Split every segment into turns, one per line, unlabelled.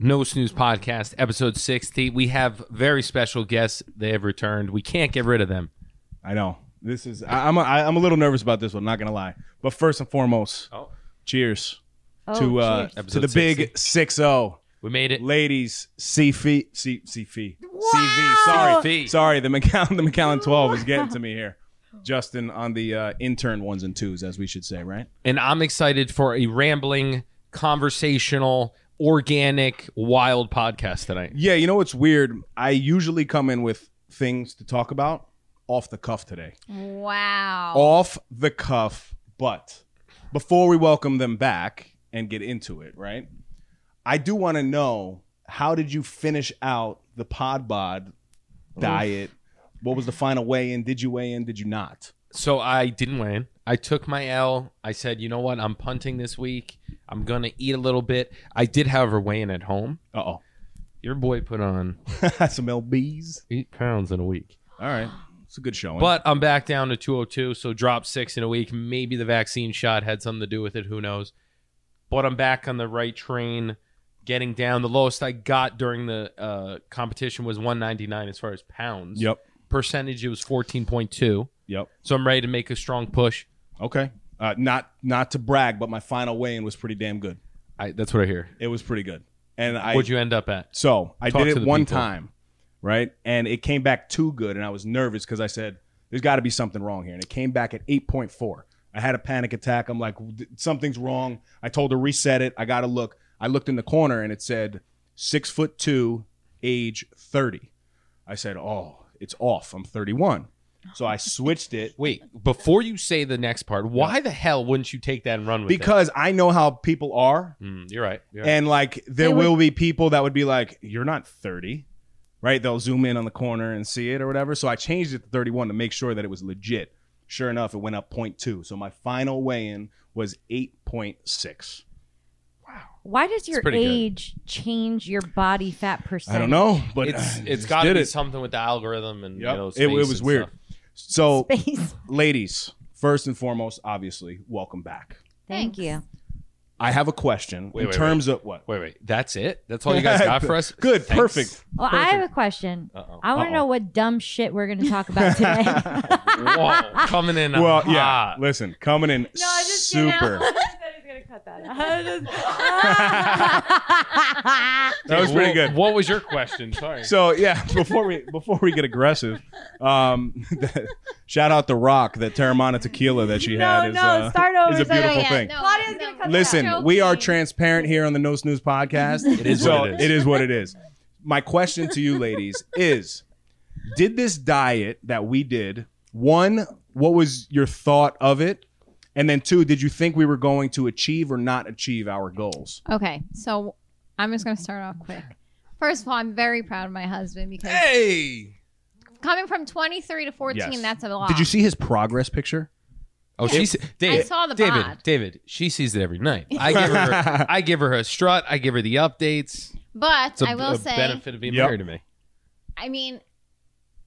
No Snooze Podcast, episode 60. We have very special guests. They have returned. We can't get rid of them.
I know. This is, I, I'm, a, I, am a little nervous about this one, not going to lie. But first and foremost,
Oh.
cheers
Oh,
to uh,
cheers.
to
Episode
the big 6 0.
We made it.
Ladies, C fee, C C fee, CV.
Wow.
Sorry,
CV.
sorry. The McAllen, the McAllen twelve is getting to me here. Justin on the uh, intern ones and twos, as we should say, right?
And I'm excited for a rambling, conversational, organic, wild podcast tonight.
Yeah, you know what's weird? I usually come in with things to talk about off the cuff today.
Oh.
Wow.
Off the cuff, but before we welcome them back and get into it, right? I do want to know how did you finish out the pod bod diet? What was the final weigh in? Did you weigh in? Did you not?
So I didn't win. I took my L. I said, you know what? I'm punting this week. I'm going to eat a little bit. I did, however, weigh in at home.
Uh oh.
Your boy put on
Some LBs.
eight pounds in a week.
All right. It's a good showing.
But I'm back down to 202, so drop six in a week. Maybe the vaccine shot had something to do with it. Who knows? But I'm back on the right train, getting down. The lowest I got during the uh, competition was 199 as far as pounds.
yep.
Percentage, it was 14.2.
Yep.
So I'm ready to make a strong push.
Okay. Uh, not not to brag, but my final weigh in was pretty damn good.
I, that's what I hear.
It was pretty good. And I
What'd you end up at?
So I
Talk
did
to
it
the
one
people.
time, right? And it came back too good, and I was nervous because I said, "There's got to be something wrong here." And it came back at 8.4. I had a panic attack. I'm like, "D- "Something's wrong." I told her reset it. I got to look. I looked in the corner, and it said six foot two, age 30. I said, "Oh, it's off. I'm 31." So I switched it
Wait, before you say the next part, why the hell wouldn't you take that and run with it?
because I know how people are.
Mm, you're right. You're right.
And like there
They would-
will be people that would be like, "You're not 30." Right? They'll zoom in on the corner and see it or whatever. So I changed it to 31 to make sure that it was legit. Sure enough, it went up 0.2. So my final weigh-in was 8.6.
Why does your
pretty good.
age change your body fat percentage?
I don't know, but
it's
I
it's
just
got to
did
be
it.
something with the algorithm and
Yep.
you know,
It- it
space
was
and
weird.
stuff.
So,
Space.
ladies, first and foremost, obviously, welcome back.
Thank
Thanks.
you.
I have a question
Wait,
in
wait,
terms of what?
Wait, wait. That's it? That's all you guys got for us?
Good,
Thanks.
perfect.
Well, I have a question.
Uh-oh.
I want to know what dumb shit we're going to talk about today.
Whoa, coming in.
Well, yeah.
hot.
Listen, coming in super. That was pretty
Wha-
good.
What was your question? Sorry.
So yeah, before we before we get aggressive, um, shout out the Rock that Terramana tequila that she had is, uh, is a beautiful
yeah,
thing.
no,
Claudia's
no.
gonna cut that
Listen, we are
Joking.
transparent here on the No Snooze podcast.
It is
so
what it is.
It is what it is. My question to you, ladies, is: Did this diet that we did one? What was your thought of it? And then two, did you think we were going to achieve or not achieve our goals?
Okay, so I'm just gonna start off quick. First of all, I'm very proud of my husband because
hey.
coming from 23 to 14,
Yes.
that's a lot.
Did you see his progress picture?
Oh, she's David.
I saw the
David.
bod.
David. She sees it every night. I give her. I give her a strut. I give her the updates.
But
It's a,
I will
a
say,
benefit of being
Yep.
married to me.
I mean,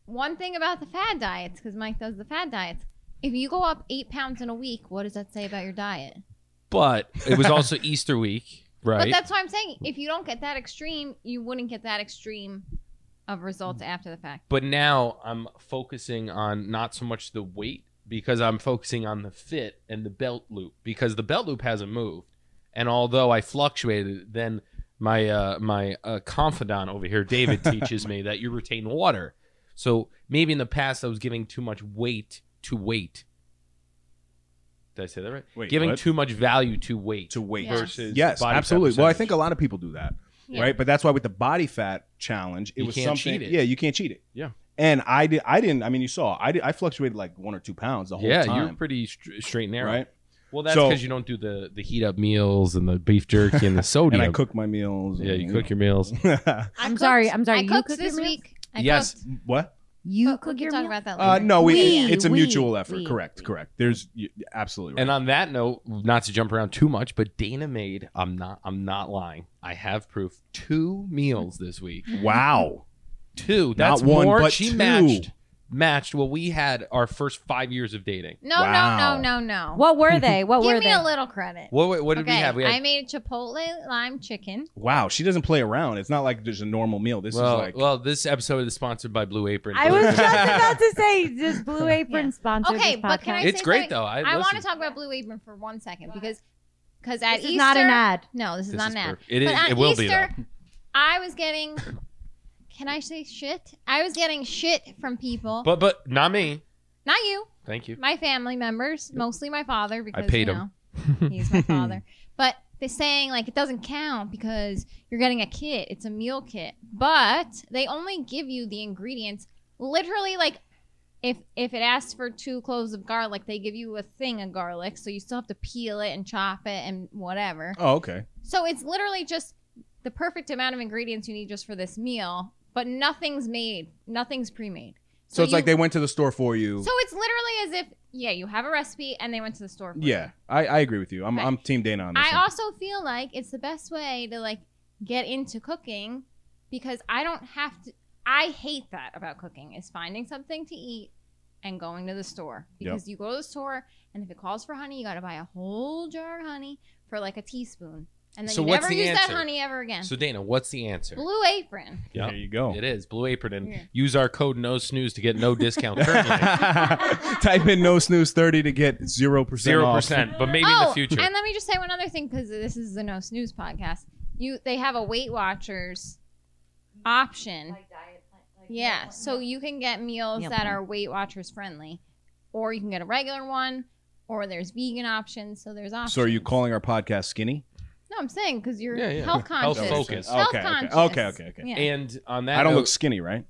one thing about the fad diets, because Mike does the fad diets. If you go up eight pounds in a week, what does that say about your diet?
But it was also Easter week,
But
right?
that's why I'm saying if you don't get that extreme, you wouldn't get that extreme of
Mm.
results after the fact.
but now I'm focusing on not so much the weight because I'm focusing on the fit and the belt loop because the belt loop hasn't moved. And although I fluctuated, then my uh, my uh, confidant over here, David, teaches me that you retain water. So maybe in the past I was giving too much weight to weight. Did I say that right?
Wait,
giving
what?
too much value to weight.
To weight
Yeah.
versus
Yes,
body fat
absolutely. Well, I
percentage.
think a lot of people do that,
Yeah.
right? But that's why with the body fat challenge, it
You
was
can't
something.
cheat it.
Yeah, you can't cheat it.
Yeah.
And I did. I didn't. I mean, you saw. I did, I fluctuated like one or two pounds the whole
yeah, you're
time.
pretty str- straight and narrow.
right.
Well, that's
So-
because you don't do the the heat up meals and the beef jerky and the sodium.
and I cook my meals.
Yeah, you
and-
cook your meals.
I
I'm
cooked-
sorry, I'm sorry,
I
you
cooked
cooked
this
your meal?
week. I
Yes.
cooked,
what?
You
but we
cook
can
your
talk
meal.
about that later.
Uh, no, we,
We-
it's a
we-
mutual effort.
we-
correct, correct. There's you absolutely right.
And on that note, not to jump around too much, but Dana made I'm not I'm not lying. I have proof. Two meals this week.
wow.
Two. That's
one,
more.
but
she
two.
matched matched what we had our first five years of dating.
No,
Wow.
no, no, no, no.
What were they? What
Give
were
me
they?
a little credit.
What what, what did
okay,
we have? We had
I made chipotle lime chicken.
Wow. She doesn't play around. It's not like there's a normal meal. This
well,
is like
well, this episode is sponsored by Blue Apron.
I was just about to say this Blue Apron sponsor.
Okay,
this
but can I-
podcast.
It's
say
great
something?
though. I,
I want to
listen,
talk about Blue Apron for one second because because at
This
Easter
is not an ad.
No, this is
this
not
is
an ad.
perfect. It is.
but on
It will be though.
Easter, I was getting. Can I say shit? I was getting shit from people.
But but not me.
not you,
Thank you.
my family members, mostly my father because
paid
you
him.
know, he's my father. But they're saying like it doesn't count because you're getting a kit. It's a meal kit, but they only give you the ingredients. Literally, like if if it asks for two cloves of garlic, they give you a thing of garlic, so you still have to peel it and chop it and whatever.
Oh, okay.
So it's literally just the perfect amount of ingredients you need just for this meal, but nothing's made, nothing's pre-made.
So, it's like
you-
they went to the store for you.
So it's literally as if yeah, you have a recipe and they went to the store. For it.
yeah, I, I agree with you. I'm
Okay.
I'm team Dana on this.
I
one.
also feel like it's the best way to like get into cooking because I don't have to. I hate that about cooking is finding something to eat and going to the store because you go to the store and if it calls for honey, you got to buy a whole jar of honey for like a teaspoon, and then
So
you
what's
never
the
use
answer?
that honey ever again.
So Dana, what's the answer?
Blue Apron.
Yeah.
There you go.
It is Blue Apron, and
Yeah.
use our code No Snooze to get no discount. Currently,
Type in no snooze thirty to get zero percent.
zero percent, but maybe
Oh,
in the future.
Oh, And let me just say one other thing because this is the No Snooze podcast. You they have a Weight Watchers option. yeah, so you can get meals
Meal
that
plan.
are Weight Watchers friendly, or you can get a regular one, or there's vegan options. So there's options.
So are you calling our podcast skinny?
No, I'm saying because you're
Yeah, yeah.
health
Health
conscious.
focused.
Health
Okay, okay.
conscious.
Okay, okay, okay.
Yeah.
And on that,
I don't
note,
look skinny, right?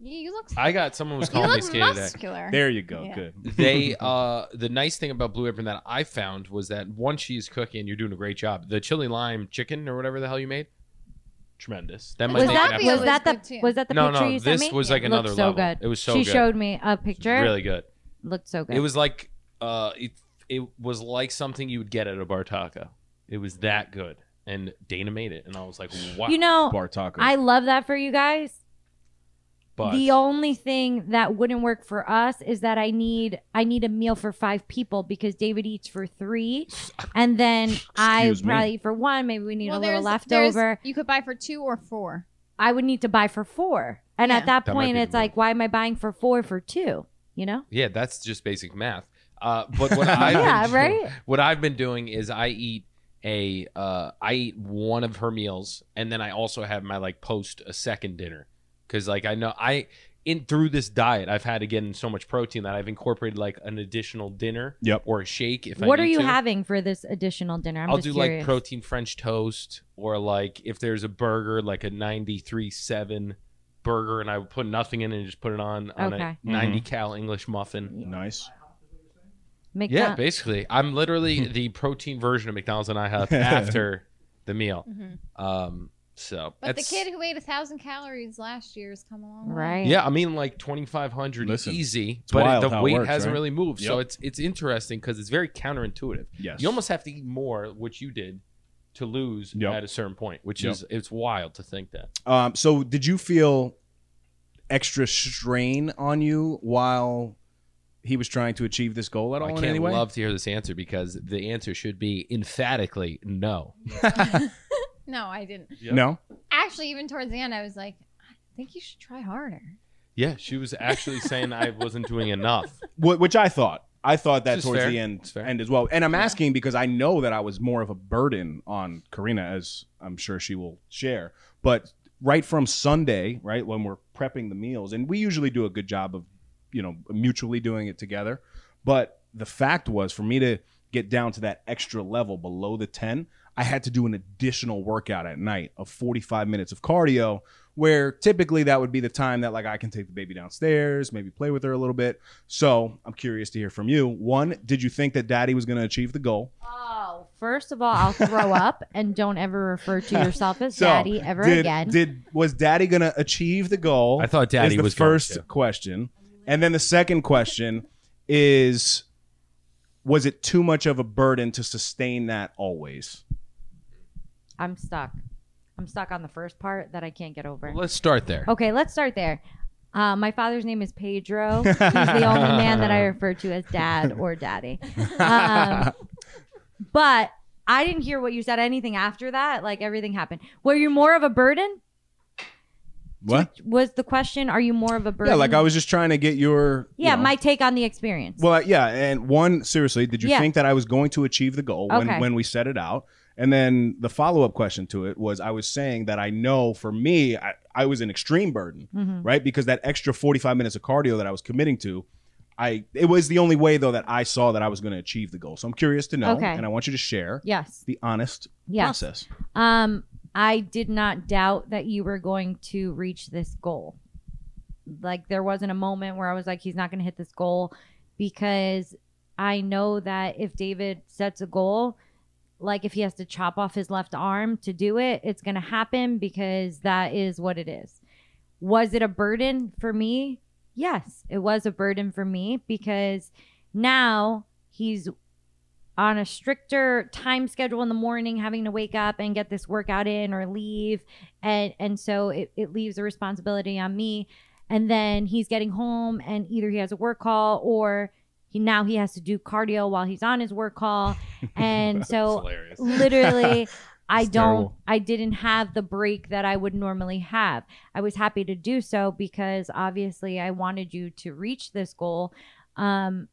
you, you look.
I got someone was
you
calling me
look
skinny today.
muscular.
There you go.
Yeah.
Good.
they uh the nice thing about blue apron that i found was that once she's cooking you're doing a great job the chili lime chicken or whatever the hell you made tremendous that might
Was
make
that
it
video
was
is
episode.
that
good
the
too.
was that the
no
picture
no
you sent
this
me?
was like
It
another
looked so
level
good.
it was so
she
good
showed me a
It was
picture.
really good
looked so good.
it was like uh it, it was like something you would get at a bar taco it was that good and dana made it and i was like wow
You know,
Bar taco.
I love that for you guys.
but
The only thing that wouldn't work for us is that I need I need a meal for five people because David eats for three, and then I
Excuse me.
probably eat for one. Maybe we need
Well,
a little
there's- there's-
leftover.
You could buy for two or four.
I would need to buy for four, and
Yeah.
at that
That might
point,
be the
it's like, why am I buying for four for two? You know?
yeah that's just basic math uh but what i
yeah, right.
what I've been doing is I eat a uh, I eat one of her meals and then I also have my like post a second dinner because like I know I in through this diet I've had to get in so much protein that I've incorporated like an additional dinner
Yep.
or a shake if I
What
need
are you
to.
having for this additional dinner? I'm
I'll
just
do like
curious.
protein French toast or like if there's a burger like a 93.7 burger and I would put nothing in it and just put it on on
Okay.
Mm-hmm.
a 90 cal English muffin.
nice.
Make
Yeah,
that-
basically, I'm literally the protein version of McDonald's and IHOP after the meal.
Mm-hmm.
Mhm.
Um, so
But
that's-
the kid who ate a thousand calories last year has come a long way.
right.
yeah, I mean like 2,500
Listen,
easy, but
wild how
it, the
it
weight
works,
hasn't
right?
really moved. So
Yep.
it's it's interesting because it's very counterintuitive.
Yes.
You almost have to eat more, which you did, to lose
Yep.
at a certain point, which
Yep.
is it's wild to think that.
Um, so did you feel extra strain on you while he was trying to achieve this goal at all
I
in
can't
any way?
love to hear this answer because the answer should be emphatically no.
No, I didn't.
No.
actually even towards the end i was like i think you should try harder
Yeah, she was actually saying I wasn't doing enough.
Wh- which I thought. I thought that
Which is
towards
fair.
the end
It's fair.
end as well. And I'm asking because I know that I was more of a burden on Karina, as I'm sure she will share. But right from Sunday, right when we're prepping the meals, and we usually do a good job of, you know, mutually doing it together. But the fact was, for me to get down to that extra level below the 10, I had to do an additional workout at night of 45 minutes of cardio, where typically that would be the time that like I can take the baby downstairs, maybe play with her a little bit. So I'm curious to hear from you. One, did you think that daddy was going to achieve the goal?
Oh, first of all, I'll throw up and don't ever refer to yourself as
So,
daddy ever
did,
again.
Did was daddy going to achieve the goal?
I thought Daddy
is the
was going
first
to.
question, and then the second question is, was it too much of a burden to sustain that always?
I'm stuck. I'm stuck on the first part that I can't get over.
Let's start there.
Okay, let's start there. Uh, my father's name is Pedro. He's the only man that I refer to as dad or daddy. Um, but I didn't hear what you said. Anything after that, like everything happened. Were you more of a burden?
What?
Was the question? Are you more of a burden?
Yeah, like I was just trying to get your you
Yeah,
know.
my take on the experience.
Well, yeah, and one seriously, did you
Yeah.
think that I was going to achieve the goal
Okay.
when when we set it out? And then the follow up question to it was, I was saying that I know for me, I, I was an extreme burden,
Mm-hmm.
right? Because that extra forty five minutes of cardio that I was committing to, I it was the only way though that I saw that I was going to achieve the goal. So I'm curious to know,
Okay.
and I want you to share
yes.
the honest
Yes.
process.
Um, I did not doubt that you were going to reach this goal. Like there wasn't a moment where I was like, he's not going to hit this goal because I know that if David sets a goal, like if he has to chop off his left arm to do it, it's going to happen because that is what it is. Was it a burden for me? Yes, it was a burden for me because now he's on a stricter time schedule in the morning having to wake up and get this workout in or leave and and so it, it leaves a responsibility on me and then he's getting home and either he has a work call or he now he has to do cardio while he's on his work call and so
hilarious.
literally i
It's
don't
terrible.
i didn't have the break that i would normally have i was happy to do so because obviously i wanted you to reach this goal um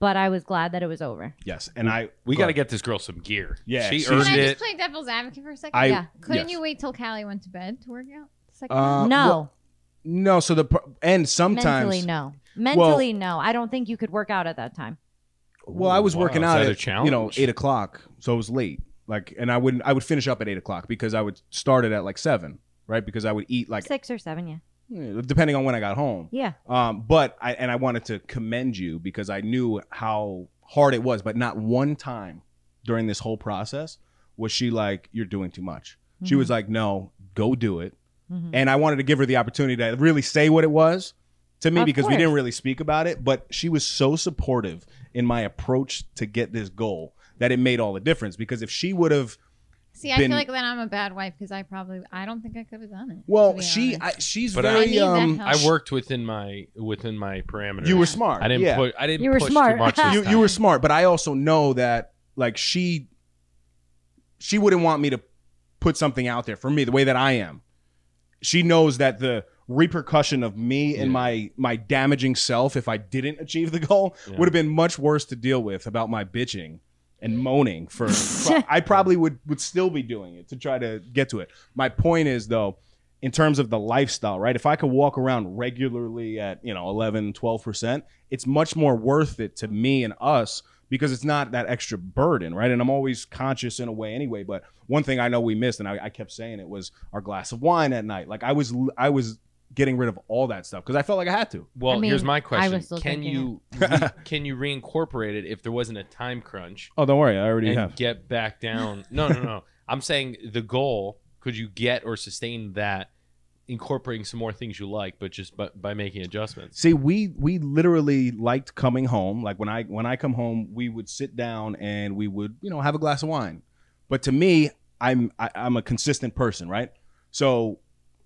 but i was glad that it was over
Yes, and I
We
go
got to
ahead.
get this girl some gear.
Yeah,
she
she's-
Can
earned
I
it.
just play devil's advocate for a second?
I-
Yeah.
Couldn't
yes.
you wait till Callie went to bed to work out? the Second
Uh,
time?
no
well, no. So the pro- and sometimes
mentally no mentally no i don't think you could work out at that time
Well, I was
Wow,
working
is
out
that a
at you know
challenge?
eight o'clock, so it was late. Like, and I wouldn't. I would finish up at eight o'clock because I would start it at like seven, right? Because I would eat like
six or seven yeah
eh, depending on when I got home.
yeah
Um, but I and I wanted to commend you because I knew how hard it was, but not one time during this whole process was she like, "You're doing too much." She
Mm-hmm.
was like, "No, go do it."
Mhm.
And I wanted to give her the opportunity to really say what it was to me
Of
because we
course.
didn't really speak about it, but she was so supportive in my approach to get this goal that it made all the difference. Because if she would have
See, I
been-
feel like then I'm a bad wife because I probably I don't think I could have done it. to
well,
be
she
honest.
I, she's
But I-
I
very
need that
um.
Oh,
help.
I worked within my within my parameters.
You were smart.
I didn't
yeah.
push. I didn't
You were
push
smart.
too much. this
you,
time.
you were smart, but I also know that like she she wouldn't want me to put something out there for me the way that I am. She knows that the repercussion of me and
Yeah.
my my damaging self if I didn't achieve the goal
Yeah.
would have been much worse to deal with about my bitching and moaning for I probably would would still be doing it to try to get to it. My point is though in terms of the lifestyle, right? If I could walk around regularly at, you know, 11, 12%, it's much more worth it to me and us because it's not that extra burden, right? And I'm always conscious in a way anyway. But one thing I know we missed, and I, I kept saying it, was our glass of wine at night. Like I was, I was getting rid of all that stuff because I felt like I had to.
Well,
I mean,
here's my
I
question:
was still
Can
thinking
you re- can you reincorporate it if there wasn't a time crunch
Oh, don't worry, I already
and
have.
get back down? No, no, no. I'm saying the goal. Could you get or sustain that, incorporating some more things you like, but just by, by making adjustments?
See, we we literally liked coming home. Like when I when I come home, we would sit down and we would you know have a glass of wine. But to me, I'm I, I'm a consistent person, right? So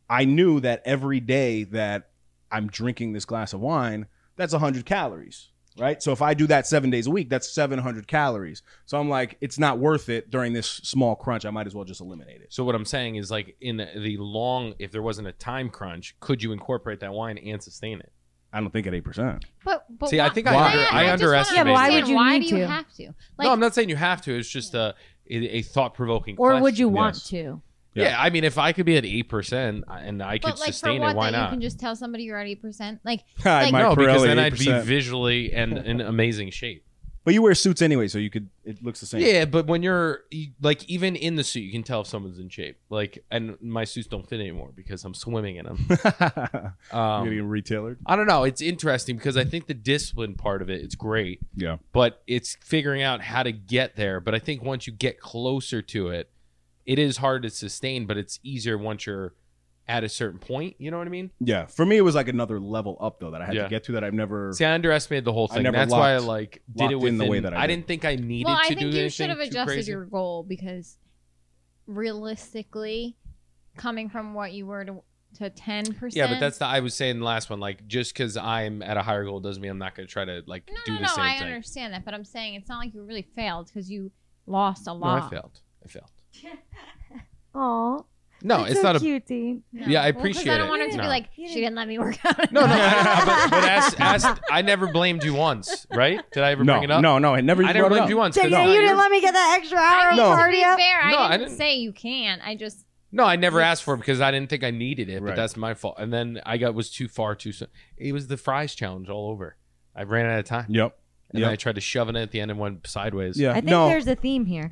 I knew that every day that I'm drinking this glass of wine, that's 100 calories, right? So if I do that seven days a week, that's 700 calories. So I'm like, it's not worth it during this small crunch. I might as well just eliminate it.
So what I'm saying is, like in the, the long, if there wasn't a time crunch, could you incorporate that wine and sustain it?
I don't think at eight percent.
But, but
See, I
why-
think I
why?
under- I
just wanna
underestimated
Yeah, but why
understand
would you
why
need
do you
to?
have to? Like,
no, I'm not saying you have to. It's just a a, thought provoking.
or would you want
yes.
to
Yeah.
Yeah.
I mean, if I could be at eight percent and I could
but like for
sustain
what
it, why
that you
not?
can just tell somebody you're at eight percent. Like
I
Like-
might
no, because
Pirelli
then I'd be
8%.
visually and in amazing shape.
But you wear suits anyway, so you could. It looks the same.
Yeah, but when you're you- like even in the suit, you can tell if someone's in shape. Like, and my suits don't fit anymore because I'm swimming in them.
You're
Um,
getting retailered.
I don't know. It's interesting because I think the discipline part of it is great,
Yeah.
but it's figuring out how to get there. But I think once you get closer to it, it is hard to sustain, but it's easier once you're at a certain point. You know what I mean?
Yeah. For me, it was like another level up though that I had
Yeah.
to get to that I've never.
See, I underestimated the whole
I
thing.
never
That's why I
locked-
like did it
locked in
within,
the way that I did.
didn't think I needed
well,
to
I
do
think you
anything
should have
too
adjusted
crazy.
your goal because realistically, coming from what you were to to ten percent.
Yeah, but that's the I was saying the last one. Like, just because I'm at a higher goal doesn't mean I'm not going to try to like
no,
do
no,
the
no.
same
I
thing.
understand that, but I'm saying it's not like you really failed because you lost a
No, I
lot.
failed. I failed.
Oh,
No, it's not a.
cutie.
No.
Yeah, I
Well, 'cause
appreciate
I don't
it.
want her to
No.
be like
You
she
didn't-
didn't let me work out.
No, no, I, but, but ask, ask, I never blamed you once, right? Did I ever
no,
bring it up?
no, no. I never.
I never
brought it
blamed
up.
you once. 'cause
Dang it,
no,
you didn't let me get that extra hour
I
of
mean, to
party
be
up.
fair, I,
No, I
didn't
didn't-
say you can. I just
no, I never asked for it because I didn't think I needed it, but
Right.
that's my fault. And then I got was too far too soon. It was the fries challenge all over. I ran out of time,
Yep.
and
Yep.
then I tried to shove it at the end and went sideways.
Yeah.
I think
no.
there's a theme here.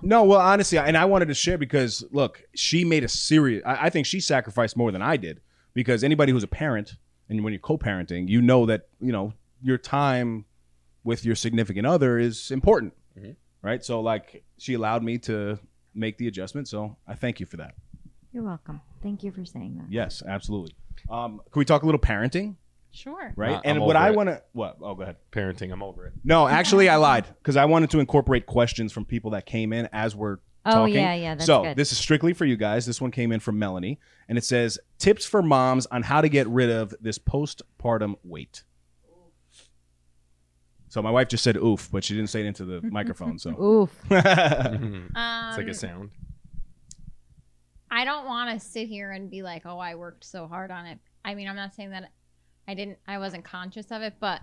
No, well, honestly, and I wanted to share because look, she made a serious. I, I think she sacrificed more than I did because anybody who's a parent and when you're co-parenting, you know that you know your time with your significant other is important,
Mhm.
right? So, like, she allowed me to make the adjustment, so I thank you for that.
You're welcome. Thank you for saying that.
Yes, absolutely. Um, can we talk a little parenting,
sure.
right?
Uh,
and
I'm
what
over
I
it.
want to what? Oh, go ahead.
Parenting, I'm over it.
No, actually, I lied because I wanted to incorporate questions from people that came in as we're
Oh
talking.
yeah, yeah. That's
so
good.
this is strictly for you guys. This one came in from Melanie, and it says tips for moms on how to get rid of this postpartum weight. So my wife just said oof, but she didn't say it into the microphone. So
Oof.
yeah,
Mm-hmm. it's
Um,
like a sound.
I don't want to sit here and be like, oh, I worked so hard on it. I mean, I'm not saying that I didn't, I wasn't conscious of it, but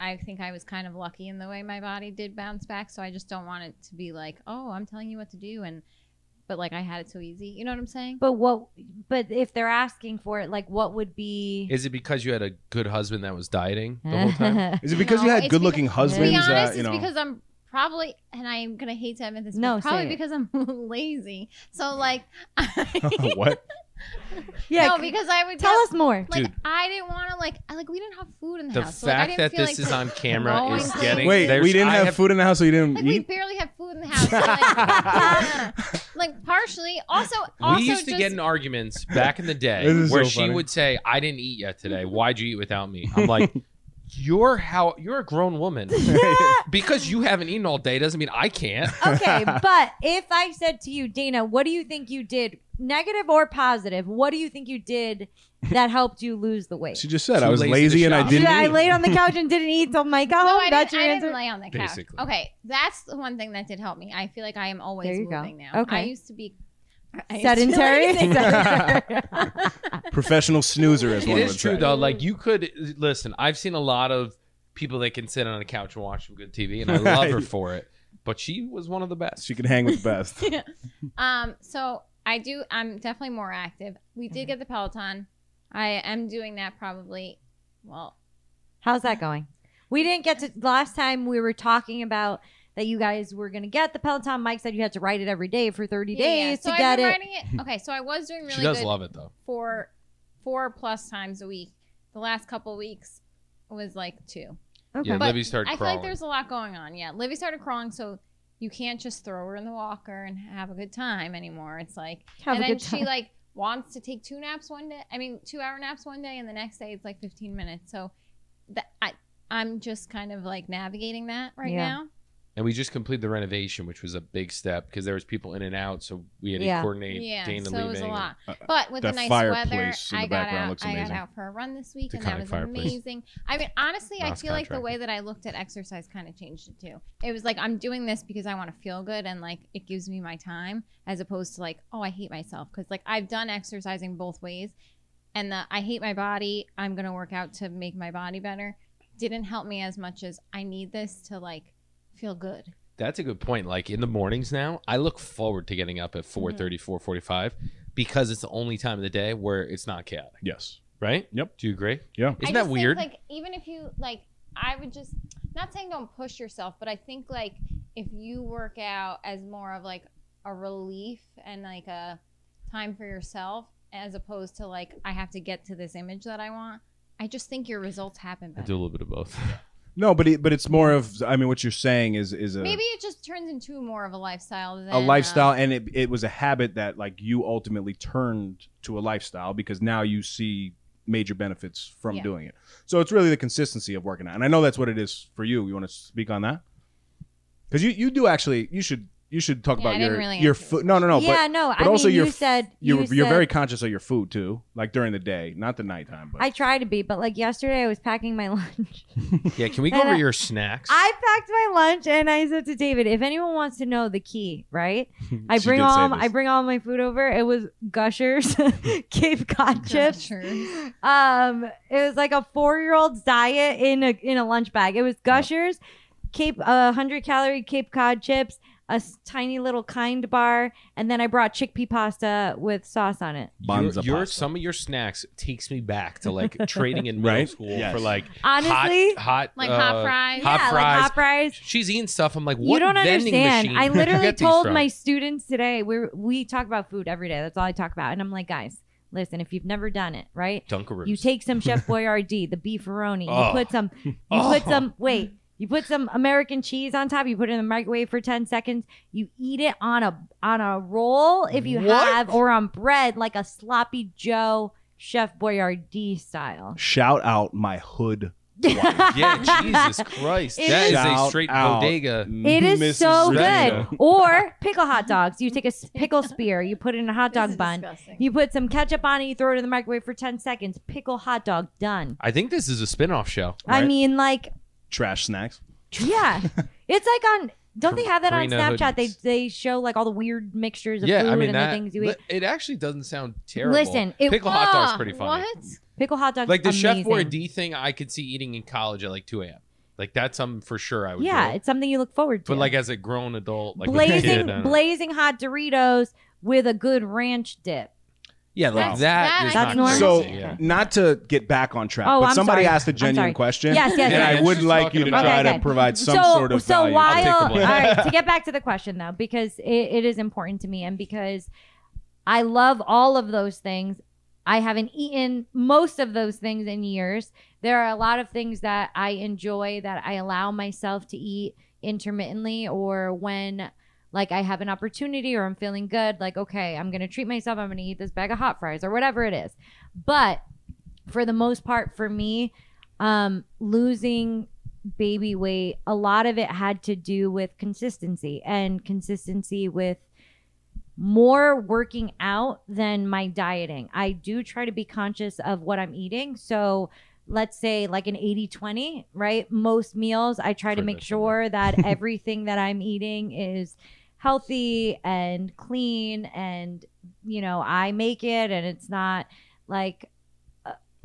I think I was kind of lucky in the way my body did bounce back. So I just don't want it to be like, oh, I'm telling you what to do. And, but like I had it so easy. You know what I'm saying?
But what? But if they're asking for it, like, what would be?
Is it because you had a good husband that was dieting the whole time?
is it because
No,
you had
it's
good-looking
because-
be
To be
husbands
honest,
that you
it's
know?
because I'm probably, and I'm going to hate to admit this,
No,
no,
say
probably
it.
because I'm lazy. So like,
what?
yeah.
no,
c-
because I would
tell
get-
us more.
Like
Dude.
I didn't want to like I, like we didn't have food in the,
The
house. so, like, I
fact
didn't
that
feel
this
like
is on camera
throwing
is
things.
getting
Wait,
there's-
we didn't
I
have, food in the house, so you didn't
Like we
eat.
barely had food in the house. so, like, like, partially. Also, also
we used to
just,
get in arguments back in the day
This is
where
so
she
funny.
would say, "I didn't eat yet today.
Mm-hmm.
Why'd you eat without me?" I'm like, "You're how you're a grown woman. because you haven't eaten all day doesn't mean I can't."
okay, but if I said to you, Dana, what do you think you did, negative or positive? What do you think you did that helped you lose the weight?
she just said
Too
I was
lazy to
lazy and I
shop.
didn't.
Should I
eat.
laid on the couch and didn't eat till my got
No,
home?
I,
Oh, That's
didn't,
your
I
answer.
didn't lay on the couch.
Basically.
Okay, that's the one thing that did help me. I feel like I am always
There you go.
moving now.
Okay.
I used to be I used to be
Sedentary.
lazy.
Professional snoozer, as
It
one
is
would
true
say.
though. Like you could listen. I've seen a lot of people that can sit on a couch and watch some good TV, and I love her for it. But she was one of the best.
She can hang with the best.
um, so I do. I'm definitely more active. We
Mm-hmm.
did get the Peloton. I am doing that probably. Well,
How's that going? We didn't get to last time we were talking about that you guys were gonna get the Peloton. Mike said you had to ride it every day for 30
yeah, yeah.
days
So
to
I've
get
been
it.
riding it. Okay, so I was doing really
she does
good
love it though.
four four plus times a week. The last couple weeks was like two.
Okay.
Yeah,
But
Libby started
I feel
crawling.
like there's a lot going on. Yeah, Livy started crawling, so you can't just throw her in the walker and have a good time anymore. It's like,
Have
and
a
then
good time.
she like wants to take two naps one day. I mean, two hour naps one day, and the next day it's like 15 minutes. So that I I'm just kind of like navigating that right
Yeah.
now.
and we just completed the renovation, which was a big step because there was people in and out, so we had
Yeah.
to coordinate.
Yeah,
Dana
so
leaving.
it was a lot.
Uh,
But with the
that
nice weather,
fireplace in the
I got
background
out.
looks
I got
amazing.
out for a run this week,
It's a
and that
conic
was
fireplace.
amazing. I mean, honestly, I
Nice
feel like the
contractor.
way that I looked at exercise kind of changed it too. It was like I'm doing this because I want to feel good, and like it gives me my time, as opposed to like, oh, I hate myself because like I've done exercising both ways, and the I hate my body. I'm gonna work out to make my body better. Didn't help me as much as I need this to like feel good.
That's a good point. Like in the mornings now, I look forward to getting up at
Mm-hmm.
4.30, 4.45 because it's the only time of the day where it's not chaotic,
Yes.
right?
Yep.
Do you agree?
Yeah.
Isn't
I
that
just
weird?
Think, like even if you like, I would just not saying don't push yourself, but I think like if you work out as more of like a relief and like a time for yourself as opposed to like I have to get to this image that I want, I just think your results happen
I
better.
do a little bit of both.
No, but it, but it's more of I mean what you're saying is is a
Maybe it just turns into more of a lifestyle than uh,
a lifestyle and it, it was a habit that like you ultimately turned to a lifestyle because now you see major benefits from
Yeah.
doing it. So it's really the consistency of working out. And I know that's what it is for you. You want to speak on that? Cuz you you do actually you should you should talk
Yeah, I
about
didn't
your
really
your
answer the
food. No, no, no,
yeah, no.
but
I
also
mean,
you're
you
f-
said
but you're
you
you're
said-
very conscious of your food too, like during the day, not the nighttime, but
I try to be, but like yesterday, I was packing my lunch.
yeah, can we go
And
over
I-
your snacks?
I packed my lunch, and I said to David, "If anyone wants to know the key, right? I
She
bring
did say
all
this.
I bring all my food over. It was Gushers, Cape Cod chips.
Gushers.
Um, it was like a four year old's diet in a in a lunch bag. It was Gushers, Cape a hundred calorie Cape Cod chips, a s- tiny little kind bar, and then I brought chickpea pasta with sauce on it.
your,
Bonza
your-
pasta.
some of your snacks takes me back to like trading in middle
Right?
school
Yes.
for like
Honestly,
hot, hot
Like
uh,
hot fries.
hot
yeah,
fries.
like hot fries.
She's eating stuff. I'm like, what
You don't
vending
understand.
machine
I
did you
literally
get these
told
from?
my students today we we talk about food every day. That's all I talk about, and I'm like, guys, listen, if you've never done it, right?
Dunkaroos.
You take some Chef Boyardee, the beefaroni.
Oh.
You put some. You put some. Wait. You put some American cheese on top. You put it in the microwave for ten seconds. You eat it on a on a roll if you
What?
have, or on bread like a sloppy Joe Chef Boyardee style.
shout out my hood.
yeah, Jesus Christ,
It
that is
is-
a
Shout
straight
out.
bodega.
It is
Mrs.
so
Regina.
good. Or pickle hot dogs. You take a s- pickle spear. You put it in a hot
This
dog
is
bun.
disgusting.
You put some ketchup on it. You throw it in the microwave for ten seconds. Pickle hot dog done.
I think this is a spin-off show.
I
Right.
mean, like
Trash snacks.
Yeah, it's like on. Don't they have that on
Karina
Snapchat? They
Hoodnies.
they show like all the weird mixtures of
Yeah,
food
I mean
and
that.
the things you eat.
It actually doesn't sound terrible.
Listen, it-
pickle hot dog's
Ah,
pretty funny.
What?
Pickle hot dogs,
Like the
amazing.
Chef Boyardee thing, I could see eating in college at like 2 a.m. Like that's something for sure I would.
Yeah,
do.
it's something you look forward to.
but like as a grown adult, like with a
blazing
kid, I don't-
blazing hot Doritos with a good ranch dip.
yeah, like
That's-
that.
that
is
I
not
can see.
So,
crazy, yeah.
not to get back on track,
Oh,
but
I'm
somebody
sorry.
asked a
I'm
genuine
sorry.
question.
Yes,
and
yes, yes.
I would
She's
like you to
talking about-
try
Okay,
to
okay.
provide some
so
sort of
so
value.
I'll take the
while
blame.
all right to get back to the question though because it, it is important to me and because i love all of those things i haven't eaten most of those things in years there are a lot of things that i enjoy that i allow myself to eat intermittently or when like i have an opportunity or i'm feeling good like okay i'm gonna treat myself i'm gonna eat this bag of hot fries or whatever it is but for the most part for me um losing baby weight a lot of it had to do with consistency and consistency with more working out than my dieting i do try to be conscious of what i'm eating so let's say like an 80-20 right most meals i try to
Sure,
make
that's
sure that everything that i'm eating is healthy and clean and you know i make it and it's not like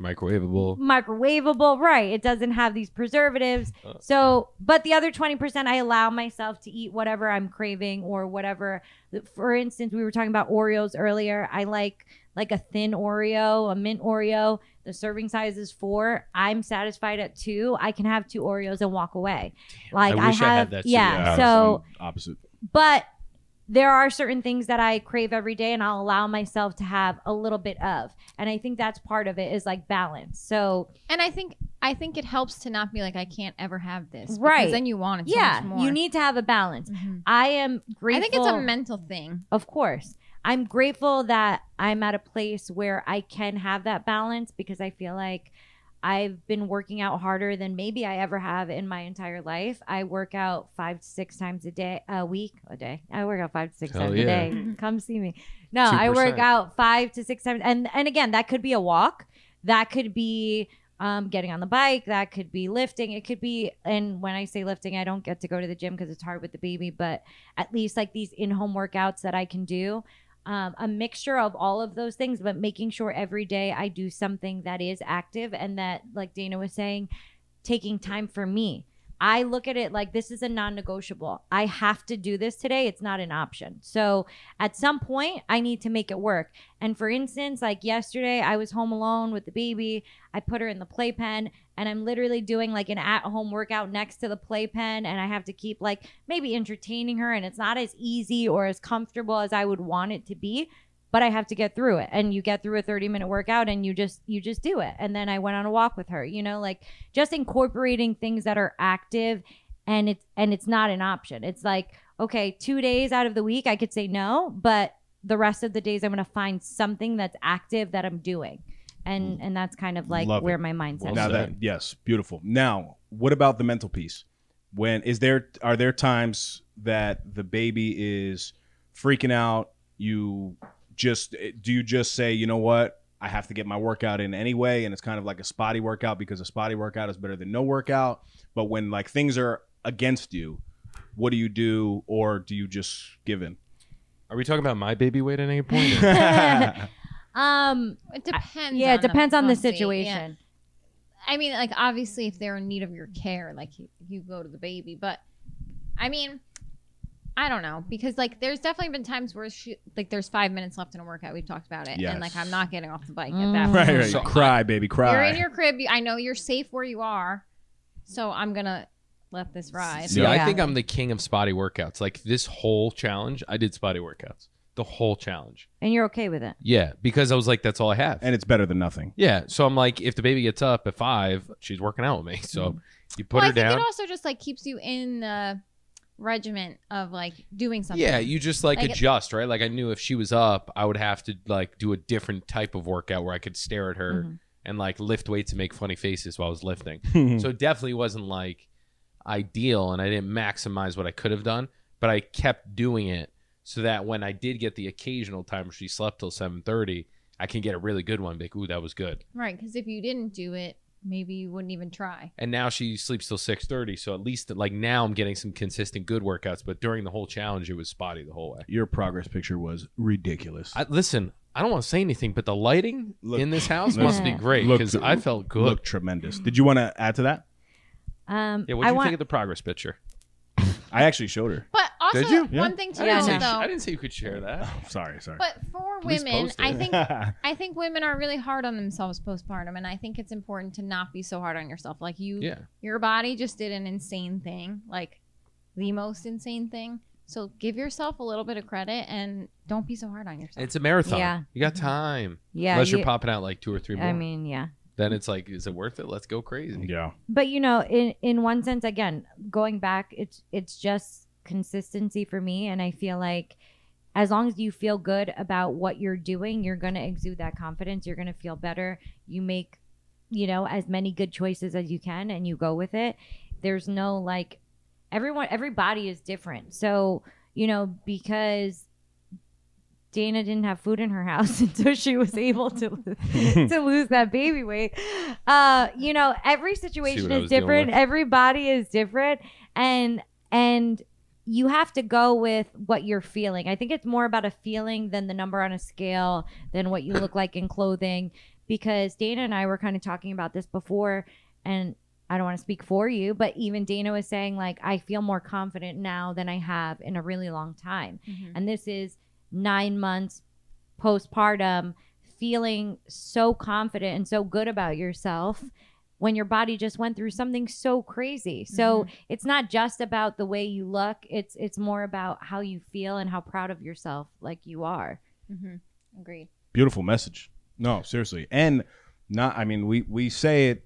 microwavable.
microwavable. Right. It doesn't have these preservatives.
Uh.
So, but the other 20%, I allow myself to eat whatever I'm craving or whatever. For instance, we were talking about Oreos earlier. I like like a thin Oreo, a mint Oreo. The serving size is four. I'm satisfied at two. I can have two Oreos and walk away. Like
I
I,
wish
have,
I had that too.
yeah. So
I'm opposite.
but there are certain things that I crave every day and I'll allow myself to have a little bit of. And I think that's part of it is like balance. So,
And I think I think it helps to not be like I can't ever have this. because
Right.
Then you want it. so
yeah,
much more.
you need to have a balance.
Mhm.
I am grateful.
I think it's a mental thing.
Of course. I'm grateful that I'm at a place where I can have that balance because I feel like I've been working out harder than maybe I ever have in my entire life. I work out five to six times a day, a week, a day. I work out five to six
Hell
times
yeah.
a day. Come see me. No, I
2%.
work out five to six times, and and again, that could be a walk. That could be um, getting on the bike. That could be lifting. It could be, and when I say lifting, I don't get to go to the gym because it's hard with the baby, but at least like these in home workouts that I can do. Um, a mixture of all of those things, but making sure every day I do something that is active and that, like Dana was saying, taking time for me. I look at it like this is a non negotiable. I have to do this today. It's not an option. So at some point, I need to make it work. And for instance, like yesterday, I was home alone with the baby. I put her in the playpen and I'm literally doing like an at home workout next to the playpen. And I have to keep like maybe entertaining her. And it's not as easy or as comfortable as I would want it to be but I have to get through it. And you get through a 30 minute workout and you just you just do it. And then I went on a walk with her, you know, like just incorporating things that are active and it's and it's not an option. It's like, okay, two days out of the week I could say no, but the rest of the days I'm gonna find something that's active that I'm doing. And and that's kind of like
Love
where
it.
my mindset
Well
now
is.
that yes, beautiful. Now, what about the mental piece? When is there are there times that the baby is freaking out? You just eh, do you just say, you know what? I have to get my workout in anyway, and it's kind of like a spotty workout because a spotty workout is better than no workout. But when like things are against you, what do you do, or do you just give in?
Are we talking about my baby weight at any point?
Um
It depends.
yeah, it
on
depends on the
puppy, yeah.
situation.
I mean, like obviously, if they're in need of your care, like you, you go to the baby. But I mean, I don't know because like there's definitely been times where she like there's five minutes left in a workout. We've talked about it, and like
Yes.
I'm not getting off the bike
Mm.
at that point.
Right,
Right, right.
So
you cry, baby, cry.
You're in your crib. You, I know you're safe where you are, so I'm gonna let this ride.
See,
Yeah.
I think I'm the king of spotty workouts. Like this whole challenge, I did spotty workouts. The whole challenge.
And you're okay with it.
Yeah, because I was like, that's all I have.
and it's better than nothing.
yeah, so I'm like, if the baby gets up at five, she's working out with me. So
Mm-hmm.
you put
well,
her
I think
down.
it also just like keeps you in the regiment of like doing something.
Yeah, you just like,
Like it-
adjust, right? Like I knew if she was up, I would have to like do a different type of workout where I could stare at her
Mm-hmm.
Mhm.
and like lift weights and make funny faces while I was lifting.
Hmm.
So it definitely wasn't like ideal and I didn't maximize what I could have done, but I kept doing it so that when I did get the occasional time where she slept till 7:30, I can get a really good one. Be like, "Ooh, that was good."
right. Because if you didn't do it, maybe you wouldn't even try.
And now she sleeps till 6:30, so at least like now I'm getting some consistent good workouts, but during the whole challenge it was spotty the whole way.
your progress picture was ridiculous.
I, listen, I don't want to say anything, but the lighting
Look-
in this house
look-
must be great
look-
because I felt good.
Looked tremendous. Did you want to add to that?
Um
yeah, what do
I
you
want
think of the progress picture?
I actually showed her.
But also,
Did you? Yeah.
one thing to
I didn't
know
say she-
though.
I didn't say you could share that.
Oh, sorry, sorry.
But for
Please
women,
post it.
I think I think women are really hard on themselves postpartum, and I think it's important to not be so hard on yourself. Like you,
Yeah.
your body just did an insane thing, like the most insane thing. So give yourself a little bit of credit and don't be so hard on yourself.
It's a marathon.
Yeah.
You got time.
yeah,
Unless
you-
you're popping out like two or three more.
I mean, yeah.
then it's like, is it worth it? Let's go crazy.
yeah,
but you know in in one sense again going back it's it's just consistency for me and i feel like as long as you feel good about what you're doing you're going to exude that confidence you're going to feel better you make you know as many good choices as you can and you go with it there's no like everyone everybody is different so you know because Dana didn't have food in her house until she was able to to lose that baby weight. Uh, you know, every situation
I
is
was dealing
different.
with.
Everybody is different, and and you have to go with what you're feeling. I think it's more about a feeling than the number on a scale, than what you look like in clothing. Because Dana and I were kind of talking about this before, and I don't want to speak for you, but even Dana was saying like I feel more confident now than I have in a really long time
Mhm.
and this is nine months postpartum feeling so confident and so good about yourself when your body just went through something so crazy so it's not just about the way you look it's it's more about how you feel and how proud of yourself like you are
Mhm. Agreed.
beautiful message. No, seriously, and not. I mean, we we say it,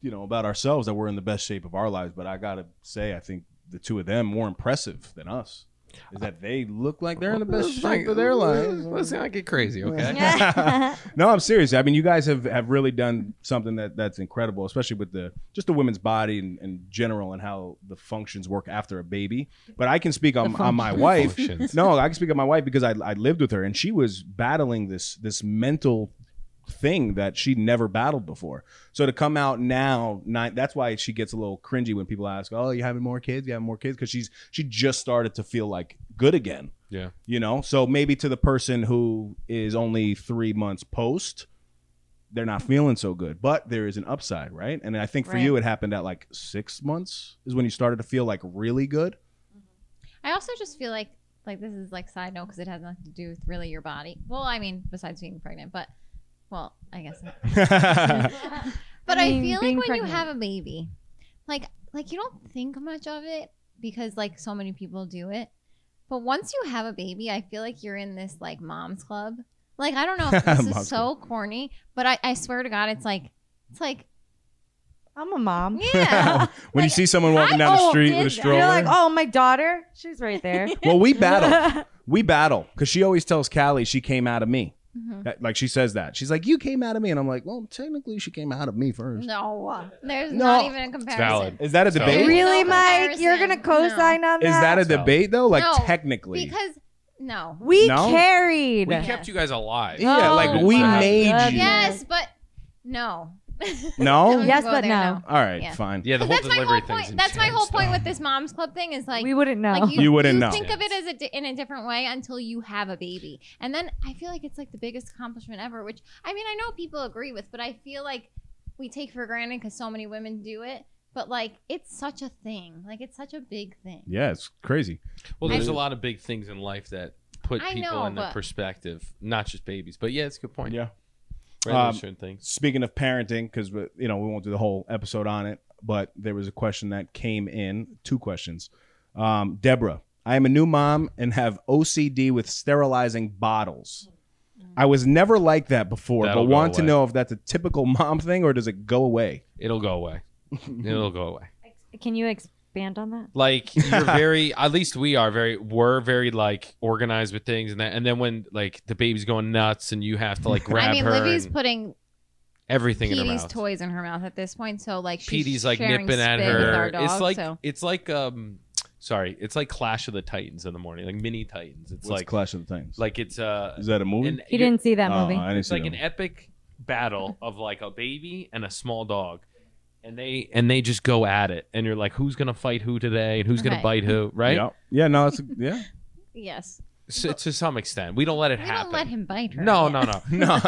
you know, about ourselves that we're in the best shape of our lives. But I gotta say, I think the two of them more impressive than us is that they look like they're in the best
Let's
shape
not-
of their lives.
Let's not get crazy, okay?
no, I'm serious. I mean, you guys have, have really done something that that's incredible, especially with the just the women's body and, and general and how the functions work after a baby. But I can speak on, on my wife.
Functions.
No, I can speak on my wife because I, I lived with her and she was battling this this mental thing that she'd never battled before. So to come out now, nine, that's why she gets a little cringy when people ask, "Oh, you having more kids? You having more kids?" Because she's she just started to feel like good again
Yeah.
you know so maybe to the person who is only three months post they're not feeling so good. But there is an upside, right? And I think for
Right.
you, it happened at like six months is when you started to feel like really good.
I also just feel like like this is like side note because it has nothing to do with really your body. Well, I mean, besides being pregnant, but well, I guess. Not. But I,
I mean,
feel like
being
when
pregnant.
you have a baby, like like you don't think much of it because like so many people do it. But once you have a baby, I feel like you're in this like mom's club. Like I don't know if this
Mom's
is so corny, but I, I swear to God, it's like it's like
I'm a mom.
yeah.
when you
Like,
see someone walking down the
all
street
did
with a
that.
stroller,
You're like, oh, my daughter, she's right there.
well, we battle. We battle because she always tells Callie she came out of me.
Mhm.
That- like she says that she's like, "You came out of me," and I'm like, "Well, technically, she came out of me first.
no, there's
No.
not even a comparison.
valid.
Is that a
So-
debate?
Really?
really,
No
Mike? You're gonna
comparison.
co-sign on that?
Is that a
So-
debate though? Like
No,
technically,
Because no.
we
No?
carried?
We
Yeah.
kept you guys alive.
yeah,
Oh
like we
my
made you.
goodness.
Yes, but no.
No.
Don't
Yes,
go
but
there,
no.
All right,
Yeah.
fine.
Yeah, Oh. the whole
That's my
delivery
whole
thing's
point. That's my
intense,
whole point
though.
with this mom's club thing is like
we wouldn't know.
Like you,
You wouldn't know.
Think of it as a di- in a different way until you have a baby, and then I feel like it's like the biggest accomplishment ever. Which I mean, I know people agree with, but I feel like we take for granted because so many women do it. But like, it's such a thing. Like, it's such a big thing.
Yeah, it's crazy.
Well, there's a lot of big things in life that put
I
people
know,
in the
but-
perspective, not just babies. But yeah, it's a good point.
Yeah.
Right,
Um,
there's certain things.
Speaking of parenting, because you know we won't do the whole episode on it, but there was a question that came in. Two questions. Um, Deborah, I am a new mom and have OCD with sterilizing bottles. I was never like that before,
That'll
but
go
want to
away.
know if that's a typical mom thing or does it go away?
It'll go away. It'll go away.
Can you expand on that?
Like you're very, at least we are very, we're very like organized with things, and that, and then when like the baby's going nuts and you have to like grab
I mean,
her,
Livy's
and
putting
everything in her
Petey's
mouth.
toys in her mouth at this point, so like she's
Petey's like
sharing
nipping at
spit with
her.
our dog,
it's like
so.
it's like um, sorry, it's like Clash of the Titans in the morning, like mini Titans. It's
What's
like
Clash of the Titans.
like it's uh,
Is that a movie?
an-
You didn't see that
Oh,
movie.
I didn't
it's
see
like
that
an epic battle of like a baby and a small dog and they and they just go at it and you're like who's gonna fight who today and who's gonna
Okay.
bite who right
Yeah. Yeah. No. It's yeah.
yes,
so, to some extent we don't let it
we
happen
don't let him bite her.
no
Yeah.
no no
no.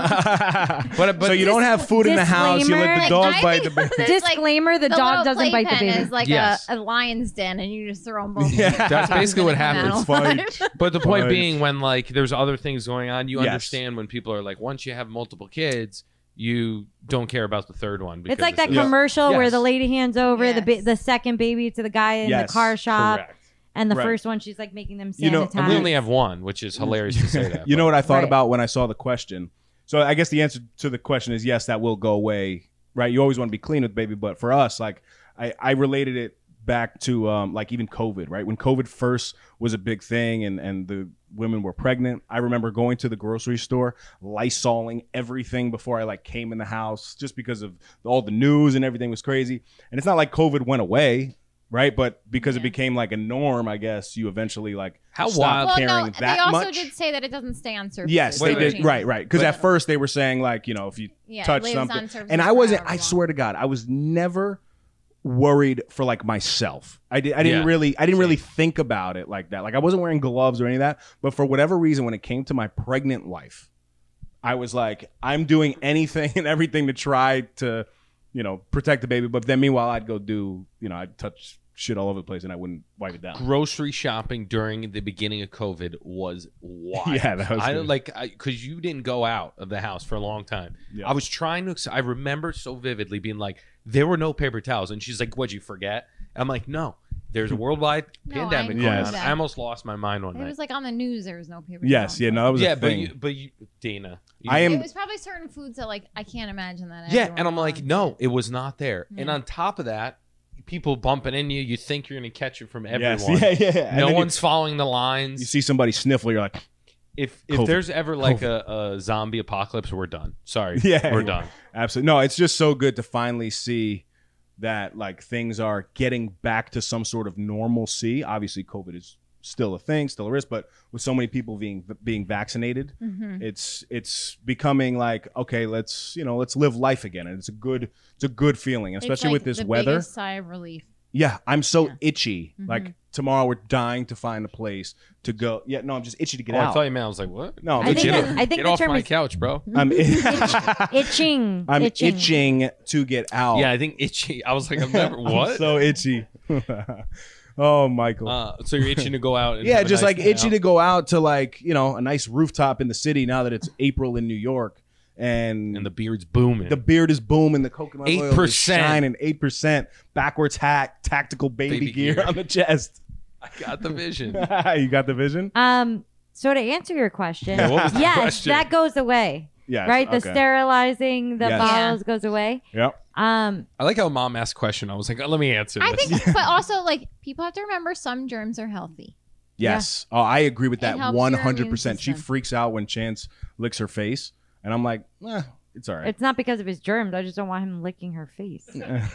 but but
so you don't have food in the house. You let the
Disclaimer.
dog
Like, I
bite the
think
baby.
It's like
Disclaimer: The,
The
dog
little
doesn't bite the
playpen
baby.
is like
Yes.
a, a lion's den, and you just throw them both. in.
Yeah.
That's basically what
It's gonna
happens.
come out
Fine.
alive.
but the point
Fine.
being when like there's other things going on you
Yes.
understand when people are like once you have multiple kids you don't care about the third one because
It's like that
it's-
Yeah.
commercial where
Yes.
the lady hands over the ba-
Yes.
the second baby to the guy in
Yes.
the car shop,
correct
and the
Right.
first one she's like making them sanitize.
You know,
and we only have one which is hilarious to say that
you know what I thought
Right.
about when I saw the question? So I guess the answer to the question is yes, that will go away, right? You always want to be clean with baby, but for us, like I, I related it back to um, like even COVID, right? When COVID first was a big thing and and the women were pregnant, I remember going to the grocery store, lysoling everything before I like came in the house, just because of all the news and everything was crazy. And it's not like COVID went away. Right, but because it
Yeah.
became like a norm, I guess you eventually like
How
stopped
wild-
well,
caring
no,
that
they also
much.
did say that it doesn't stay on surfaces.
Yes,
Wait,
they
It
wait,
did.
changes.
Right, right. Because
But-
at first they were saying like, you know, if you
Yeah, it
touch
lives
something,
on surfaces
and I
for
wasn't.
however
I
long.
swear to God, I was never worried for like myself. I did. I didn't
Yeah.
really. I didn't really think about it like that. Like I wasn't wearing gloves or any of that. But for whatever reason, when it came to my pregnant life, I was like, I'm doing anything and everything to try to, you know, protect the baby. But then meanwhile, I'd go do, you know, I'd touch shit all over the place and I wouldn't wipe it down.
grocery shopping during the beginning of COVID was wild.
Yeah, that was
I
good.
like because you didn't go out of the house for a long time.
Yeah.
I was trying to. ex- I remember so vividly being like, there were no paper towels, and she's like, "What'd you forget?" I'm like, "No, there's a worldwide
No, I
pandemic
knew
going
Yes.
on."
that.
I almost lost my mind one
It
night.
was like on the news. There was no paper.
Yes.
towels.
Yeah. No, that was
yeah,
a
but
thing.
you, but you, Dana, you-
I am-
It was probably certain foods that like I can't imagine that.
Yeah,
everyone
and I'm like,
wants.
no, it was not there. And
Yeah.
on top of that, people bumping in you, you think you're gonna catch it from everyone.
Yes, Yeah. Yeah. yeah. And
No
then you-
one's following the lines.
You see somebody sniffle, you're like,
if if
COVID.
there's ever like a, a zombie apocalypse, we're done. Sorry,
Yeah.
we're done.
Absolutely. No, it's just so good to finally see that like things are getting back to some sort of normalcy. Obviously, COVID is still a thing, still a risk, but with so many people being being vaccinated,
Mhm.
it's it's becoming like okay, let's you know let's live life again, and it's a good it's a good feeling,
It's
especially
like
with this
the
weather.
biggest sigh of relief.
Yeah, I'm so
Yeah.
itchy.
Mhm.
Like tomorrow we're dying to find a place to go. Yeah, no, I'm just itchy to get
Oh, I
out.
thought you meant I was like, what?
No,
I
I'm
think
itchy.
that- I think
get
the
off
term
my
is-
couch, bro.
I'm,
itching.
I'm
itching.
itching. to get out.
Yeah, I think itchy. I was like, I've never
Oh. I'm
what?
so itchy. oh, Michael.
uh, so you're itching to go out? And
yeah,
have a
just
nice
like
night
itchy
out.
to go out to like you know a nice rooftop in the city now that it's April in New York and,
and the beard's booming.
the beard is booming, the coconut oil is
8%.
shining, eight percent backwards hack, tactical baby,
Baby
gear,
gear.
on the chest.
I got the vision.
you got the vision?
Um. So to answer your question,
Yeah, what was the
yes,
question?
that goes away,
Yes.
right? The
okay.
sterilizing the
Yes.
bottles goes away.
Yep.
Um.
I like how mom asked question. I was like, oh, let me answer
I
this.
think, but also like people have to remember some germs are healthy.
Yes. Oh, I agree with
It
that
helps
one
your immune
hundred percent. She
system.
freaks out when Chance licks her face, and I'm like, eh, it's all right.
It's not because of his germs. I just don't want him licking her face.
because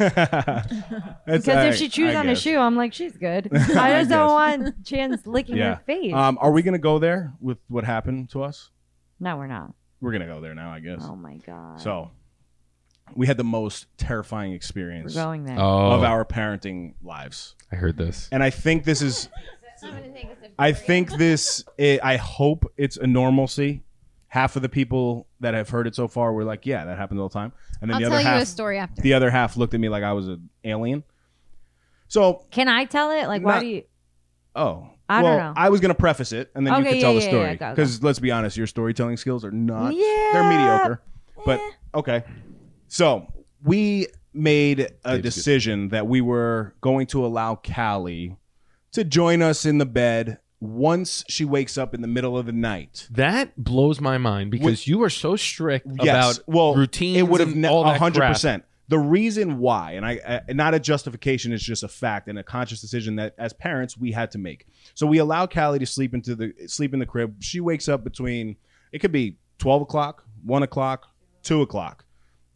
Because if she chews on a shoe, I'm like, she's good.
I
I just
guess.
don't want Chance licking
Yeah.
her face.
Um, are we gonna go there with what happened to us?
no, we're not.
We're gonna go there now, I guess.
Oh my god.
So we had the most terrifying
we're
experience
going there.
oh,
of our parenting lives,
I heard this.
and I think this is.
I'm gonna take a sip.
I think this. i I hope it's a normalcy. Half of the people that have heard it so far were like, "Yeah, that happens all the time," and then
I'll
the
tell
other
you
half,
a story after.
the other half looked at me like I was an alien. So,
Can I tell it? Like, why
Not-
do you?
oh,
I
well,
don't know.
I was gonna preface it, and then you
Okay,
could
yeah,
tell the
yeah, yeah,
story
go, go.
because let's be honest, your storytelling skills are not
yeah. eh.
they're mediocre. But okay. So we made a
good.
decision that we were going to allow Callie to join us in the bed once she wakes up in the middle of the night.
That blows my mind because you are so strict about
well,
routines.
It would have
and
ne-
all that
hundred
crap.
percent. The reason why, and I, I not a justification, it's just a fact and a conscious decision that as parents we had to make. So we allow Callie to sleep into the sleep in the crib. She wakes up between it could be twelve o'clock, one o'clock, two o'clock,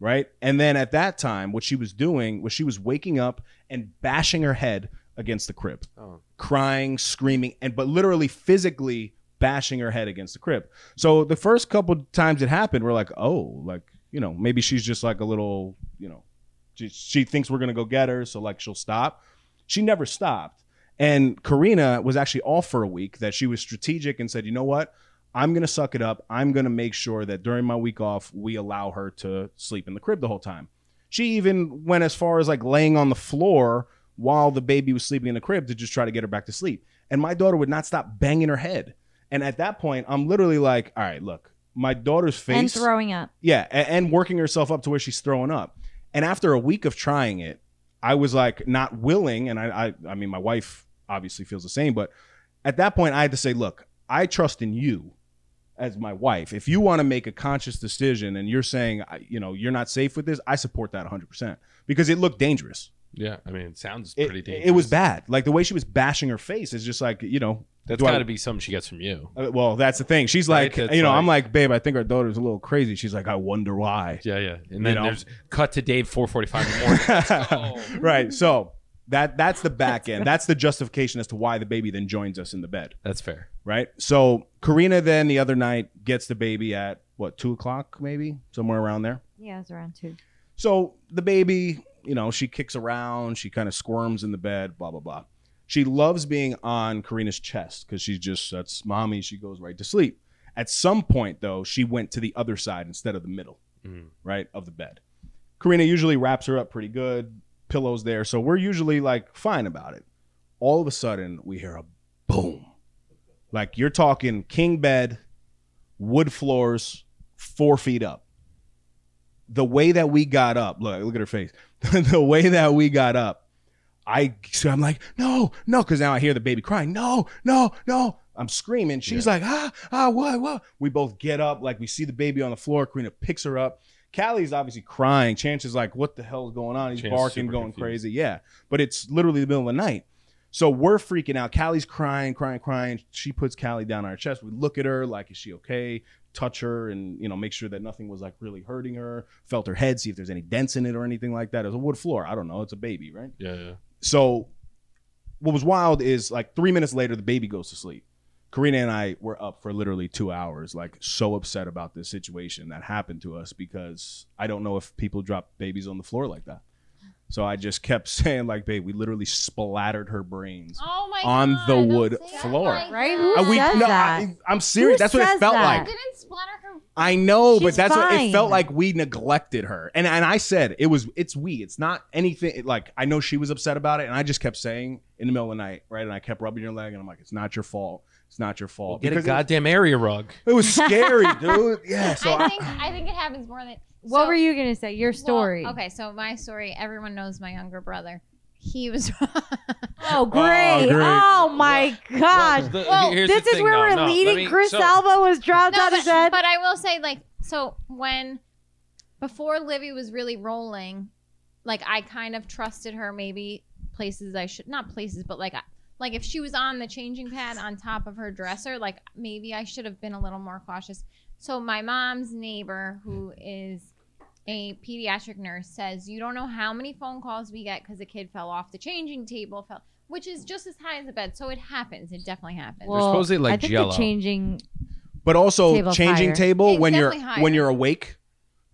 right? And then at that time, what she was doing was she was waking up and bashing her head against the crib
Oh.
crying, screaming, and but literally physically bashing her head against the crib. So the first couple times it happened, we're like, oh, like you know, maybe she's just like a little, you know, she, she thinks we're gonna go get her, so like she'll stop. She never stopped, and Karina was actually off for a week. That she was strategic and said, you know what. I'm gonna suck it up. I'm gonna make sure that during my week off, we allow her to sleep in the crib the whole time. She even went as far as like laying on the floor while the baby was sleeping in the crib to just try to get her back to sleep. And my daughter would not stop banging her head. And at that point, I'm literally like, all right, look, my daughter's
And
face.
throwing up.
yeah, a- and working herself up to where she's throwing up. And after a week of trying it, I was like not willing. And I, I, I mean, my wife obviously feels the same, but at that point, I had to say, look, I trust in you as my wife. If you want to make a conscious decision and you're saying, I- you know, you're not safe with this, I support that 100% because it looked dangerous
Yeah, I mean, it sounds
it,
pretty dangerous.
it was bad. Like the way she was bashing her face is just like you know.
That's
do I-
got to be something she gets from you.
uh, Well, that's the thing. She's
Right,
like,
that's
you know,
like-
I'm like, babe, I think our daughter's a little crazy. She's like, I wonder why.
Yeah, yeah. And then
know?
there's cut to Dave 4:45 in the morning. Let's go.
right. So that that's the back end. That's the justification as to why the baby then joins us in the bed.
That's fair.
Right. So Karina then the other night gets the baby at what two o'clock maybe somewhere around there.
Yeah, it's around two.
So the baby, you know, she kicks around, she kind of squirms in the bed, blah blah blah. She loves being on Karina's chest because she's just that's mommy. She goes right to sleep. At some point though, she went to the other side instead of the middle,
Mm.
right of the bed. Karina usually wraps her up pretty good, pillows there, so we're usually like fine about it. All of a sudden, we hear a boom, like you're talking king bed, wood floors, four feet up the way that we got up, look, look at her face. the way that we got up, I so I'm like, no, no, because now I hear the baby crying, no, no, no. I'm screaming. She's like, ah, ah, what, what? We both get up, like we see the baby on the floor. Karina picks her up. Callie's obviously crying. Chance is like, what the hell is going on? He's
Chance is
barking,
super
going
confused.
crazy. Yeah. But it's literally the middle of the night. So we're freaking out. Callie's crying, crying, crying. She puts Callie down on her chest. We look at her like, is she okay? touch her and you know make sure that nothing was like really hurting her felt her head see if there's any dents in it or anything like that it was a wood floor i don't know it's a baby right
Yeah, yeah.
so what was wild is like three minutes later the baby goes to sleep karina and i were up for literally two hours like so upset about this situation that happened to us because i don't know if people drop babies on the floor like that So I just kept saying, like, babe, we literally splattered her brains.
Oh my
On
God,
the
don't
wood
say
floor.
that.
Right? Who
Uh, we-
says
no,
that?
I, I'm serious.
Who
that's what it
says
felt
I
that?
like.
didn't splatter her.
I know, but
She's
that's what it
fine.
felt like. We neglected her, and and I said it was it's we. It's not anything. it- Like I know she was upset about it, and I just kept saying in the middle of the night, right? And I kept rubbing your leg, and I'm like, it's not your fault. It's not your fault.
Get a
Because it-
goddamn area rug.
It, was scary, dude. Yeah. So
I
I,
think I think it happens more than.
What
so-
were you gonna say? Your
well,
story.
okay, so my story. Everyone knows my younger brother. He was.
Oh great. Oh,
great.
my gosh.
Well,
this is where we're leading. Chris Alba was dropped
no,
out of
but,
his head.
but I will say, like, so when before Livy was really rolling, like I kind of trusted her. Maybe places I should not places, but like I, like if she was on the changing pad on top of her dresser, like maybe I should have been a little more cautious. So my mom's neighbor, who is a pediatric nurse, says you don't know how many phone calls we get because a kid fell off the changing table, fell, which is just as high as the bed. So it happens. It definitely happens.
Well, supposedly like
I think
Jell-O.
the changing
but also
Table's
changing
higher.
table
It's
when you're
definitely
when
higher.
you're awake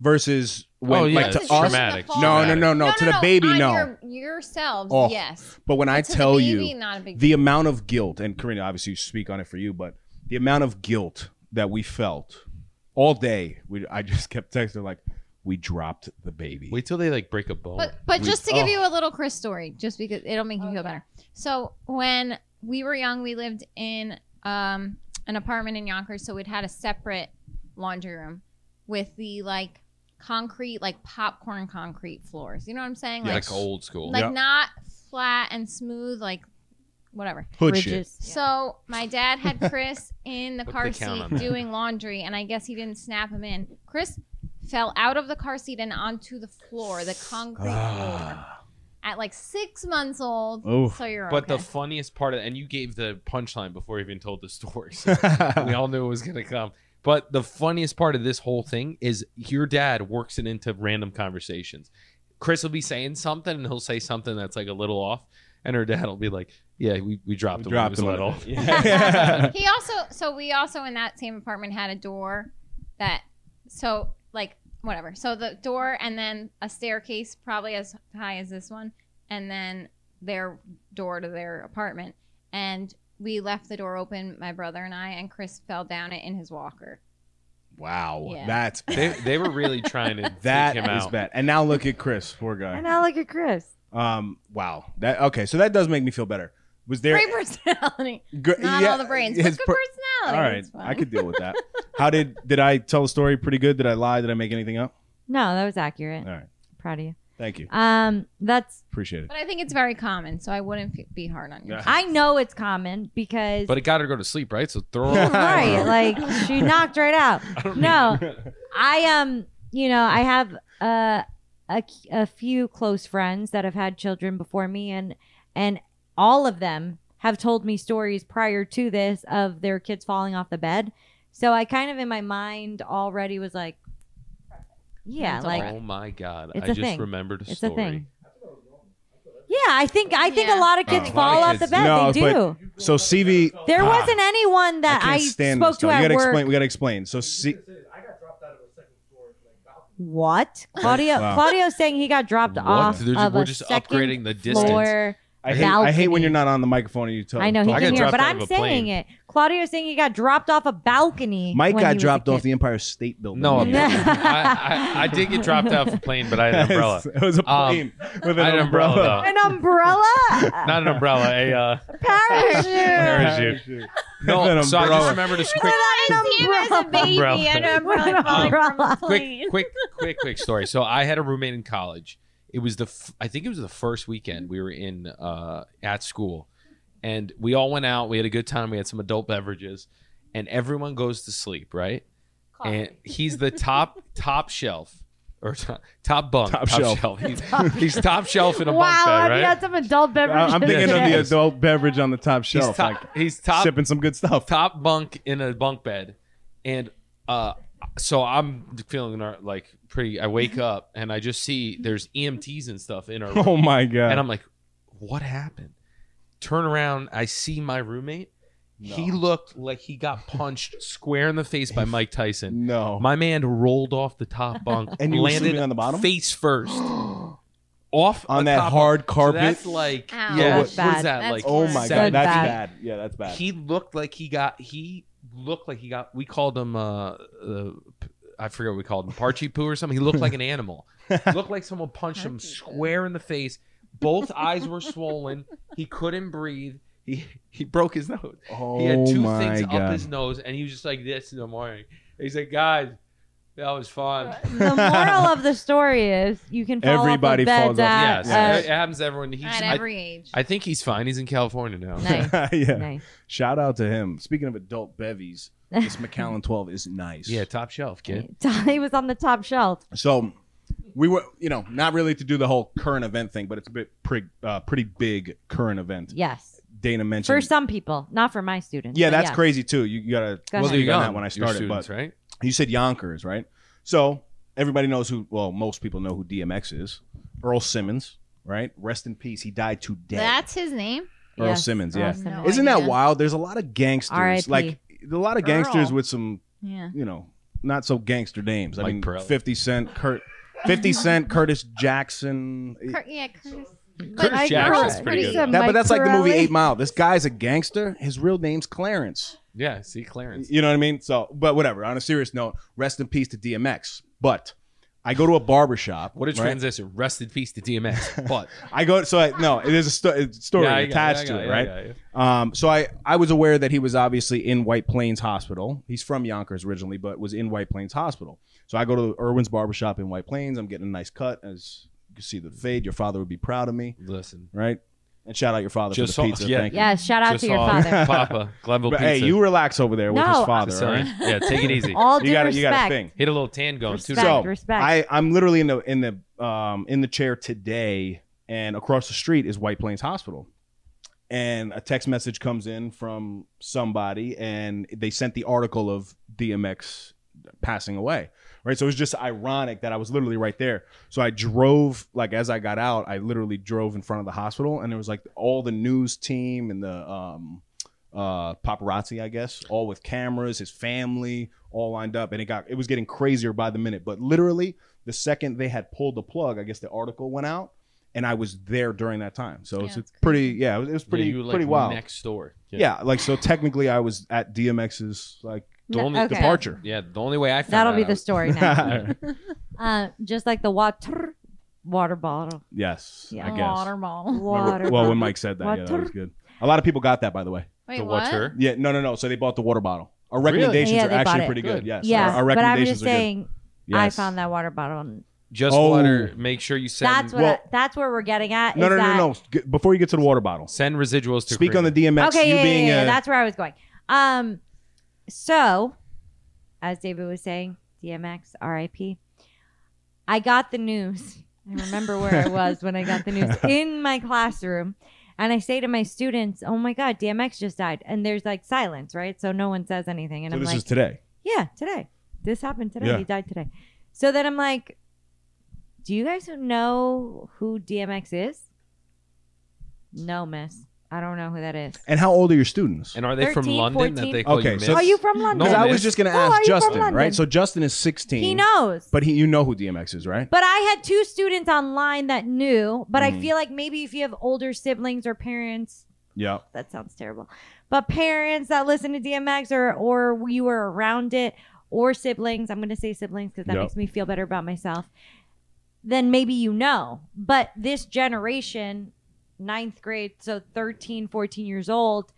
versus when
oh, yeah,
like to
it's
us-
traumatic.
No,
No, no, no, no, To the baby,
on
no.
Your, yourselves,
Oh,
yes.
but when I
To the
tell
baby,
you
not a big
the amount of guilt, and Karina, obviously you speak on it for you, but the amount of guilt that we felt all day, we I just kept texting like, we dropped the baby.
Wait till they like break a bone.
But but
We-
just to give
oh.
you a little Chris story, just because it'll make you feel better. So when we were young, we lived in um, an apartment in Yonkers, so it had a separate laundry room with the like concrete, like popcorn concrete floors. You know what I'm saying?
yeah,
Like
like old school.
like
Yep.
not flat and smooth, like whatever.
Hood shit.
bridges.
So my dad had Chris in the
Put
car
the count
seat
on that.
doing laundry, and I guess he didn't snap him in. Chris fell out of the car seat and onto the floor, the concrete floor,
Ah.
at like six months old.
Oof.
So you're
But the
okay.
funniest part of and you gave the punchline before you even told the story. so we all knew it was gonna come. But the funniest part of this whole thing is your dad works it into random conversations. Chris will be saying something and he'll say something that's like a little off, and her dad will be like, "Yeah, we, we dropped
We
him.
dropped
when he was
him a little
little."
bit. Yeah.
he also so we also in that same apartment had a door that so like whatever so the door and then a staircase probably as high as this one and then their door to their apartment and we left the door open my brother and i and chris fell down it in his walker
wow.
Yeah.
That's
they, they were really trying to
that
freak him
is
out.
bad. And now look at Chris, poor guy.
And now look at Chris.
Um, wow. That okay, so that does make me feel better. Was there
great personality
gr-
not
yeah,
all the brains but
his
good
per- all
personality
right,
It's fine.
I could deal with that. How did did I tell the story pretty good? Did I lie? Did I make anything up?
No, that was
All
accurate.
right,
Proud of you.
thank you,
Um, that's
appreciate it.
but i think it's very common so i wouldn't f- be hard on you
Yeah.
I know it's common because
But it got her to go to sleep, right? So throw her.
right, like she knocked right out.
I don't
No.
mean-
I um, you know, I have uh, a a few close friends that have had children before me, and and all of them have told me stories prior to this of their kids falling off the bed. So I kind of in my mind already was like, yeah,
That's
like
oh my god!
It's
I
a
just
thing.
remembered a
it's
story.
a thing. Yeah, I think I think
Yeah.
a lot of kids
Oh. A
fall
lot
off
of
the
kids
bed.
do.
they
No,
do.
So CV,
There
Ah,
wasn't anyone
I
that
can't
I,
stand
spoke
this
to
though. You
at
gotta
work.
explain. We gotta explain. So C,
What? Claudio
Wow.
Claudio's saying he got dropped
What?
off.
There's-
of
we're
a
just
second
upgrading the distance.
floor.
I hate, I hate when
Balcony.
you're not on the microphone and you tell.
I know he
I
talk.
got
can hear,
dropped
but
out
I'm
of a
saying
plane.
it. Claudio's saying he got dropped off a balcony.
Mike
when he
got
was a
dropped off
kid.
the Empire State Building.
No,
Yeah.
I, I, I did get dropped off a plane, but I had an umbrella.
it was a
Um,
plane with
I
an,
had an umbrella,
umbrella.
an umbrella,
Not an umbrella, a uh,
parachute.
parachute. No,
An
so I
umbrella.
just remembered this quick,
Without an
as a
umbrella.
baby
Umbrella.
and an umbrella falling from a
Umbrella.
plane.
quick, quick, quick, quick story. So I had a roommate in college. It was the f- I think it was the first weekend we were in uh, at school, and we all went out. We had a good time. We had some adult beverages, and everyone goes to sleep. Right, and he's the top top shelf or to- top bunk,
Top shelf.
He's, he's top shelf in a
wow,
bunk bed,
have
right?
you had some adult beverages?
I'm thinking of
today?
the adult beverage on the top
he's
shelf,
top,
like
he's top
sipping some good stuff.
top bunk in a bunk bed, and uh, so I'm feeling uh, like pretty. I wake up and I just see there's EMTs and stuff in our room,
Mm-hmm. Oh my
and
god!
I'm like, what happened? Turn around, I see my roommate. He looked like he got punched square in the face by Mike Tyson.
no.
My man rolled off the top bunk
And you were
landed
sleeping on the bottom?
face first. off
On
a
that
top-
hard
so
carpet?
that's like
Ow.
yeah,
Oh,
what is
bad.
that
That's
like?
Oh my god,
seven
that's
bad.
bad. Yeah, that's bad.
He looked like he got. He looked like he got. We called him. Uh, uh, p- I forget what we called him. Parchi poo or something. He looked like an animal. looked like someone punched him
Parchi poo.
square in the face. Both eyes were swollen. He couldn't breathe. He he broke his nose.
oh
He had two
my
things
god.
up his nose, and he was just like this in the morning. He's like, guys, that was fun.
the moral of the story is you can fall
Everybody
off of
falls
beds
off.
at,
yes,
uh,
it happens to everyone. He's,
At
I,
every age.
I think he's fine. He's in California now.
Nice.
yeah.
nice.
Shout out to him. Speaking of adult bevies, this McAllen 12 is nice.
Yeah, top shelf kid.
He was on the top shelf.
So we were, you know, not really to do the whole current event thing, but it's a bit pre- uh, pretty big current event.
Yes.
Dana mentioned.
For some people, not for my students.
yeah,
but
that's
yes.
crazy too. You you gotta
Go
well,
ahead.
speak
You're
on
young,
that when I
your
started,
students,
but
right?
you said Yonkers, right? So everybody knows who. Well, most people know who DMX is. Earl Simmons, right? Rest in peace. He died today.
That's his name.
Earl
Yes, Oh,
Simmons,
Earl
yeah.
No
Isn't that
idea.
wild? There's a lot of gangsters,
R.I.P..
like a lot of gangsters
Earl.
with some
Yeah.
you know, not so gangster names. I
Mike
mean,
Pirelli.
50 Cent, Kurt, 50 Cent, Curtis Jackson.
Cur- yeah, Curtis.
Curtis
But
Jackson's
Earl's
pretty
pretty
good.
good.
That,
Mike
but that's like the movie
Pirelli.
Eight Mile. This guy's a gangster. His real name's Clarence.
Yeah, see Clarence.
You know what I mean? So, but whatever. On a serious note, rest in peace to DMX. But I go to a barber shop.
What a
right?
transition. Rested feast to DMX. But
I go. So I, no, it is a sto- it's a story
Yeah, I got-
attached
I got-
to it,
yeah,
right?
yeah, yeah.
Um, so I, I was aware that he was obviously in White Plains Hospital. He's from Yonkers originally, but was in White Plains Hospital. So I go to Irwin's barbershop in White Plains. I'm getting a nice cut. As you can see the fade, your father would be proud of me,
Listen.
right? And shout out your father
Just
for
saw-
the pizza.
yeah.
Thank you.
Yeah, shout out
Just
to your
saw
father.
Papa, Glenville
But
Pizza.
hey, you relax over there with
No,
his
I'm
father. all
sorry.
right?
Yeah, take it easy.
All due
You gotta-
respect.
you gotta think.
Hit a little tan going. too.
Respect,
So
dark.
respect.
I, I'm literally in the in the um in the chair today, and across the street is White Plains Hospital. And a text message comes in from somebody, and they sent the article of DMX passing away. Right. So it was just ironic that I was literally right there. So I drove, like, as I got out, I literally drove in front of the hospital, and there was like all the news team and the um, uh, paparazzi, I guess, all with cameras, his family, all lined up, and it got it was getting crazier by the minute. But literally, the second they had pulled the plug, I guess the article went out, and I was there during that time. So
Yeah,
it's
that's
a pretty, yeah, it was, it was
Yeah,
pretty,
you were, like,
pretty wild.
Next door.
yeah. like so technically, I was at DMX's like
No,
only
okay.
departure.
Yeah, the only way I found
That'll
out
be
I
the
was-
story now. uh, just like the water water bottle.
yes,
Yeah.
I guess.
Water ball.
Water.
Well, when
bottle.
Mike said that, yeah, that
Water.
was good. A lot of people got that, by the way.
Wait,
the
what?
water.
Yeah, no, no, no. So they bought the water bottle. Our
Really?
recommendations
Yeah,
are
they bought
actually
it.
pretty good.
Good.
Yes,
yeah,
our, our
but I'm
recommendations
just
are good.
saying, I
Yes.
found that water bottle. and
Just
Oh.
water. Make sure you send
That's what.
well-
I- that's where we're getting at.
No,
is
no, no,
that-
no. G- Before you get to the water bottle,
send residuals to
speak on the DMX.
Okay,
you
yeah, yeah,
being
yeah,
a-
that's where I was going. Um, so as David was saying, DMX, RIP. I got the news. I remember where I was when I got the news in my classroom, and I say to my students, "Oh my God, DMX just died," and there's like silence, right? So no one says anything, and
so
I'm
this
like,
is today.
yeah, today. This happened today.
Yeah.
He died today. So then I'm like, do you guys know who DMX is? No, miss. I don't know who that is.
And how old are your students?
And are they from
13,
London that
14?
they call
Okay,
you miss?
so-
Are you from London?
Because I
miss.
was just going to
Oh, are
ask
you from
Justin,
London?
right? So Justin is 16.
He knows. But,
But he, you know who DMX is, right?
I had two students online that knew, but I
Mhm.
feel like maybe if you have older siblings or parents,
Yeah.
that sounds terrible. But parents that listen to DMX or or you were around it or siblings, I'm going to say siblings because that
Yep.
makes me feel better about myself. Then maybe you know. But this generation, ninth grade, so 13, 14 years old,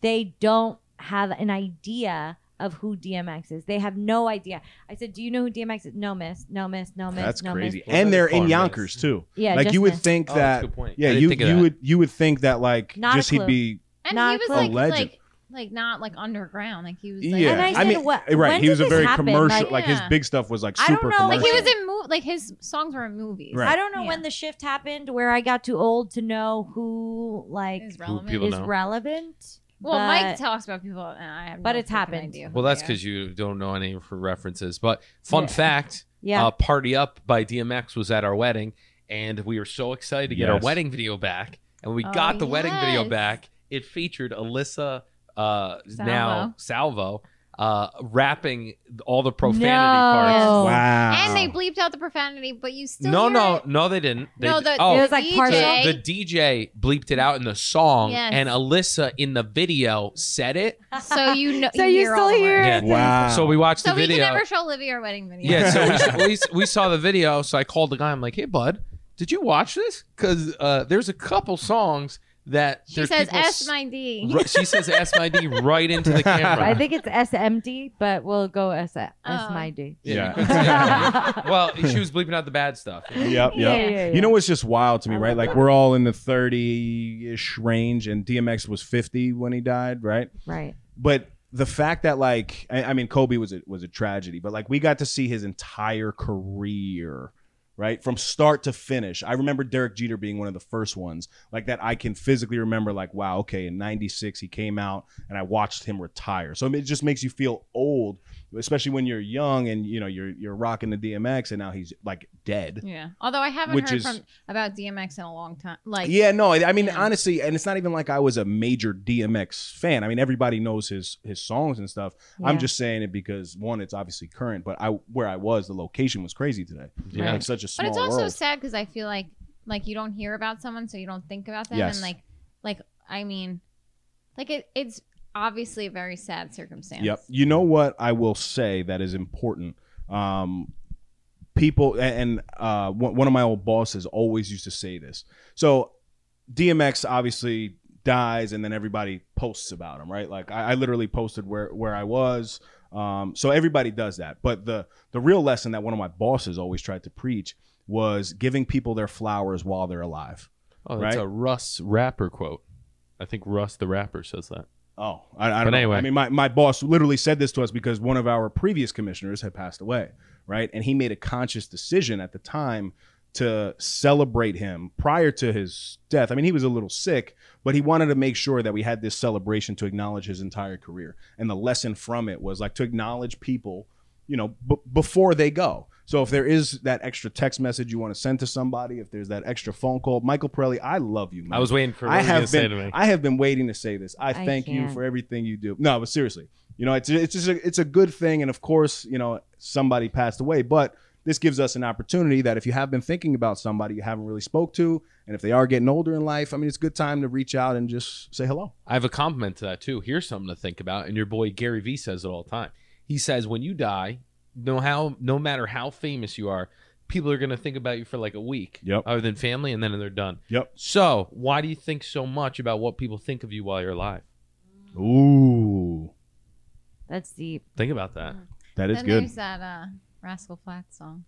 they don't have an idea of who DMX is. They have no idea. I said, "Do you know who DMX is?" No, miss. No, miss. No, miss.
That's
no,
crazy.
Miss.
Well,
and
they're
they're in
farmers.
Yonkers too.
Yeah,
like
just
you would
miss.
think
Oh, that's
that
a good point.
yeah,
I didn't
you
think of
you
that.
would you would think that like
Not a
just
clue.
he'd be
And
Not
he was
a
like,
legend.
like, like not like underground. Like he was. Like,
yeah.
And I said,
mean,
what-
right, he
when did
was a
this
very
happen?
commercial
Like-
like, his
Yeah.
big stuff was like
I don't
super
know,
commercial.
like,
Like he was in mo- like his songs were in movies.
Right.
I don't know
Yeah.
when the shift happened where I got too old to know who like
Is relevant.
people-
is
know.
relevant.
well,
but-
Mike talks about people, and I have
but
no
it's
freaking
happened.
idea who
Well, that's
they are.
because you don't know any of her references. But fun
Yeah.
fact,
Yeah.
uh, "Party Up" by DMX was at our wedding, and we were so excited to get our
Yes.
wedding video back. And when we
Oh,
got the wedding video
yes.
back. It featured Alyssa, uh,
Salvo.
now Salvo, uh, wrapping all the profanity
No.
parts.
Oh.
Wow.
And they bleeped out the profanity, but you still
No,
hear
no,
it.
no, they didn't. They
no.
di-
The,
oh,
It was like
DJ,
partial.
the, the DJ bleeped it out in the song,
Yes.
and Alyssa in the video said it.
so you know.
So you
hear all
still
the words.
hear
Yeah.
wow.
So we watched
So
the
we
video.
can never show Livy our wedding video.
Yeah, so we, we, we saw the video. So I called the guy. I'm like, hey, bud, did you watch this? Because uh, there's a couple songs that
She
there's
says
people
S
s-
my D.
ri- she says S my D right into the camera.
I think it's SMD, but we'll go S
Uh-huh.
SMD.
Yeah.
well, she was bleeping out the bad stuff.
Yep, yep.
Yeah.
You know what's just wild to me,
I
right?
love
Like
that.
we're all in the 30-ish range and DMX was 50 when he died, right?
right?
But the fact that like I, I mean Kobe was a was a tragedy, but like we got to see his entire career, right? From start to finish. I remember Derek Jeter being one of the first ones like that I can physically remember like wow, okay, in 96 he came out and I watched him retire. So I mean, it just makes you feel old, especially when you're young and you know you're you're rocking the DMX and now he's like dead.
Yeah. Although I haven't
Which
heard
is-
from about DMX in a long time. Like
yeah no i I mean
Yeah.
honestly and it's not even like i was a major dmx fan i mean everybody knows his his songs and stuff i'm
Yeah.
just saying it because one it's obviously current but i where i was the location was crazy today
Yeah.
it's such a
But
small
it's also
world
sad because I feel like like you don't hear about someone, so you don't think about them,
Yes.
and like like I mean, like it, it's obviously a very sad circumstance.
yep you know what i will say that is important um people a- and uh one one of my old bosses always used to say this so dmx obviously dies and then everybody posts about him right like i, I literally posted where where i was um so everybody does that but the the real lesson that one of my bosses always tried to preach was giving people their flowers while they're alive
Oh, that's
Right?
a Russ rapper quote. I think Russ the rapper says that.
Oh, I, I don't
But
know.
anyway.
I mean, my, my boss literally said this to us because one of our previous commissioners had passed away, right? And he made a conscious decision at the time to celebrate him prior to his death. I mean, he was a little sick, but he wanted to make sure that we had this celebration to acknowledge his entire career. And the lesson from it was like to acknowledge people, you know, b- before they go. So if there is that extra text message you want to send to somebody, if there's that extra phone call, Michael Pirelli, I love you. Man.
I was waiting
I
for. what you were
have
gonna
been.
Say to me.
I have been waiting to say this. I
I
thank you
can't.
for everything you do. No, but seriously, you know, it's it's just a, it's a good thing, and of course, you know, somebody passed away, but this gives us an opportunity that if you have been thinking about somebody you haven't really spoke to, and if they are getting older in life, I mean, it's a good time to reach out and just say hello.
I have a compliment to that too. Here's something to think about. And your boy Gary Vee says it all the time. He says when you die, no how no matter how famous you are, people are gonna think about you for like a week.
Yep.
Other than family and then they're done.
Yep.
So why do you think so much about what people think of you while you're alive?
Ooh,
That's deep.
Think about that.
that is
then
good.
there's that uh, Rascal Flatts song.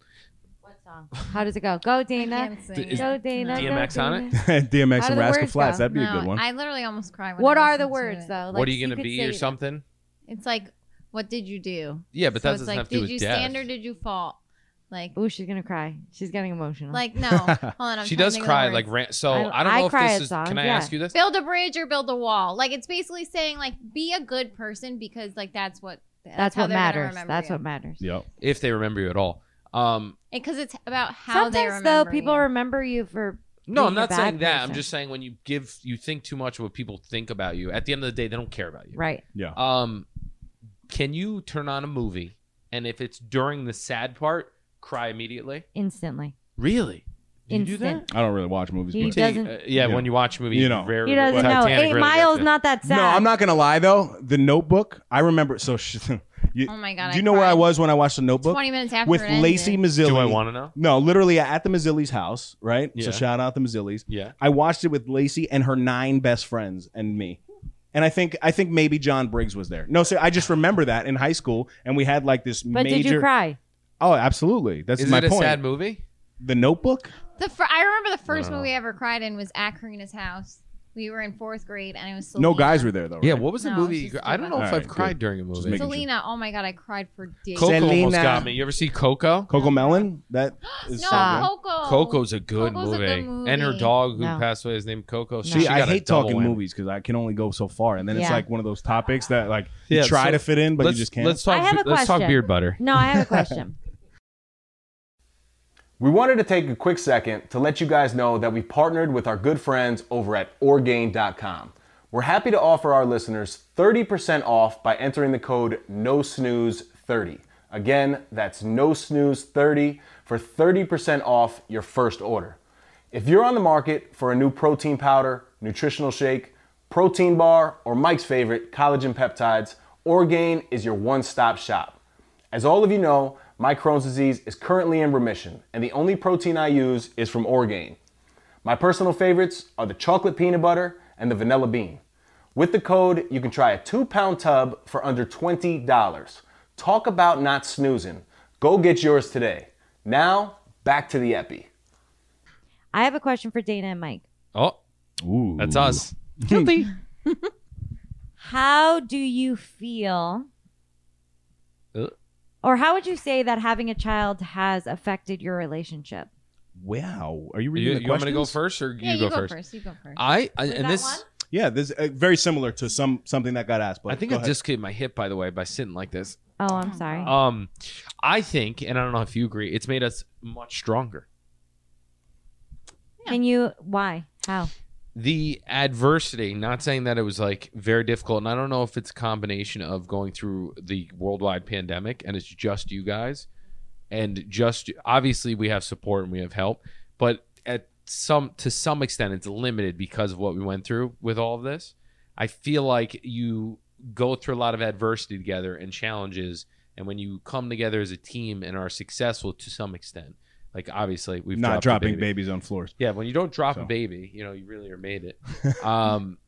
What song? How does it go? Go
I
Dana.
can't sing
D-
it.
is
Go
No.
Dana. go,
DMX on it?
Dana.
DMX
How do
and
the
Rascal
words
Flats.
go?
That'd be a
No,
good one.
I literally almost cry. When
What
I
are the
listen to
words
it.
though?
what are you
Like,
gonna
could
be
say
or
them.
something?
It's like, what did you do?
Yeah, but
so
that
it's
doesn't
like,
have to
did
do with
you
death.
stand or did you fall? Like,
Oh, she's gonna cry. She's getting emotional.
like no. Hold on, I'm
she
trying to
does
think of the
cry
words.
like ran- so.
I-
I, don't
I
know if
cry
this
at
is.
songs,
Can I
yeah.
ask you this?
build a bridge or build a wall. Like it's basically saying like be a good person because like that's what that's,
that's
how
what
they're gonna
matters.
remember
That's
you.
what matters.
Yep.
If they remember you at all. Um,
because it's about how they
Sometimes though,
remember
people
you.
remember you for
No, I'm
being a
not saying
bad
that. I'm
person.
just saying when you give, you think too much of what people think about you. At the end of the day, they don't care about you.
right.
Yeah.
Um, can you turn on a movie and if it's during the sad part, cry immediately?
Instantly.
Really?
Instant.
I don't really watch movies.
He
but-
You take-
doesn't-
uh, yeah,
Yeah.
when you watch a movie,
You
you
know.
know, rarely
He doesn't know.
Titanic
Eight
really
miles
does it.
not that sad.
No, I'm not gonna lie though. The Notebook. I remember. So, you,
Oh my god!
do you know where I
cried
was when I watched the Notebook?
Twenty minutes after
with
it ended.
Lacey Mazzilli.
Do I want to know?
No, literally at the Mazzilli's house, right? So
Yeah.
shout out the Mazzilli's.
Yeah.
I watched it with Lacey and her nine best friends and me. And I think I think maybe John Briggs was there. No, so I just remember that in high school, and we had like this
But
major.
did you cry?
Oh, absolutely. That's
Is
my
it a
point.
sad movie?
The Notebook.
The fir- I remember the first
Wow.
movie I ever cried in was at Karina's house. We were in fourth grade and it was Selena.
No guys were there though.
Yeah.
right?
What was the
No,
movie?
it's
you
just
cr- I don't know
about-
if
Alright,
I've cried
good.
during a
Just
movie.
making-
Selena. Oh my god! I cried for days.
Coco almost
Selena.
got me. You ever see Coco?
Coco Melon. That is so
no,
good.
Coco.
Coco's a good,
Oh, Coco's a
movie.
good
and her
movie.
dog who
No.
passed away is named Coco.
See,
See,
She
I
got a
hate
double
talking
win.
movies because I can only go so far, and then it's
Yeah.
like one of those topics that like
Yeah,
you try
so
to fit in, but you
Let's-
just can't.
Let's talk.
I have a
let's talk
question.
beard butter.
No, I have a question.
We wanted to take a quick second to let you guys know that we partnered with our good friends over at Orgain.com. We're happy to offer our listeners 30% off by entering the code NOSNOOZE30. Again, that's NOSNOOZE30 for 30% off your first order. If you're on the market for a new protein powder, nutritional shake, protein bar, or Mike's favorite, collagen peptides, Orgain is your one stop shop. As all of you know, my Crohn's disease is currently in remission, and the only protein I use is from Orgain. My personal favorites are the chocolate peanut butter and the vanilla bean. With the code, you can try a two pound tub for under $20. Talk about not snoozing. Go get yours today. Now, back to the Epi.
I have a question for Dana and Mike.
Oh,
Ooh.
that's us.
How do you feel?
Uh.
Or how would you say that having a child has affected your relationship?
Wow. Are you
You,
reading the
you want me to go
questions?
first or
Yeah,
you, go, first?
You go first.
I, I
that
and this
one?
Yeah, this uh, very similar to some something that got asked. But
I think
go
I
ahead.
dislocated my hip by the way by sitting like this.
Oh, I'm sorry.
Um, I think, and I don't know if you agree, it's made us much stronger.
Can you? Why? How?
the adversity not saying that it was like very difficult and i don't know if it's a combination of going through the worldwide pandemic and it's just you guys and just obviously we have support and we have help but at some to some extent it's limited because of what we went through with all of this i feel like you go through a lot of adversity together and challenges and when you come together as a team and are successful to some extent like obviously we've
not
dropped a
dropping
baby.
babies on floors.
Yeah, when you don't drop
So.
a baby, you know you really are made it. Um,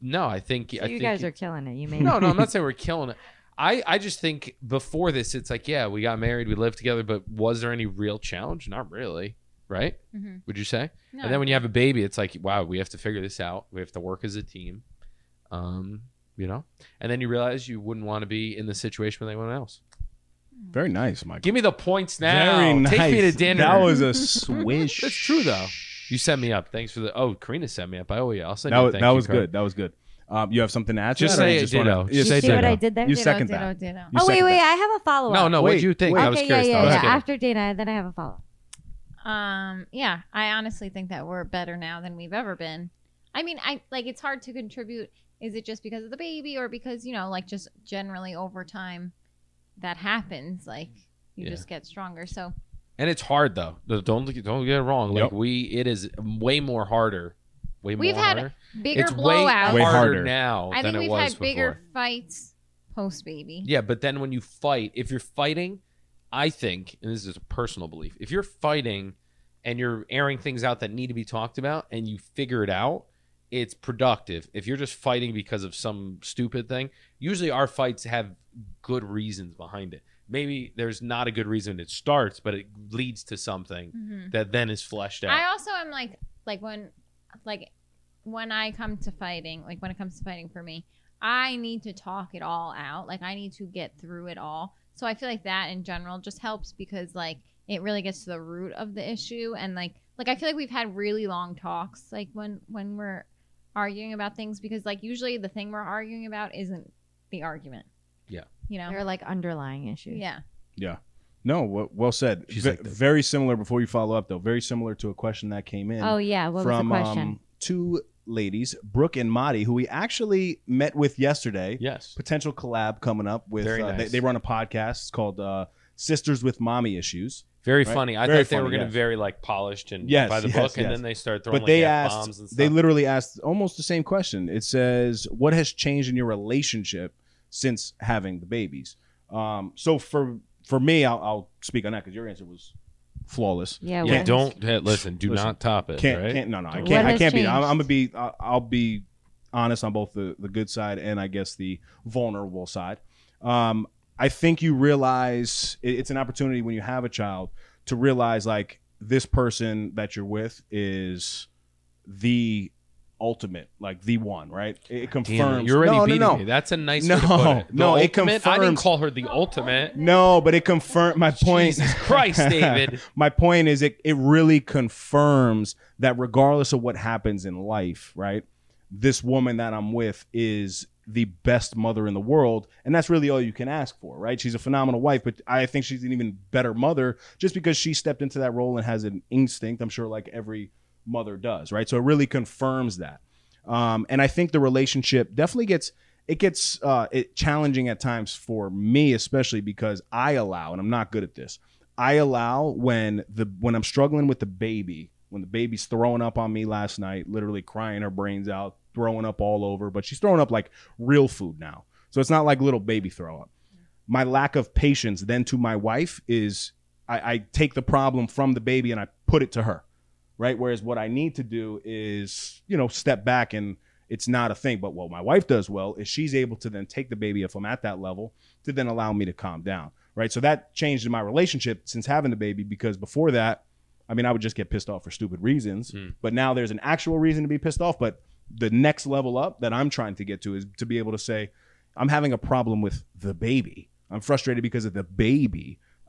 no, I think I
So you
think
guys are killing it. You made
no, no. I'm not saying we're killing it. I I just think before this, it's like yeah, we got married, we lived together, but was there any real challenge? Not really, right?
Mhm.
Would you say?
No.
And then when you have a baby, it's like wow, we have to figure this out. We have to work as a team. Um, you know, and then you realize you wouldn't want to be in the situation with anyone else.
Very nice, Mike.
Give me the points now.
Very nice.
Take me to dinner.
That was a swish.
That's true though. You set me up. Thanks for the. Oh, Karina set me up. I owe you. I'll send
That
you. a
was,
thank
that
you
was
card.
good. That was good. Um, you have something to add? to
Just
that, or
say
you
it,
wanna-
ditto.
you
Just
say
see what
ditto.
I did there?
You
Ditto,
second
ditto,
that.
ditto.
You
oh wait,
second
wait.
that.
I have a follow up.
No, no. What
Wait,
would you think?
wait.
I was
okay, yeah,
curious.
yeah,
though. I was
yeah.
kidding.
After Dana, then I have a follow up.
Um, yeah, I honestly think that we're better now than we've ever been. I mean, I like it's hard to contribute. Is it just because of the baby or because, you know, like just generally over time that happens, like you
Yeah.
just get stronger. So
and it's hard though. Th- Don't look- don't get it wrong. Like
Yep.
we, it is way more harder. Way more
We've had
harder.
bigger
it's
blowouts.
way
Way
harder,
harder.
now
I
than
think
it
we've
was
had
before.
bigger fights post baby.
Yeah, but then when you fight, if you're fighting, I think, and this is a personal belief, if you're fighting and you're airing things out that need to be talked about and you figure it out, it's productive. If you're just fighting because of some stupid thing, usually our fights have good reasons behind it. Maybe there's not a good reason it starts, but it leads to something
Mhm.
that then is fleshed out.
I also am like like when like when I come to fighting, like when it comes to fighting for me, I need to talk it all out. Like I need to get through it all. So I feel like that in general just helps because like it really gets to the root of the issue and like like I feel like we've had really long talks like when when we're arguing about things because like usually the thing we're arguing about isn't the argument.
Yeah.
You know.
They're like underlying issues.
Yeah.
No, well, well said.
She's
Ve-
like the-
very similar. Before you follow up, though, very similar to a question that came in.
Oh yeah. What
from
was the question?
Um, two ladies, Brooke and Madi, who we actually met with yesterday.
yes.
Potential collab coming up with.
Very
uh,
nice.
they, they run a podcast. It's called uh, Sisters with Mommy Issues.
Very
Right?
funny. I
Very
thought they were
funny,
going
yes.
to very like polished and
Yes,
by the
yes,
book, and
yes.
then they start throwing
but
like
they
bombs
asked
and stuff.
they literally asked almost the same question it says what has changed in your relationship since having the babies um so for for me i'll, I'll speak on that because your answer was flawless
yeah.
yeah,
what-
don't hey, listen. Do
Listen,
not top it.
can't
right?
can't no no i
What
can't i
has
can't be I'm,
changed?
I'm gonna be I'll, I'll be honest on both the the good side and i guess the vulnerable side um i think you realize it- it's an opportunity when you have a child to realize like this person that you're with is the ultimate like the one right it, it confirms
Damn, you're already
no,
beating
no, no.
me. That's a nice.
No,
way to put it. The
no, it
ultimate? I didn't
confirms-
call her the ultimate.
no but it confirmed my point
Jesus Christ, David.
my point is it, it really confirms that regardless of what happens in life right this woman that i'm with is the best mother in the world and that's really all you can ask for right she's a phenomenal wife but i think she's an even better mother just because she stepped into that role and has an instinct i'm sure like every mother does right so it really confirms that Um, and I think the relationship definitely gets it gets uh, it challenging at times for me, especially because I allow, and I'm not good at this. I allow when the when I'm struggling with the baby, when the baby's throwing up on me last night, literally crying her brains out, throwing up all over, but she's throwing up like real food now, so it's not like little baby throw up. My lack of patience then to my wife is I, I take the problem from the baby and I put it to her right? Whereas what I need to do is, you know, step back and it's not a thing. But what my wife does well is she's able to then take the baby if I'm at that level to then allow me to calm down, right? So that changed in my relationship since having the baby because before that, I mean, I would just get pissed off for stupid reasons. But now there's an actual reason to be pissed off. But the next level up that I'm trying to get to is to be able to say, I'm having a problem with the baby. I'm frustrated because of the baby.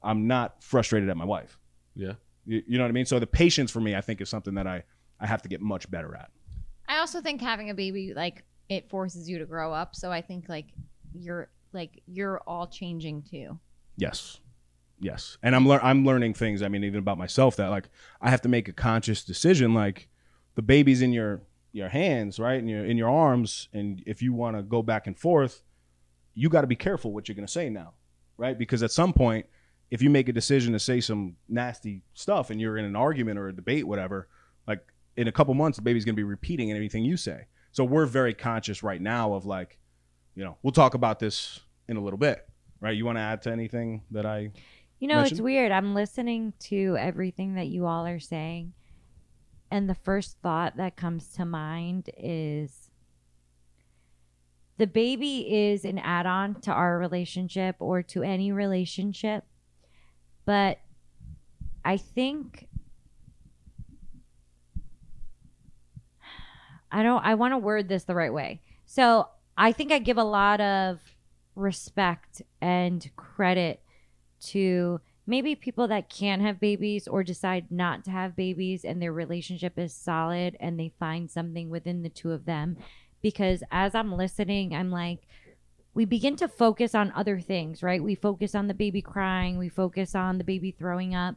I'm not frustrated at my wife.
Yeah.
You, you know what I mean? So the patience for me, I think, is something that I I have to get much better at.
I also think having a baby like it forces you to grow up. So I think like you're like you're all changing too.
Yes, yes, and I'm lear- I'm learning things. I mean, even about myself that like I have to make a conscious decision. Like the baby's in your your hands, right, in your in your arms, and if you want to go back and forth, you got to be careful what you're going to say now, right? Because at some point, if you make a decision to say some nasty stuff and you're in an argument or a debate, whatever, like in a couple months, the baby's going to be repeating anything you say. So we're very conscious right now of like, you know, we'll talk about this in a little bit, right? You want to add to anything that I?
You know, it's
mention?
weird. I'm listening to everything that you all are saying, and the first thought that comes to mind is the baby is an add on to our relationship or to any relationship. But I think I don't, I want to word this the right way. So I think I give a lot of respect and credit to maybe people that can have babies or decide not to have babies and their relationship is solid and they find something within the two of them because as i'm listening i'm like we begin to focus on other things right we focus on the baby crying we focus on the baby throwing up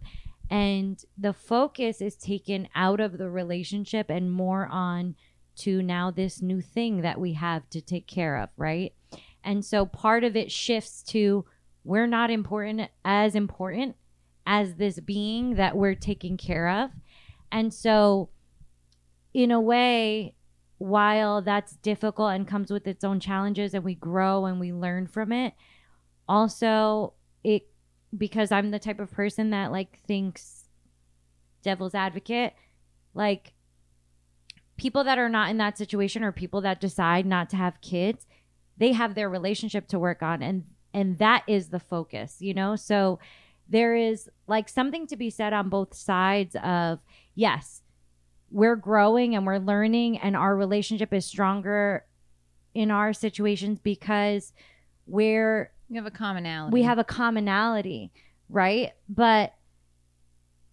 and the focus is taken out of the relationship and more on to now this new thing that we have to take care of right and so part of it shifts to we're not important as important as this being that we're taking care of. And so, in a way, while that's difficult and comes with its own challenges, and we grow and we learn from it, also, it because I'm the type of person that like thinks devil's advocate, like people that are not in that situation or people that decide not to have kids, they have their relationship to work on and and that is the focus you know so there is like something to be said on both sides of yes we're growing and we're learning and our relationship is stronger in our situations because we're
You have a commonality.
we have a commonality right but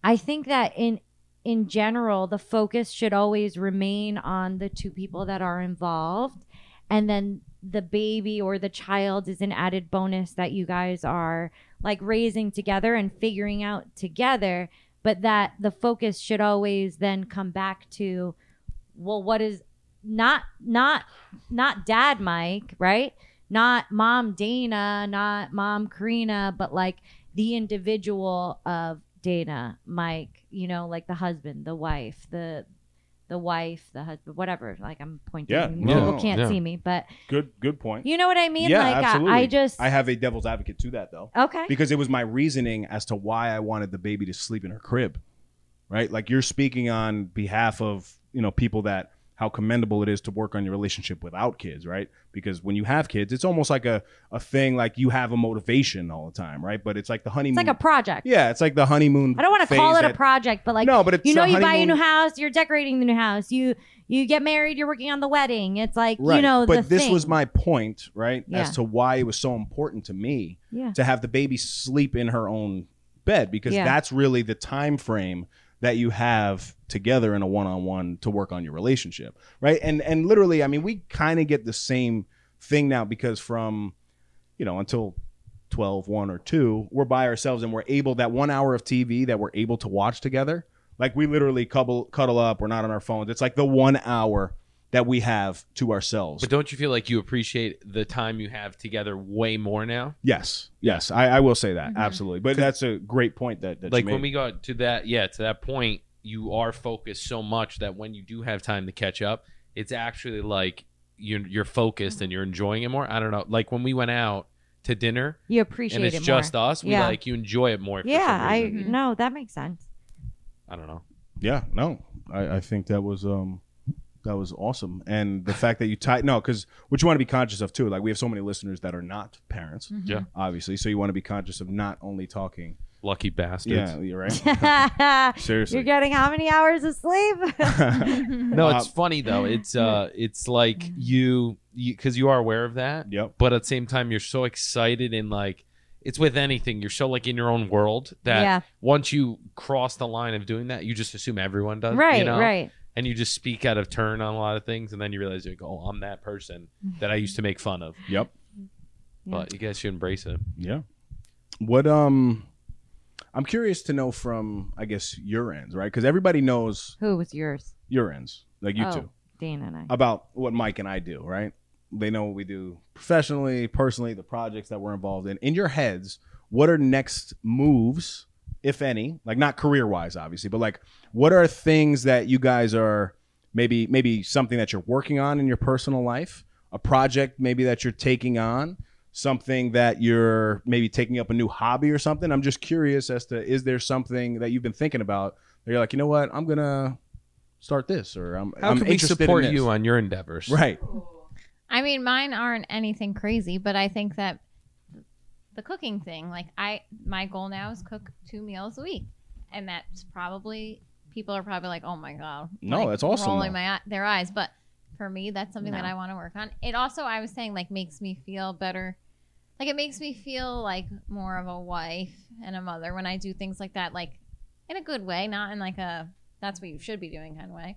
i think that in in general the focus should always remain on the two people that are involved and then the baby or the child is an added bonus that you guys are like raising together and figuring out together but that the focus should always then come back to well what is not not not dad mike right not mom dana not mom karina but like the individual of dana mike you know like the husband the wife the the wife the husband whatever like i'm pointing
Yeah,
people
no,
can't
yeah.
see me but
Good, good point.
you know what i mean
yeah,
like I-
absolutely.
I, just
I have a devil's advocate to that though,
okay
because it was my reasoning as to why I wanted the baby to sleep in her crib, right? Like you're speaking on behalf of you know people that how commendable it is to work on your relationship without kids, right? Because when you have kids, it's almost like a a thing like you have a motivation all the time, right? But it's like the honeymoon.
it's like a project
Yeah, it's like the honeymoon.
I don't want to
phase
call it a
that-
project, but like
No, but it's
you know,
a
you buy a
honeymoon-
new house, you're decorating the new house, you you get married, you're working on the wedding. It's like
Right.
you know,
but
the
this
thing.
was my point, right,
Yeah.
as to why it was so important to me
yeah.
to have the baby sleep in her own bed because
Yeah.
that's really the time frame that you have together in a one-on-one to work on your relationship, right? And and literally, I mean, we kind of get the same thing now because from you know, until 12, 1 or 2, we're by ourselves and we're able that 1 hour of TV that we're able to watch together. Like we literally cuddle cuddle up, we're not on our phones. It's like the 1 hour that we have to ourselves.
But don't you feel like you appreciate the time you have together way more now?
yes, yes, I, I will say that absolutely. But that's a great point that, that
like
you made.
when we got to that, yeah, to that point, you are focused so much that when you do have time to catch up, it's actually like you're you're focused and you're enjoying it more. I don't know. Like when we went out to dinner
You appreciate
and it's
it
just
more.
us, we
Yeah.
like you enjoy it more. for
yeah,
some
I
reason.
reason.
no, that makes sense.
I don't know.
yeah no I, I think that was um that was awesome and the fact that you tie no because what you want to be conscious of too like we have so many listeners that are not
Mm.
parents
Yeah.
obviously so you want to be conscious of not only talking
Lucky bastards.
yeah you're right
You're
seriously
getting how many hours of sleep?
No,
Mm-hmm.
Uh,
it's funny though. It's uh, it's like you because you, are aware of that,
yep
but at the same time, you're so excited and like it's with anything. You're so like in your own world that
Yeah.
once you cross the line of doing that, you just assume everyone does, uh, you
right,
know?
right.
And you just speak out of turn on a lot of things, and then you realize like, oh, I'm that person that I used to make fun of.
yep
But you guys should embrace it.
yeah what um i'm curious to know from i guess your ends right because everybody knows
Who was yours?
your ends like you
oh,
two
Dane and I.
about what Mike and I do, right? They know what we do professionally, personally, the projects that we're involved in. In your heads, what are next moves, if any? Like not career wise, obviously, but like what are things that you guys are maybe maybe something that you're working on in your personal life, a project maybe that you're taking on, something that you're maybe taking up a new hobby or something. I'm just curious as to is there something that you've been thinking about that you're like, you know what, I'm gonna start this or I'm
How
I'm
can we
interested in
support
this."
you on your endeavors?
Right.
I mean, mine aren't anything crazy, but I think that the cooking thing, like I, my goal now is cook two meals a week, and that's probably people are probably like, oh my god,
No,
like,
that's awesome,
rolling
though.
my eye- their eyes. But for me, that's something that
No.
I want to work on. It also, I was saying, like makes me feel better. Like it makes me feel like more of a wife and a mother when I do things like that, like in a good way, not in like a that's what you should be doing kind of way.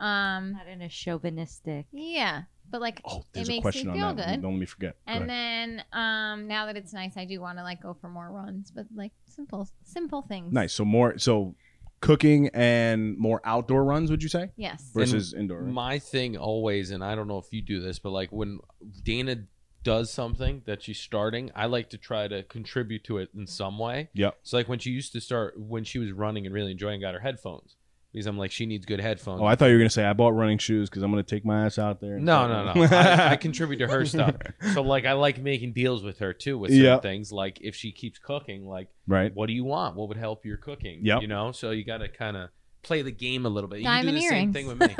Um,
Not in a chauvinistic.
yeah, but like
Oh, there's a
makes
question
me
on
feel
that.
good.
Don't let me forget. Go ahead.
and then um now that it's nice, I do want to like go for more runs, but like simple simple things.
nice. So more so cooking and more outdoor runs, would you say?
Yes.
Versus indoor. right?
My thing always, and I don't know if you do this, but like when Dana does something that she's starting, I like to try to contribute to it in some way.
Yep.
So like when she used to start when she was running and really enjoying, got her headphones because I'm like she needs good headphones.
Oh, I thought you were gonna say I bought running shoes because I'm gonna take my ass out there. and
no,
start
no, no.
running."
I, I contribute to her stuff. So like I like making deals with her too with certain
Yeah.
things. Like if she keeps cooking, like
right.
what do you want? What would help your cooking?
Yep.
You know, so you got to kind of play the game a little bit. You
Diamond
do the same
earrings.
thing with me.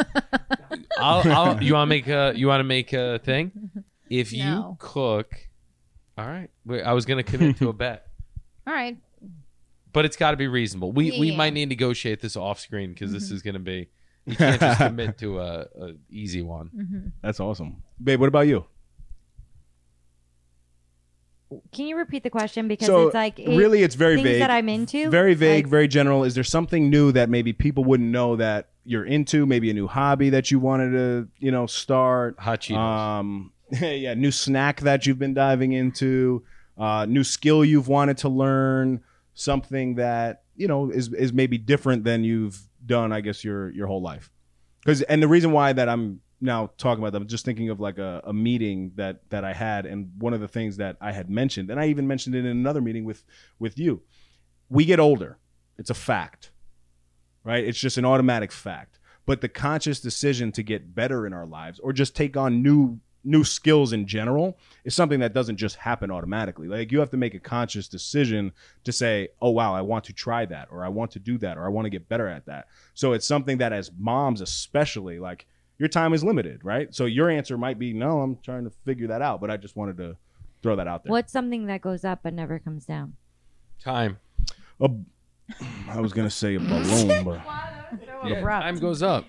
I'll, I'll, you want to make a you want to make a thing? If you
No.
cook, all right. Wait, I was gonna commit to a bet,
All right.
but it's got to be reasonable. We we
Yeah.
might need to negotiate this off screen because this is gonna be you can't just commit to a, a easy one.
Mm-hmm.
That's awesome, babe. What about you?
Can you repeat the question because
So,
it's like it-
really, it's very
things
vague.
that I'm into.
Very vague,
Like,
very general. Is there something new that maybe people wouldn't know that you're into? Maybe a new hobby that you wanted to, you know, start.
Hot Cheetos.
Um, yeah, new snack that you've been diving into, uh, new skill you've wanted to learn, something that you know is is maybe different than you've done, I guess your your whole life. Because and the reason why that I'm now talking about that, I'm just thinking of like a, a meeting that that I had, and one of the things that I had mentioned, and I even mentioned it in another meeting with with you. We get older; it's a fact, right? It's just an automatic fact. But the conscious decision to get better in our lives, or just take on new new skills in general, is something that doesn't just happen automatically. Like you have to make a conscious decision to say, "Oh wow, I want to try that, or I want to do that, or I want to get better at that." So it's something that as moms especially like your time is limited, right? So your answer might be no, I'm trying to figure that out, but I just wanted to throw that out there.
What's something that goes up but never comes down?
Time.
A, I was going to say a balloon, but
Yeah,
abrupt.
time goes up.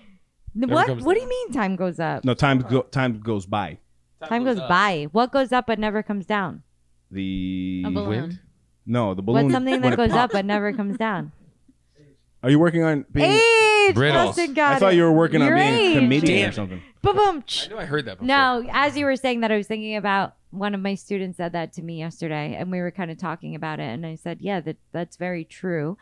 Never
what?
comes
What do you mean time goes up?
no, time go, time goes by.
time goes by. What goes up but never comes down?
The
A balloon.
Wind.
no, the balloon.
What's something
when
that
it
goes up
pops-
but never comes down?
Are you working on being
Age.
Riddles.
Justin got
I thought
it.
you were working on
Your
being
age.
a comedian
Damn
or
it.
something.
Ba-boom.
I knew I heard that. Before.
No, as you were saying that, I was thinking about one of my students said that to me yesterday, and we were kind of talking about it, and I said, "Yeah, that that's very true."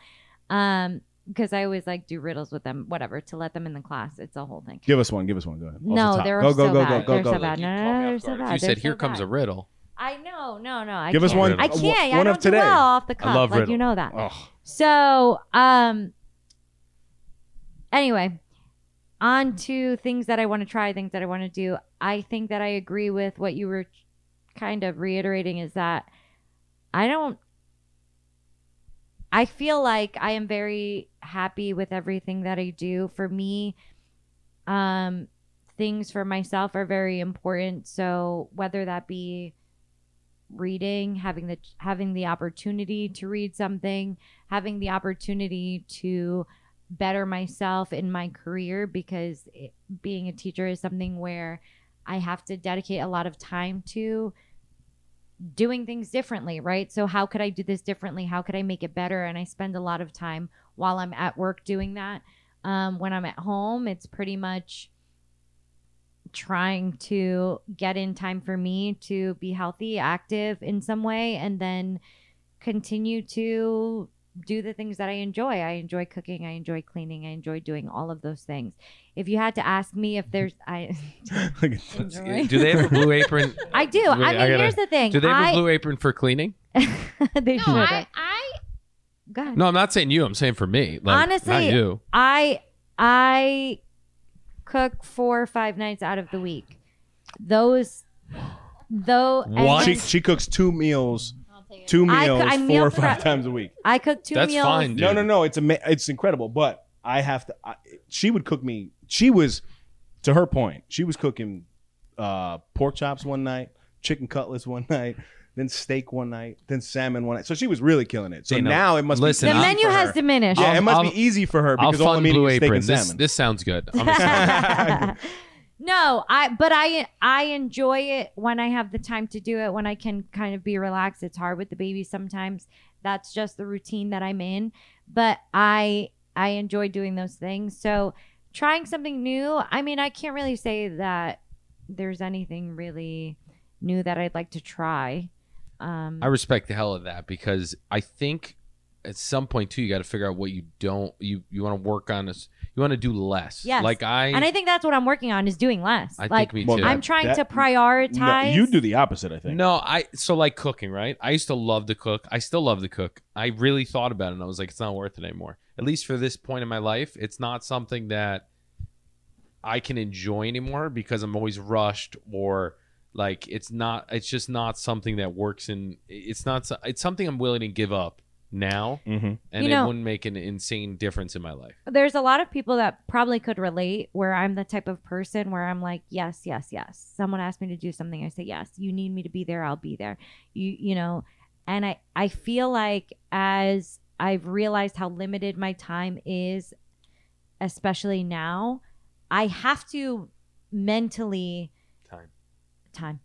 Um, because I always like do riddles with them, whatever, to let them in the class. It's a whole thing.
Give us one. Give us one. Go ahead. Off the
No,
top.
they're
go, go, go,
so bad.
go,
They're
go,
so
go.
bad.
You
No,
caught me
no,
off
they're so
guard. If
bad.
you
They're
said,
so
"Here comes a
bad."
riddle,"
I know, no, no. I
Give us
can't.
one-
I
w-
can't.
one
I
of
don't do
today. Oh,
well off the
I
cuff.
love
like you
riddles.
know that.
Ugh.
So, um, anyway, on to things that I want to try, things that I want to do. I think that I agree with what you were kind of reiterating is that I don't, I feel like I am very happy with everything that I do. For me, um, things for myself are very important. So, whether that be reading, having the having the opportunity to read something, having the opportunity to better myself in my career because it, being a teacher is something where I have to dedicate a lot of time to doing things differently, right? So, how could I do this differently? How could I make it better? And I spend a lot of time while I'm at work doing that. Um, when I'm at home, it's pretty much trying to get in time for me to be healthy, active in some way, and then continue to do the things that I enjoy. I enjoy cooking. I enjoy cleaning. I enjoy doing all of those things. If you had to ask me if there's, I,
Look at that.
Let's- uh,
Enjoy.
do they have a blue apron?
I do. I mean,
Wait, gotta-
here's the thing.
Do they have a
I,
blue apron for cleaning?
they
No,
should
I,
have.
I
Go ahead.
No, I'm not saying you. I'm saying for me. Like, not
Honestly,
you.
I I cook four or five nights out of the week. Those though and
What?
then
She, she cooks two meals,
I'll take it.
two
I coo-
meals,
I meal
four or
prep.
five times a week.
I cook two
That's
meals.
fine, dude.
No, no, no. It's ama- it's incredible. But I have to. I, she would cook me. She was, to her point, she was cooking uh, pork chops one night, chicken cutlets one night, then steak one night, then salmon one night. So she was really killing it. So
Dana,
now it must
listen,
The
be
I'm
easy
menu
for
has
her.
diminished.
Yeah, it must
I'll-
be easy for her
I'll
because all
fund
I'm eating
blue
is steak
apron.
and
This,
salmon.
this sounds good. I'm a-
no, I but I I enjoy it when I have the time to do it, when I can kind of be relaxed. It's hard with the baby sometimes. That's just the routine that I'm in, but I I enjoy doing those things. So, trying something new, I mean, I can't really say that there's anything really new that I'd like to try. Um
I respect the hell of that because I think at some point too, you got to figure out what you don't you you want to work on. This you want to do less.
Yes.
Like I,
and I think that's what I'm working on is doing less.
I
like
think me
Well,
too.
I'm trying
That-
to
No,
prioritize
you do the opposite, I think.
No, I so like cooking, right? I used to love to cook. I still love to cook. I really thought about it and I was like, it's not worth it anymore. At least for this point in my life, it's not something that I can enjoy anymore because I'm always rushed or like it's not it's just not something that works in it's not so- it's something I'm willing to give up now
Mm-hmm.
and
You
it
know-
wouldn't make an insane difference in my life.
there's a lot of people that probably could relate where I'm the type of person where I'm like, yes, yes, yes. Someone asked me to do something, I say yes. You need me to be there, I'll be there. You you know, and I I feel like as I've realized how limited my time is, especially now, I have to mentally
Time.
time.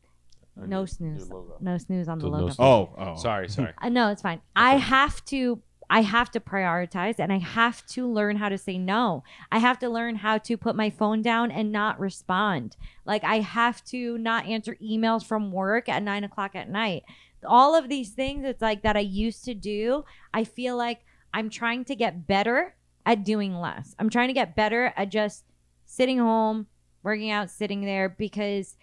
No snooze. No snooze on the
So no
logo.
snooze.
Oh, oh.
Sorry, sorry.
Uh, no, it's fine. I have to I have to prioritize and I have to learn how to say no. I have to learn how to put my phone down and not respond. Like I have to not answer emails from work at nine o'clock at night. All of these things it's like that I used to do. I feel like I'm trying to get better at doing less. I'm trying to get better at just sitting home, working out, sitting there because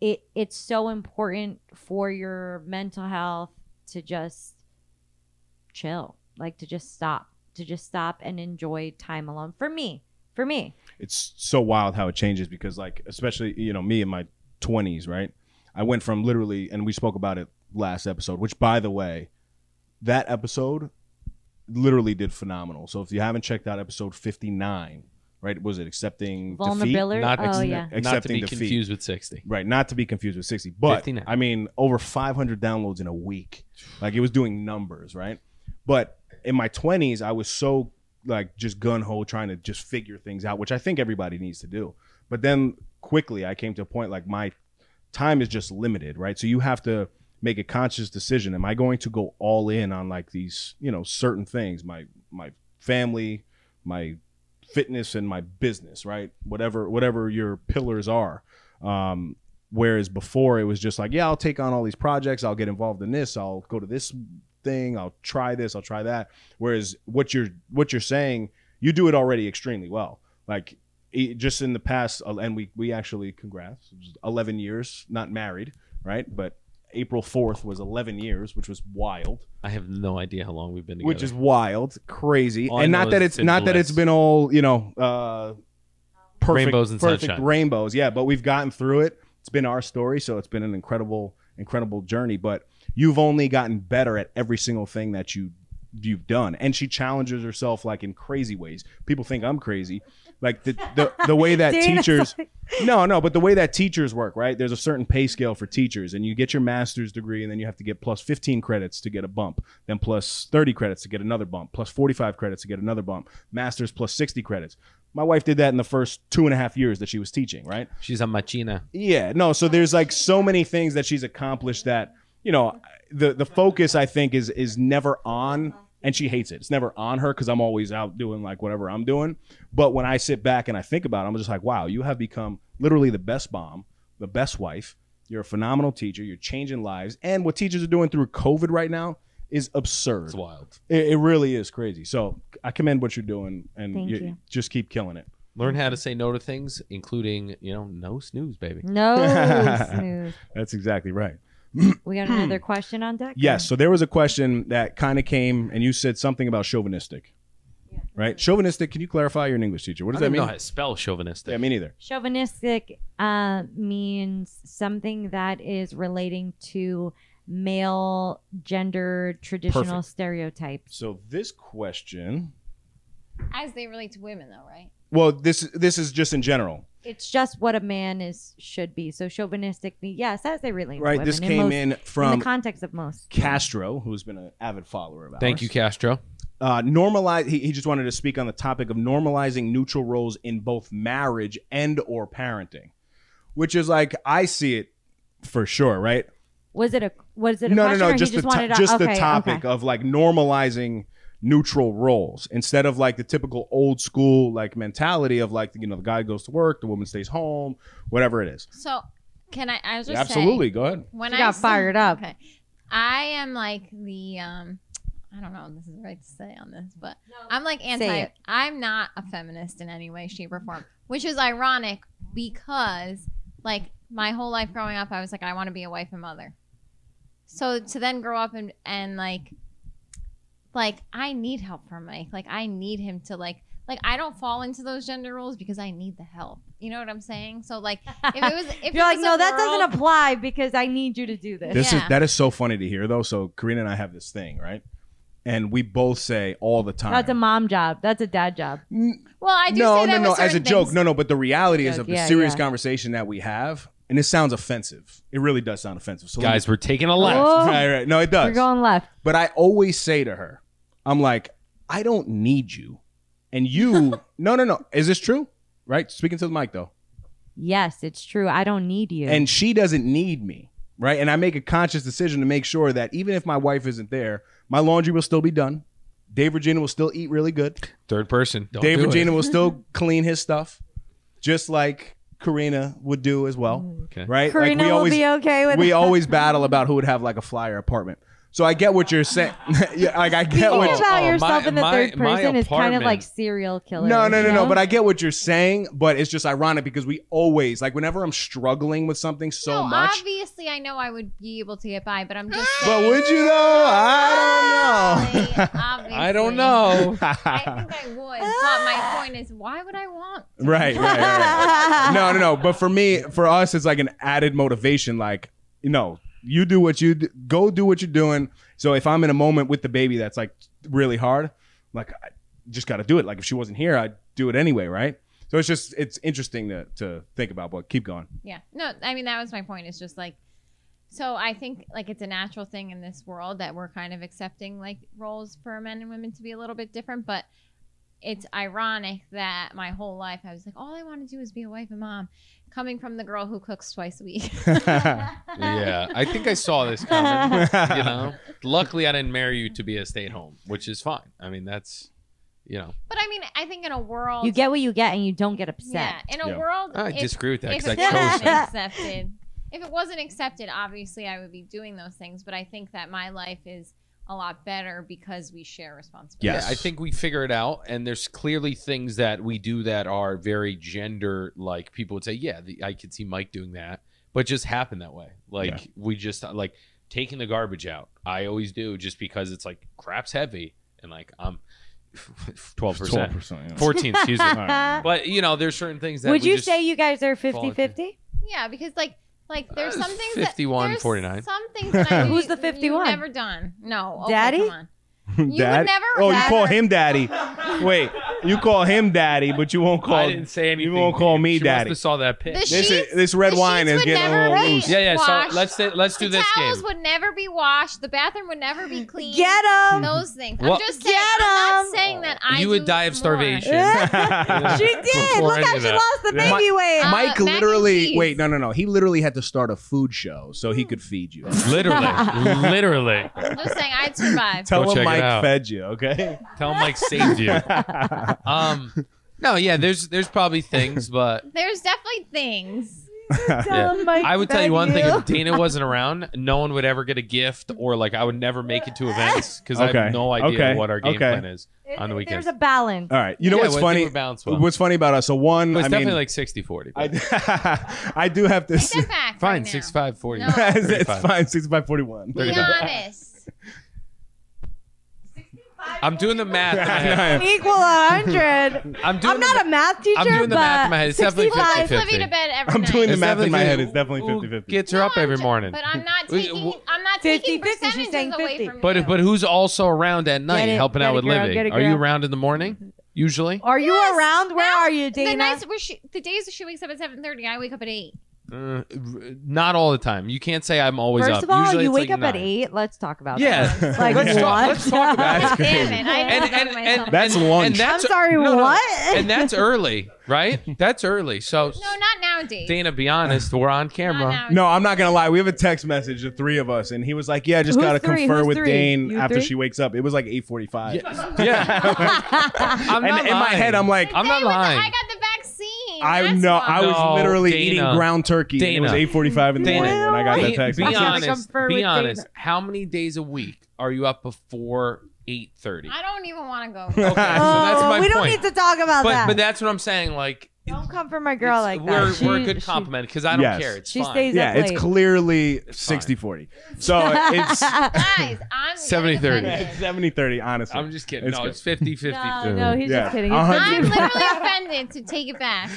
it it's so important for your mental health to just chill, like to just stop, to just stop and enjoy time alone. For me, for me,
it's so wild how it changes because like especially you know me in my 20s right i went from literally and we spoke about it last episode which by the way that episode literally did phenomenal so if you haven't checked out episode 59 right was it accepting
vulnerability.
Not
oh yeah,
Not to
Accepting
be
defeat.
confused with 60.
defeat right not to be confused with 60 but
59.
i mean over 500 downloads in a week like it was doing numbers right but in my 20s i was so like just gun-ho trying to just figure things out which i think everybody needs to do but then quickly i came to a point like my time is just limited right so you have to make a conscious decision am i going to go all in on like these you know certain things my my family my fitness and my business right whatever whatever your pillars are um whereas before it was just like yeah i'll take on all these projects i'll get involved in this i'll go to this thing. I'll try this. I'll try that. Whereas what you're what you're saying, you do it already extremely well. Like e- just in the past, and we we actually congrats, it was eleven years not married, right? But April fourth was eleven years, which was wild.
I have no idea how long we've been together.
Which is wild, crazy,
All I
and
know
not that
is
it's
it's been
not that
bliss.
it's been all you know, uh, perfect,
Rainbows and
perfect
sunshine.
rainbows. Yeah, but we've gotten through it. It's been our story, so it's been an incredible, incredible journey. But you've only gotten better at every single thing that you you've done. And she challenges herself like in crazy ways. People think I'm crazy, like the the, the way that
Dana's
teachers. No, no, but the way that teachers work, right? There's a certain pay scale for teachers, and you get your master's degree, and then you have to get plus 15 credits to get a bump, then plus 30 credits to get another bump, plus 45 credits to get another bump, master's plus 60 credits. My wife did that in the first two and a half years that she was teaching, right?
She's a machina.
Yeah, no. So there's like so many things that she's accomplished that you know the the focus I think is is never on, and she hates it. It's never on her because I'm always out doing like whatever I'm doing. But when I sit back and I think about it, I'm just like, wow, you have become literally the best mom, the best wife. You're a phenomenal teacher. You're changing lives, and what teachers are doing through COVID right now is absurd.
It's wild.
It, it really is crazy. So I commend what you're doing, and
Thank
you,
you.
just keep killing it.
Learn how to say no to things, including, you know, no snooze, baby.
No snooze.
That's exactly right.
We got another question on deck.
Hmm. Yes. So there was a question that kind of came, and you said something about chauvinistic, right? Chauvinistic. Can you clarify? You're an English teacher. What does
I
that
don't
mean?
know how to spell chauvinistic.
yeah, me neither.
Chauvinistic uh, means something that is relating to male gender traditional
Perfect.
stereotypes.
So this question,
As they relate to women, though, right?
well, this this is just in general,
It's just what a man is should be. So chauvinistic, yes, as they relate. to
right?
women
This came
most-
in
in
from
the context of most.
Castro, who's been an avid follower of ours.
Thank you, Castro.
uh, normalize he, he just wanted to speak on the topic of normalizing neutral roles in both marriage and or parenting which is like i see it for sure right
Was it a was it a
no no
question or
no
he
just, the,
just wanted
to-
to-
just
okay,
the topic
okay.
of like normalizing neutral roles instead of like the typical old school like mentality of like you know the guy goes to work the woman stays home whatever it is
So, can I? I was just saying,
absolutely go ahead
when
She
I
got
see-
fired up.
Okay. I am like the um I don't know if this is right to say on this, but I'm like anti
it.
I'm not a feminist in any way, shape, or form. Which is ironic because like my whole life growing up I was like, I want to be a wife and mother. So to then grow up and and like like I need help from Mike. Like I need him to like like I don't fall into those gender roles because I need the help. You know what I'm saying? So like if it was if it
You're like,
was
no,
a
that
world-
doesn't apply because I need you to do this.
This
Yeah.
is that is so funny to hear though. So Karina and I have this thing, right? And we both say all the time.
That's a mom job. That's a dad job.
Well, I do
no,
say that
no, no,
with
as a
certain
joke.
things.
No, no, but the reality is
Joke,
of the
yeah,
serious
yeah.
conversation that we have, and this sounds offensive. It really does sound offensive. So let
Guys,
me-
we're taking a left.
Oh.
right, right. No, it
We're
does.
going left.
but I always say to her, I'm like, I don't need you, and you. no, no, no. Is this true? Right? Speaking to the mic though.
Yes, it's true. I don't need you.
and she doesn't need me right and i make a conscious decision to make sure that even if my wife isn't there my laundry will still be done dave regina will still eat really good
Third person. Don't
dave
do it.
regina will still clean his stuff just like karina would do as well
Mm. Okay.
right like
Karina
we
will
always
be okay with
we
that.
always battle about who would have like a flyer apartment so i get what you're saying yeah, like i get what
Thinking about
oh,
yourself
my-
in the
my-
third
my
person is kind of
apartment.
like serial killer.
No, no,
you
no,
know?
no. But I get what you're saying, but it's just ironic because we always like whenever I'm struggling with something so
no,
much.
obviously, I know I would be able to get by, but I'm just
But
saying.
would you though? I don't know.
obviously, obviously.
I don't know.
I think I would, but my point is, why would I want? to?
right, right, right, right. No, no, no. But for me, for us, it's like an added motivation. Like, you know, you do what you do, go do what you're doing. So if I'm in a moment with the baby that's like really hard, like I just got to do it. Like if she wasn't here, I'd do it anyway, right? So it's just it's interesting to to think about. But keep going.
Yeah. No, I mean that was my point. It's just like, so I think like it's a natural thing in this world that we're kind of accepting like roles for men and women to be a little bit different, but it's ironic that my whole life I was like, all I want to do is be a wife and mom, coming from the girl who cooks twice a week.
Yeah. I think I saw this coming. you know, luckily I didn't marry you to be a stay at home, which is fine. I mean, that's, you know,
But I mean, I think in a world
You get what you get, and you don't get
Yeah,
upset.
in a
Yeah.
world,
I
if,
disagree with that
if
because I
it
chose
wasn't
that.
accepted, if it wasn't accepted, obviously I would be doing those things. But I think that my life is a lot better because we share responsibility.
Yes.
Yeah, I think we figure it out, and there's clearly things that we do that are very gender like. People would say, "Yeah, the, I could see Mike doing that," but it just happened that way. Like we just uh, like taking the garbage out. I always do just because it's like crap's heavy, and like I'm twelve percent,
12%, yeah.
fourteen, excuse me.
right.
But you know, there's certain things that
Would
we
you
just-
say you guys are 50
into-
50?
Yeah, because like like there's
Uh,
some things that
51,
there's
49.
Some things that I do
Who's the
you've
51?
Never done. No, okay,
Daddy?
Come on. would
Dad-
never
Oh, you
rather-
call him daddy. Wait, you call him daddy, but you won't call.
I didn't say anything.
You won't call me
She must
daddy.
have saw that pic.
The
This
sheets,
is- this red
the
wine
sheets
is
would
getting a
never
little
be
loose.
yeah, yeah.
washed.
So let's say, let's do
the
this
towels
game.
would never be washed. The bathroom would never be clean.
Get him!
those things.
Well- Oh,
I'm just saying.
Get
I'm
'em.
not saying that I.
you would
do
die of
more.
starvation.
she did.
Before
Look how
any of
she
that.
lost the
Yeah.
baby weight.
Uh,
Mike
mac and
literally.
cheese.
Wait, no, no, no. He literally had to start a food show so he could feed you.
literally, literally.
I'm just saying I'd survive.
Tell
Go check
him
it
Mike
out.
fed you. Okay.
Tell him Mike saved you. Um, no, yeah. There's there's probably things, but
There's definitely things.
Yeah.
Tell Mike
I would tell you
fed
one thing: if Dana wasn't around, no one would ever get a gift, or like I would never make it to events because I
Okay.
have no idea
Okay.
what our game
Okay.
plan is
If-
on the
if There's
weekends.
a balance.
All right. You know
Yeah,
what's
well, I think
funny?
we balanced well.
What's funny about us? So one,
But it's
I
definitely
mean,
like 60 40.
I, I do have to.
Take
say-
that back.
Fine,
right now.
65 40.
No.
it's
35.
fine. Sixty-five forty-one.
Be honest.
I'm doing the math. in my
I know,
head.
I am.
Equal 100.
I'm doing
I'm
the
not a math teacher,
I'm doing the
but
math in my head. It's definitely
65.
50.
Living to bed every
I'm
night.
doing the
It's
math in my
definitely-
head. It's definitely
who
50-50.
Gets her
No,
up
I'm
every
ju-
morning.
But I'm not
We-
taking.
w-
I'm not
50,
taking
50, she's
percentages
saying
away
50.
from you.
But but who's also around at night
it,
helping
get
out
it,
with
girl, get
living?
it,
Are you
girl.
around in the morning usually?
Are you
Yes.
around? Where
Now,
are you, Dana?
The nights where she, the days that she wakes up at seven thirty, I wake up at eight.
Uh, r- not all the time. You can't say I'm always
First
up.
of all,
usually
you
it's
wake
like
up at
nine.
8. Let's talk about
Yeah.
that. Like,
Let's
what?
talk- let's talk about
That's
Damn
crazy.
it! I
And
know
and,
myself.
and
That's
and-
lunch.
And
I'm
that's
sorry,
no, no.
what?
and that's early, right? That's early. So,
no, not nowadays.
Dana, be honest, we're on
Not
camera.
nowadays.
No, I'm not gonna lie. We have a text message, the three of us, and he was like, "Yeah, I just
Who's
gotta
three?
confer
Who's
with
three?
Dane
You
after
three?
she wakes up." It was like 8:45,
Yeah, I'm
and
not
in my
lying.
head, I'm like,
I'm not
Today was-
lying.
I got the vaccine.
"I
That's
know."
why.
I was
No,
literally eating
Dana.
ground turkey. and it was
Dana.
8:45 in the
Dana.
morning when I got that
be,
text.
be
I can't
honest.
confer with
Be
Dana.
honest. How many days a week are you up before eight thirty?
I don't even want to go.
Okay, so that's
Oh,
my
we
point.
don't need to talk about
but
that.
but that's what I'm saying. Like,
don't come for my girl
it's-
like
we're,
that.
we're a
She-
good
she-
compliment because I don't
Yes.
care. It's
She
fine.
stays-
yeah, it's
That's Oh, late.
clearly 60-40. So
Oh,
it's
Guys, I'm
70-30.
literally
it's
offended.
70-30, honestly.
I'm just kidding.
It's
no,
good.
it's 50 50.
No, no, he's
Yeah.
just kidding.
Uh-huh.
I'm literally offended to take it back.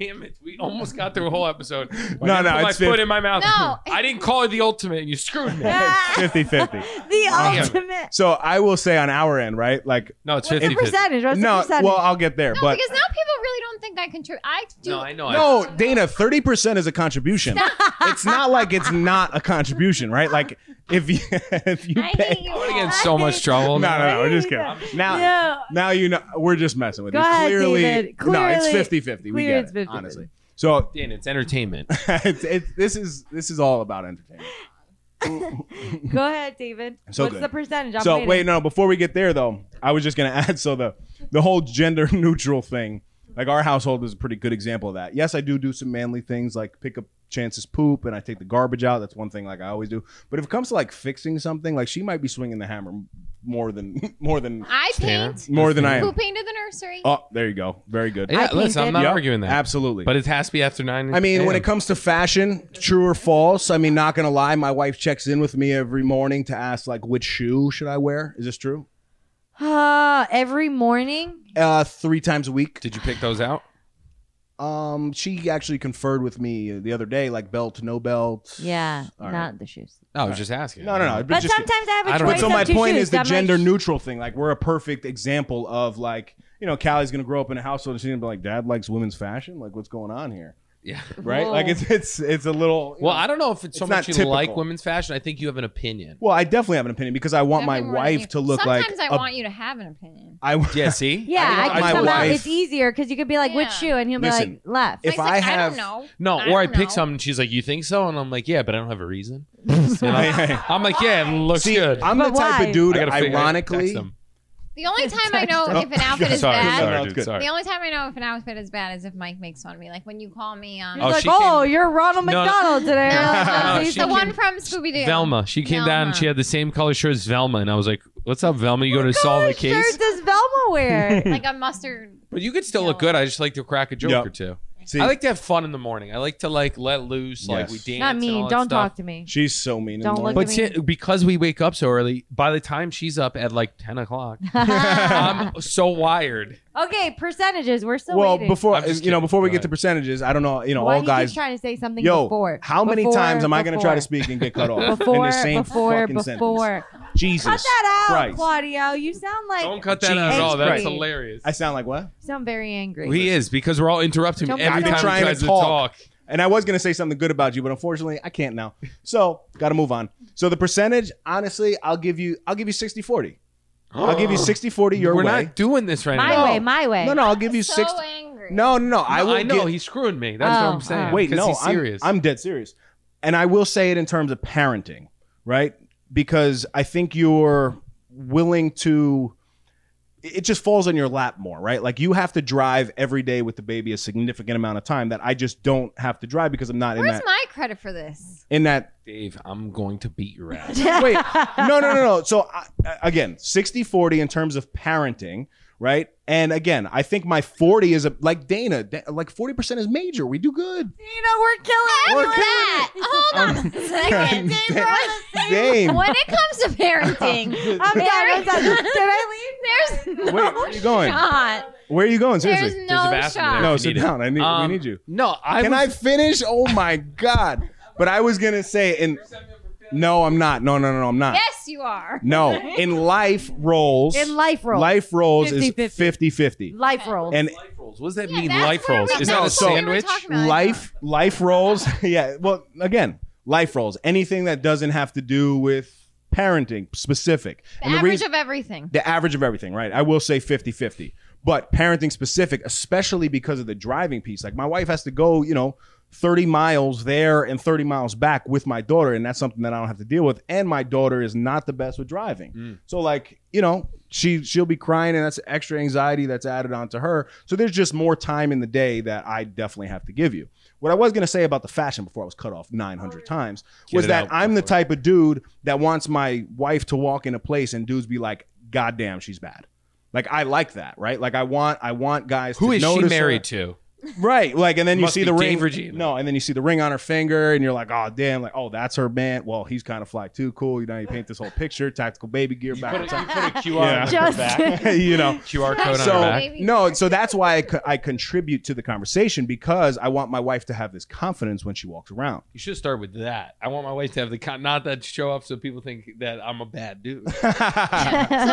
Damn it. We almost got through a whole episode. When
No,
I
no,
Put my
it's
foot
50.
in my mouth.
No.
I didn't call her the ultimate and you screwed me.
Ah,
50-50.
the
Damn.
ultimate.
So I will say on our end, right? Like
No, it's
What's the
50 50.
percentage? What's
no,
the percentage?
well, I'll get there,
No,
but
because now people really don't think I contribute. I do.
No, I know. I-
No, Dana, 30% is a contribution. it's not like it's not a contribution, right? Like if you if you
I
pay
hate you.
I'm going to get in
all.
so much trouble.
No, no, no, we're just kidding.
Yeah.
Now
No.
now you know we're just messing with
Go
you.
ahead,
clearly,
David.
No, it's
Clearly-
50-50. We
clear
get
it's
it,
50-50.
honestly. So
Dan, it's entertainment.
it's, it's, this is this is all about entertainment.
Go ahead, David.
So
What's
good.
the percentage? I'm
so
waiting.
wait, no, before we get there though, I was just gonna add so the the whole gender neutral thing, like our household is a pretty good example of that. Yes, I do do some manly things like pick up chances poop and I take the garbage out. That's one thing like I always do. But if it comes to like fixing something, like she might be swinging the hammer more than more than
I
Dana?
paint.
more than I
Who
am.
painted the nursery?
Oh, there you go. Very good.
Yeah,
I
listen, I'm
painted.
not
Yep,
arguing that.
Absolutely.
But it has to be after 9.
I mean, when it comes
comes.
to fashion, true or false, I mean, not gonna lie, my wife checks in with me every morning to ask like which shoe should I wear? Is this true?
Ah, every morning.
Uh three times a week.
Did you pick those out?
Um, she actually conferred with me the other day, like belt, no belt.
Yeah,
All right.
not the shoes.
No, I was just asking.
Uh, No, no, no.
But
just-
sometimes I have
I
a
don't
choice.
But so
of
my
two
point
shoes.
is the
I'm like,
gender neutral thing. Like we're a perfect example of like you know Callie's gonna grow up in a household and she's gonna be like, Dad likes women's fashion. Like what's going on here,
Yeah.
right?
Whoa.
Like it's it's it's a little. you
Well,
know-
I don't know if it's so
It's
much
not
you
typical.
like women's fashion. I think you have an opinion.
well, I definitely have an opinion because I want
Definitely
my
more than you.
wife to look
Sometimes
like.
I
a-
want you to have an opinion.
I
Yeah, see?
Yeah, I,
want
can
my
come out.
wife-
It's easier because you could be like,
Yeah.
"Which shoe?" and he'll be
Listen,
like, "Left."
if
Mike's
I
like, I
have
don't know.
No,
I
or I
don't
pick
know.
something. She's like, "You think so?" And I'm like, "Yeah, but I don't have a reason." And I'm, I'm like, "Yeah, it looks
See,
good."
I'm
But
the type
why?
of dude.
I gotta figure it- text
Ironically,
them.
The only time I know if an outfit is
sorry,
bad,
sorry,
No, it's
dude,
good.
sorry.
the only time I know if an outfit is bad is if Mike makes fun of me. Like when you call me on
Oh,
He's like,
she
oh,
came-
you're Ronald
No, no.
McDonald today.
No,
He's
she
the
like-
one from Scooby Doo.
Velma. She came down and she had the same color shirt as Velma, and I was like, "What's up, Velma? You go to solve the
What
case?"
shirt does Velma wear?
like a mustard.
But you could still look
Yeah.
good. I just like to crack a joke
Yep.
or two.
See,
I like to have fun in the morning. I like to like let loose, like
Yes.
we dance.
Not
and
me.
all that
Don't
stuff.
talk to me.
she's so mean. in the
Don't look
morning.
But
at me.
see, because we wake up so early, by the time she's up at like ten o'clock, I'm so wired.
Okay, percentages. We're still
well,
waiting.
before
I'm just
you know,
kidding.
before we
Go
get to
ahead.
percentages, I don't know. You know,
Why
all
he
guys.
keeps trying to say something
Yo,
before.
how many
Before,
times am I going to try to
before.
speak and get cut off in
Before,
the same
before,
fucking sentence?
before.
Jesus
Cut that out,
Christ!
Claudio. You sound like
Don't cut that out at
Jesus
all. That's
Christ.
hilarious.
I sound like what?
you sound very angry.
He is because we're all interrupting him
Don't
every
be
time he
trying to
tries to
talk.
talk.
And I was going to say something good about you, but unfortunately, I can't now. So, got to move on. So the percentage, honestly, I'll give you I'll give you 60/40. I'll give you 60/40 your
We're
way.
not doing this right
My
now.
way, my way.
no, no, I'll give you
so
60
angry.
No, no, no. I
I,
will
know
get-
he's screwing me. That's
Oh,
what I'm saying.
oh.
Wait,
'Cause
no,
he's
I'm-
serious.
I'm, dead serious. And I will say it in terms of parenting, right? Because I think you're willing to it just falls on your lap more, right? Like you have to drive every day with the baby a significant amount of time that I just don't have to drive because I'm not in
Where's
that
my credit for this?
in that
Dave, I'm going to beat your ass.
Wait, no, no, no, no. So I, again, 60 40 in terms of parenting, right? And again, I think my 40 is a, like Dana, da- like 40% is major. We do good.
You know, we're killing
After
everyone.
that, hold on a second.
Dame.
when it comes to parenting,
I'm done. I'm done. Can I
there's no
Wait, where are you going?
shot.
Where are you going?
There's
Seriously.
There's a
no
bathroom
shot.
there.
No,
you
sit
need it.
down. I need,
Um,
we need you.
No, I
Can
was-
I finish? Oh my God. But I was going to say, in, no, I'm not. No, no, no, no, I'm not.
Yes, you are.
No, in life roles,
leave? In life roles.
life roles is
50-50.
50 50.
Life roles.
And
life rolls. What does that
Yeah,
mean?
that's
Life
what
rolls.
we-
Is
No,
that a
so-
sandwich?
Talking about it.
life life roles yeah well again life roles anything that doesn't have to do with parenting specific
The average
reas-
of everything.
the average of everything right i will say 50 50 but parenting specific especially because of the driving piece like my wife has to go you know 30 miles there and 30 miles back with my daughter and that's something that i don't have to deal with and my daughter is not the best with driving
Mm.
so like you know she she'll be crying and that's extra anxiety that's added onto her so there's just more time in the day that i definitely have to give you what i was going to say about the fashion before i was cut off 900 times was
it
that
out
i'm the
before-
type of dude that wants my wife to walk in a place and dudes be like god damn she's bad like i like that right like i want i want guys
Who
to
is she
notice her.
married to?
Right. Like, and then you
Must
see
be
the ring.
Dave Regina.
No, and then you see the ring on her finger, and you're like, oh, damn. Like, oh, that's her man. Well, he's kind of fly too. Cool. You know, you paint this whole picture, tactical baby gear back. on top.
QR
Yeah.
Just-
you know.
QR code on
So-
her
So
back.
Baby
no,
gear.
so that's why I, co- I contribute to the conversation because I want my wife to have this confidence when she walks around.
You should start with that. I want my wife to have the con- not that show up so people think that I'm a bad dude.
So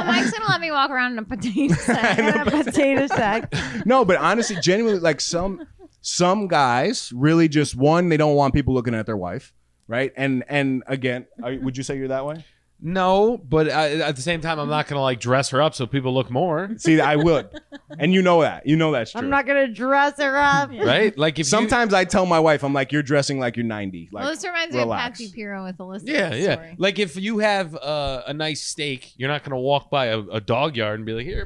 Mike's gonna let me walk around in a potato sack.
And a potato sack.
no, but honestly, genuinely, like some some guys really just one they don't want people looking at their wife, right? And and again, are, would you say you're that way?
No, but I, at the same time, I'm not gonna like dress her up so people look more.
See, I would, and you know that. You know that's true.
I'm not gonna dress her up.
Right? Like if you-
Sometimes I tell my wife, I'm like, you're dressing like you're 90. Like,
well, this reminds
relax.
me of Patsy Piro with Alyssa.
Yeah, yeah.
story.
Like if you have uh, a nice steak, you're not gonna walk by a, a dog yard and be like, "Here,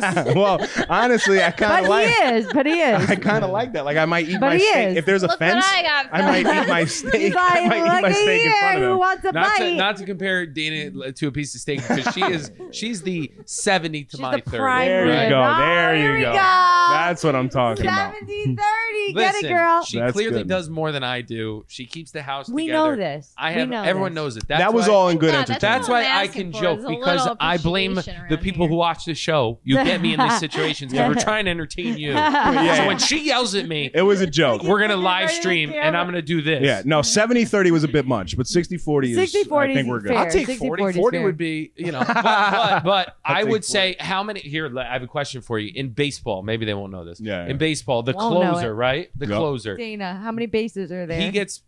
well, honestly, I kind
But
of like.
he is. But he is.
I kind of like that. Like, I might eat
But
my
he
steak
is.
if there's a
Look
fence.
what I got.
I might eat my steak.
He's
I
like,
might eat
look
my
at
steak in front
here. Who
of him.
wants a
not to,
bite?
not to compare Dana to a piece of steak because she is she's the seventy to
She's
my
the
third.
prime
There
rib.
you go.
Oh,
there
here
you
we
go.
go.
That's what I'm talking about.
70, 30. Get
Listen,
it, girl.
she
That's
clearly
good.
does more than I do. She keeps the house
We
together.
know this.
I
We
have
know
everyone
this.
knows it. That's
That was
why,
all in good
Yeah,
entertainment.
That's
all
why
I'm
I
asking
can
for
joke
is a
because
little
I blame
appreciation
the
around
people who
here.
watch the show. You get me in these situations because we're trying to entertain you.
yeah.
So when she yells at me,
It was a joke.
we're gonna
Right in
live
the
stream and
camera.
I'm gonna do this.
Yeah, no, 70 30 was a bit much, but 60 40 is.
60-40
I think
is
we're good.
fair.
I'll take
60,
40. 40,
40 is fair.
would be, you know, but, but, but
I'll
I
take
would
40.
say how many here, le- I have a question for you in baseball. Maybe they won't know this.
Yeah, yeah.
In baseball, the
Won't know it.
closer, right? The
Yeah.
closer.
Dana, how many bases are there?
He gets,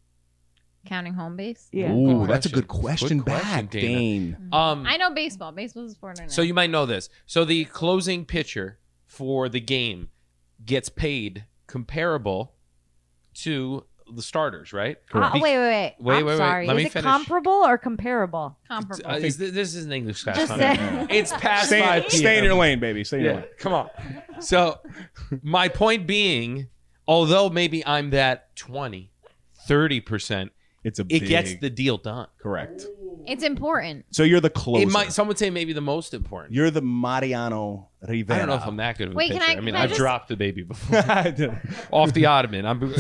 Counting home base.
yeah.
Ooh, that's a good question,
question. Good question,
back,
Dana.
Dane.
um,
I know baseball. Baseball is a sport. I know.
so you might know this. So the closing pitcher for the game gets paid comparable to the starters, right?
Uh,
Be-
wait, wait, wait.
Wait,
I'm
wait, wait.
sorry.
Let
is
me
it
finish.
comparable or comparable?
Comparable.
Uh, is thi- this is an English class.
Just
huh?
say-
it's past
Stay,
five.
stay in your
PM.
lane, baby. Stay in your
Yeah,
lane.
come on. So, my point being, although maybe I'm that 20, 30%,
It's a
it
big,
gets the deal done.
correct.
it's important.
So you're the closer.
It might some would say maybe the most important.
you're the Mariano Rivera.
I don't know if I'm that good of a
Wait,
pitcher.
can
I,
I-
mean,
can I
I've
just-
dropped the baby before
I do.
off the ottoman. I'm, I'm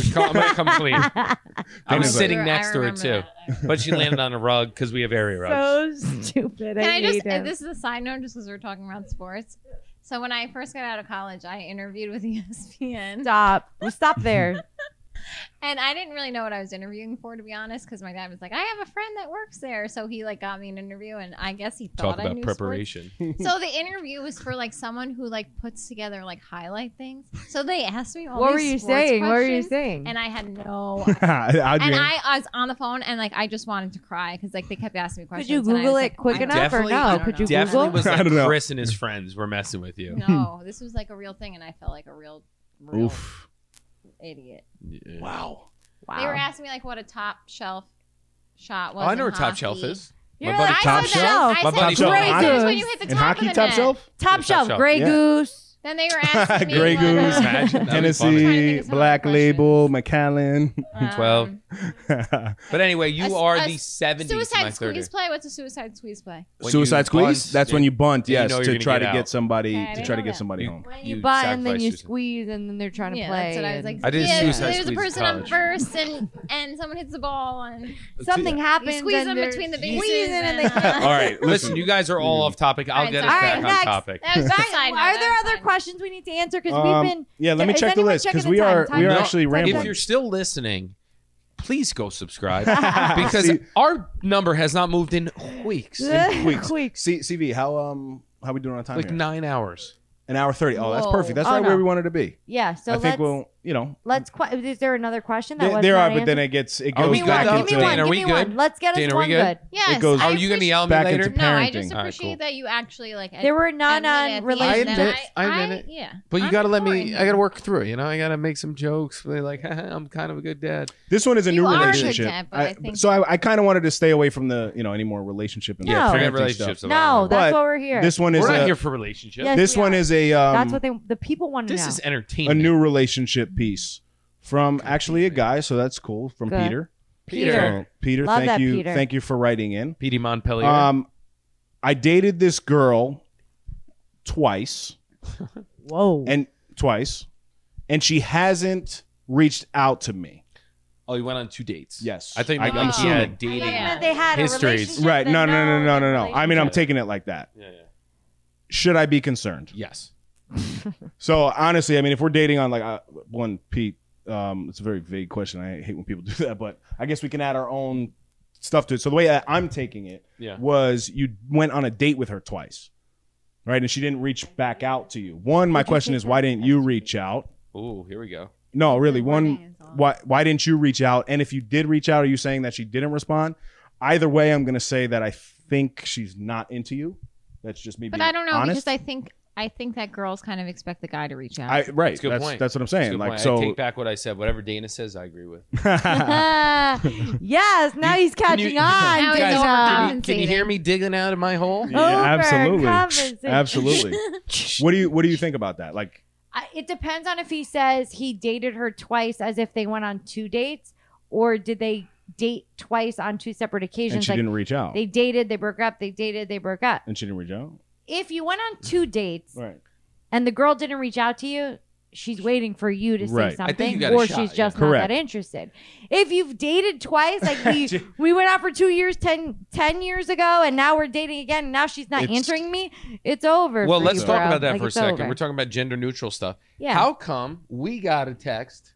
gonna come clean. I was
Anyway.
sitting
I
next to her
remember
too, but she landed on a rug because we have area rugs.
So stupid.
Can I just?
hate
uh,
him.
This is a side note, just because we're talking about sports. So when I first got out of college, I interviewed with E ESPN,
stop? Well, stop there.
and I didn't really know what I was interviewing for, to be honest, because my dad was like, "I have a friend that works there," so he like got me an interview, and I guess he thought
Talk
I
about
knew sports.
preparation.
So the interview was for like someone who like puts together like highlight things. So they asked me all
what were
these
you
sports
saying? What were you
questions,
saying?
And I had no.
How'd you-
and I, I was on the phone and like I just wanted to cry because like they kept asking me questions.
Could you
and I
Google
was
it
like,
quick
I don't-
enough or
Definitely-
no?
I
Could
don't
you
know.
Definitely
Google?
was
I
like
don't know.
Chris and his friends were messing with you.
No, this was like a real thing, and I felt like a real, real
Oof.
idiot.
Yeah.
Wow.
wow.
They were asking me like what a top shelf shot
Oh,
was.
I
in
know where top
hockey.
shelf is.
You're
My buddy
like,
Top
I said
shelf?
That, I
My
said
buddy
that
Top
was
shelf.
when you hit the
In
top
hockey,
of the
top
net.
shelf?
top
Top
shelf,
shelf.
Grey
Yeah.
Goose.
Then they were asking me
Grey
like,
Goose.
Imagine. That'd be funny.
Tennessee,
Trying to think of some
Black
other
Label, McAllen.
um,
12. But anyway,
A s-
you are
a
the
s-
70s. my
Suicide
third
squeeze play. What's a suicide squeeze play?
When
Suicide
you
squeeze?
bunt,
That's when
yeah.
you bunt,
Yeah, you
yes,
know you're
to
gonna
try
get
to
out.
get somebody
Okay, I
to
didn't
try to
know
get
that.
somebody
You-
home.
When you
You
butt and then
sacrifice
you
yourself.
squeeze and then they're trying to
yeah,
play.
that's what I was
and-
like.
I did
yeah,
suicide
there's a
squeeze in
person on
college.
first, and and someone hits the ball, and
Something happens.
you squeeze
and
them
they're
between the
squeezing
bases.
and they.
and, uh,
All right,
Listen, you guys are all
Mm.
off topic. I'll
Alright,
get us
sorry.
back
Alright,
on
next.
topic.
That was just a side note.
Are there
That was
other
fine.
questions we need to answer? Because
Um,
we've been.
yeah, let me
Is
check the
anyone
list
checking
because
the
we
time?
are
Time
we are
check.
actually
Time
rambling.
If you're still listening, please go subscribe because
See-
our number has not moved in weeks.
in weeks.
Weeks.
C- CV, how um how we doing on time?
Like
here?
nine hours.
An hour thirty. Oh, that's
Whoa.
perfect. That's
Oh,
right where
no.
we wanted to be.
Yeah. So
I
let's.
think we'll you know
let's. Qu- is there another question that
there,
was
there
not
are, but then it gets it
Are
goes
we
Give me
back
good?
one.
into
Give me one.
Dana, are
give
we
me
good?
one. Let's get us
Dana, are we
one
good?
good.
Yes.
goes-
I
Are you going to
appreciate-
yell at me
back
later?
into-
No, I
parenting.
just
All right,
appreciate
cool.
that you actually like.
There were
admitted at the end
non-related.
that
I admit- I admit it.
Yeah,
But you
I'm
got to let me.
important.
I got to work through it. You know, I got to make some jokes. They're Like, I'm kind of a good dad.
This one is a
You
new
are good,
relationship.
Dad, but I think-
so I, I kind of wanted to stay away from the you know any more relationship and
Yeah,
parenting
Forget
stuff.
relationships. a lot.
No, that's
But
what we're here.
This one is
we're not
a,
here for relationships.
Yes,
this
we
one
are.
is a um,
that's what they. The people want to know.
This is
a
entertainment.
new relationship piece from actually a guy. So that's cool from
Good.
Peter.
Peter.
So, Peter,
Love
thank
that,
you,
Peter.
thank you for writing in.
Petey Montpellier.
Um, I dated this girl twice
Whoa.
and twice, and she hasn't reached out to me.
oh, you went on two dates.
Yes.
I think
I-
I'm
I'm
assuming.
dating.
Yeah.
That they had
Histories.
a relationship.
Right?
then
No, no, no, no, no, no.
relationship.
I mean, I'm taking it like that.
Yeah, yeah.
Should I be concerned?
Yes.
So honestly, I mean, if we're dating on like uh, one Pete, um, it's a very vague question. I hate when people do that, but I guess we can add our own stuff to it. So the way that I'm taking it
Yeah.
was you went on a date with her twice, right? And she didn't reach back out to you. One, my question is, why didn't you reach out?
Ooh, here we go.
No, really.
Warning
One,
is on.
why why didn't you reach out? And if you did reach out, are you saying that she didn't respond? Either way, I'm gonna say that I think she's not into you. That's just me.
But
being
I don't know
honest.
because I think I think that girls kind of expect the guy to reach out.
I right.
That's a good
that's,
point.
that's what I'm
That's a
saying.
good
Like
point.
so.
I take back what I said. Whatever Dana says, I agree with.
yes. Now he's
Can
catching
you-
on.
Now he's
Dana.
overcompensating.
can, you, can you hear me digging out of my hole?
Yeah,
Overcompensate.
absolutely. Absolutely. what do you what do you think about that? Like
I- It depends on if he says he dated her twice as if they went on two dates, or did they date twice on two separate
and
occasions?
she
Like
didn't reach out.
they dated, they broke up, they dated, they broke up.
and she didn't reach out.
If you went on two dates
Right.
and the girl didn't reach out to you, she's waiting for you to
Right. I
say
think
you
something,
got a
or
shot,
she's
yeah.
just not
Correct.
that interested. If you've dated twice, like we we went out for two years, 10, 10 years ago, and now we're dating again, and now she's not
It's-
answering me, it's over.
Well,
for
let's
you,
talk
bro.
about that
Like,
for a
it's
second.
over.
We're talking about gender neutral stuff.
yeah.
How come we got a text